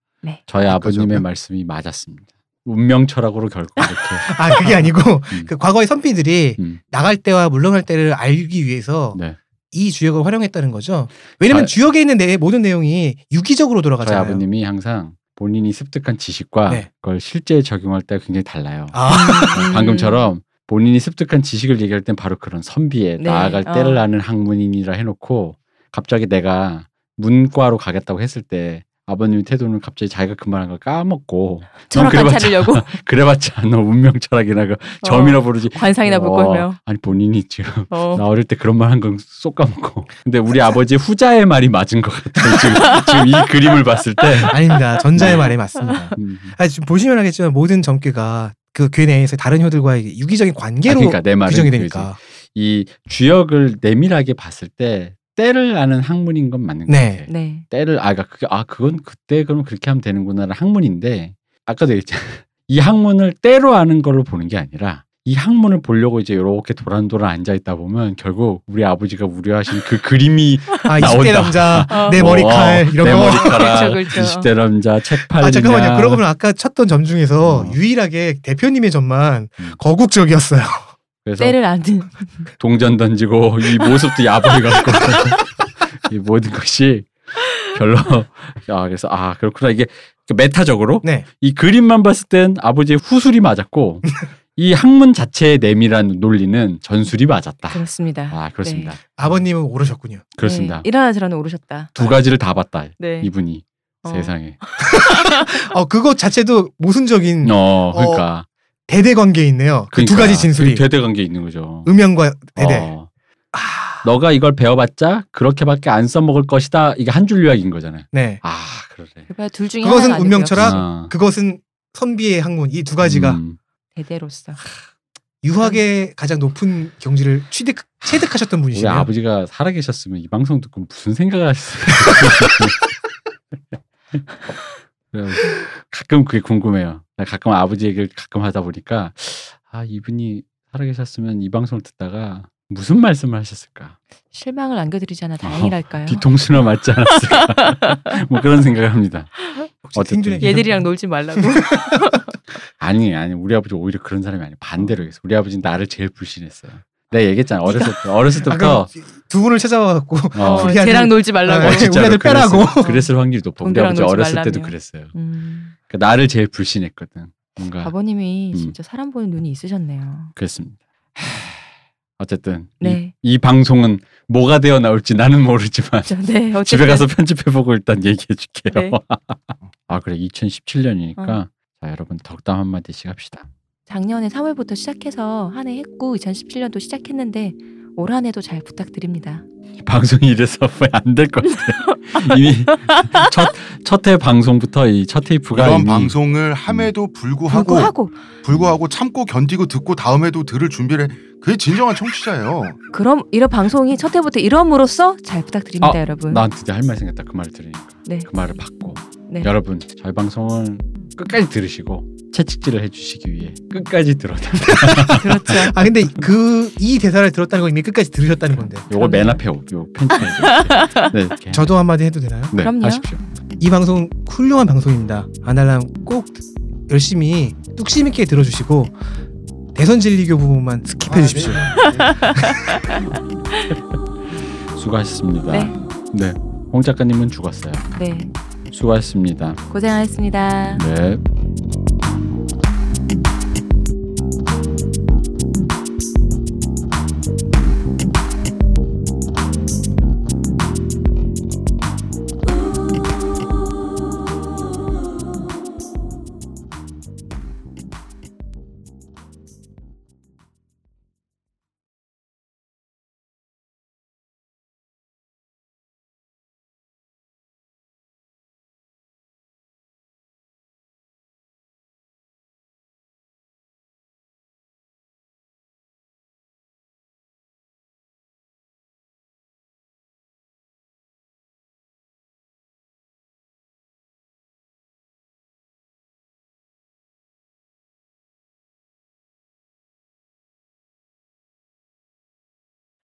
A: 저희
D: 여기까지
A: 아버님의
D: 하고요.
A: 말씀이 맞았습니다. 운명 철학으로 결국 이렇게.
B: 아 그게 아니고 그 과거의 선비들이
A: 음.
B: 나갈 때와 물러날 때를 알기 위해서
A: 네.
B: 이 주역을 활용했다는 거죠. 왜냐면
A: 아,
B: 주역에 있는 내 모든 내용이 유기적으로
A: 저희
B: 돌아가잖아요.
A: 아버님이 항상 본인이 습득한 지식과
B: 네.
A: 그걸 실제에 적용할 때가 굉장히 달라요.
B: 아,
C: 음.
A: 방금처럼 본인이 습득한 지식을 얘기할 땐 바로 그런 선비에
C: 네,
A: 나아갈
C: 어.
A: 때를 아는 학문인이라 해놓고 갑자기 내가 문과로 가겠다고 했을 때 아버님의 태도는 갑자기 자기가 그 말한 걸 까먹고 넌
C: 음, 철학관
A: 그래봤자-
C: 차리려고
A: 그래봤자 너 운명 철학이나
C: 어.
A: 그 점이라 부르지
C: 관상이나 볼
A: 어,
C: 거예요.
A: 아니 본인이 지금
C: 어.
A: 나 어릴 때 그런 말 한 건 쏙 까먹고 근데 우리 아버지 후자의 말이 맞은 것 같아요 지금, 지금 이 그림을 봤을 때
B: 아닙니다. 전자의
A: 네.
B: 말이 맞습니다.
A: 음. 아,
B: 아, 지금 보시면 알겠지만 모든 점괘가 그궤 내에서 다른 효들과의 유기적인 관계로
A: 그러니까 내 말은
B: 규정이
A: 그거지.
B: 되니까.
A: 이 주역을 내밀하게 봤을 때 때를 아는 학문인 건 맞는 것
B: 네.
A: 같아요
C: 네.
A: 때를 아그니까 그게 아 그건 그때 그럼 그렇게 하면 되는구나라는 학문인데 아까도 얘기했잖아 이 학문을 때로 아는 걸로 보는 게 아니라 이 학문을 보려고 이제 이렇게 도란도란 앉아 있다 보면 결국 우리 아버지가 우려하신 그 그림이
B: 아,
A: 나온다.
B: 20대 남자,
C: 어.
B: 내 머리칼
A: 어,
B: 이런
A: 내
B: 거.
A: 머리카락
C: 그렇죠, 그렇죠.
A: 20대 남자 책팔
B: 아 잠깐만요. 그러고 보면 아까 쳤던 점 중에서
A: 어.
B: 유일하게 대표님의 점만
A: 음.
B: 거국적이었어요.
A: 그래서
C: 때를 아는
A: 동전 던지고 이 모습도 야바이 같고 이 모든 것이 별로 아 그래서 아 그렇구나 이게 메타적으로
B: 네.
A: 이 그림만 봤을 땐 아버지의 후술이 맞았고 이 학문 자체의 내밀한 논리는 전술이 맞았다.
C: 그렇습니다.
A: 아 그렇습니다.
B: 아버님은 오르셨군요.
A: 그렇습니다.
C: 네. 일어나 저러는 오르셨다.
A: 두 가지를 다 봤다
C: 네.
A: 이분이.
C: 어.
A: 세상에.
B: 음. 어 그것 자체도 모순적인
A: 어, 그러니까.
B: 대대 관계에 있네요. 그 두
A: 그러니까.
B: 가지 진술이
A: 그 대대 관계 있는 거죠.
B: 음양과 네, 대대. 아,
A: 어. 너가 이걸 배워봤자 그렇게밖에 안 써먹을 것이다. 이게 한 줄 요약인 거잖아요.
B: 네.
A: 아, 그러네.
C: 그봐야 그러니까 둘 중에
B: 그것은
C: 하나가 아니고요.
B: 운명처럼 철학?
A: 아.
B: 그것은 선비의 학문 이 두 가지가
A: 음.
C: 대대로서
B: 유학의 가장 높은 경지를 취득 체득하셨던
A: 우리
B: 분이시네요.
A: 아버지가 살아계셨으면 이 방송 듣고 무슨 생각을 하셨을까. 그래서 가끔 그게 궁금해요. 나 가끔 아버지 얘기를 가끔 하다 보니까 아 이분이 살아계셨으면 이 방송을 듣다가 무슨 말씀을 하셨을까.
C: 실망을 안겨드리지 않아
A: 어,
C: 다행이랄까요.
A: 뒤통수나 맞지 않았을까. 뭐 그런 생각을 합니다.
B: 혹시
A: 어쨌든.
B: 생존의 기적?
C: 얘들이랑 놀지 말라고.
A: 아니 아니 우리 아버지 오히려 그런 사람이 아니에요. 반대로 했어. 우리 아버지는 나를 제일 불신했어요. 내가 얘기했잖아. 어렸을 때 어렸을
B: 아, 그럼
A: 때부터
B: 두 분을 찾아와갖고
A: 어,
C: 어,
B: 우리 아들-
C: 쟤랑 놀지 말라고.
B: 아,
A: 어, 진짜로
B: 우리 아들 빼라고.
A: 그랬을, 그랬을 확률이 높아. 우리
C: 동그랑
A: 아버지
C: 놀지
A: 어렸을
C: 말라며.
A: 때도 그랬어요.
C: 음,
A: 그러니까 나를 제일 불신했거든. 뭔가
C: 아버님이
A: 음.
C: 진짜 사람 보는 눈이 있으셨네요.
A: 그랬습니다. 하, 어쨌든
C: 네.
A: 이, 이 방송은 뭐가 되어 나올지 나는 모르지만
C: 저- 네, 어쨌든
A: 집에 가서 편집해보고 일단 얘기해줄게요.
C: 네.
A: 아 그래 2017년이니까
C: 어.
A: 자 여러분 덕담 한 마디씩 합시다.
C: 작년에 3월부터 시작해서 한 해 했고 2017년도 시작했는데 올 한해도 잘 부탁드립니다.
A: 이 방송이 이래서 안될것 같아. 이미 첫첫회 방송부터 이 첫 테이프가
D: 이런
A: 이미 음.
D: 방송을 함에도 불구하고, 불구하고
C: 어, 불구하고
D: 참고 견디고 듣고 다음에도 들을 준비를 해. 그게 진정한 청취자예요.
C: 그럼 이런 방송이 첫 해부터 이럼으로써 잘 부탁드립니다,
A: 아,
C: 여러분.
A: 나 진짜 할 말 생겼다 그 말을 들으니까
C: 네.
A: 그 말을 받고
C: 네.
A: 여러분 저희 방송을 끝까지 들으시고 채찍질을 해주시기 위해 끝까지 들어달라
C: 그렇죠.
B: 아 근데 그 이 대사를 들었다는 건 이미 끝까지 들으셨다는 건데
A: 요거 맨 앞에 오- 요 편집해 주세요. 네, 이렇게.
B: 저도 한마디 해도 되나요?
A: 네,
C: 그럼요.
A: 하십시오.
B: 이 방송 훌륭한 방송입니다. 아날람 꼭 열심히 뚝심 있게 들어주시고 대선 진리교 부분만
A: 아,
B: 스킵해
A: 네.
B: 주십시오.
A: 수고하셨습니다.
C: 네.
A: 네. 홍 작가님은 죽었어요.
C: 네.
A: 수고하셨습니다.
C: 고생하셨습니다.
A: 네.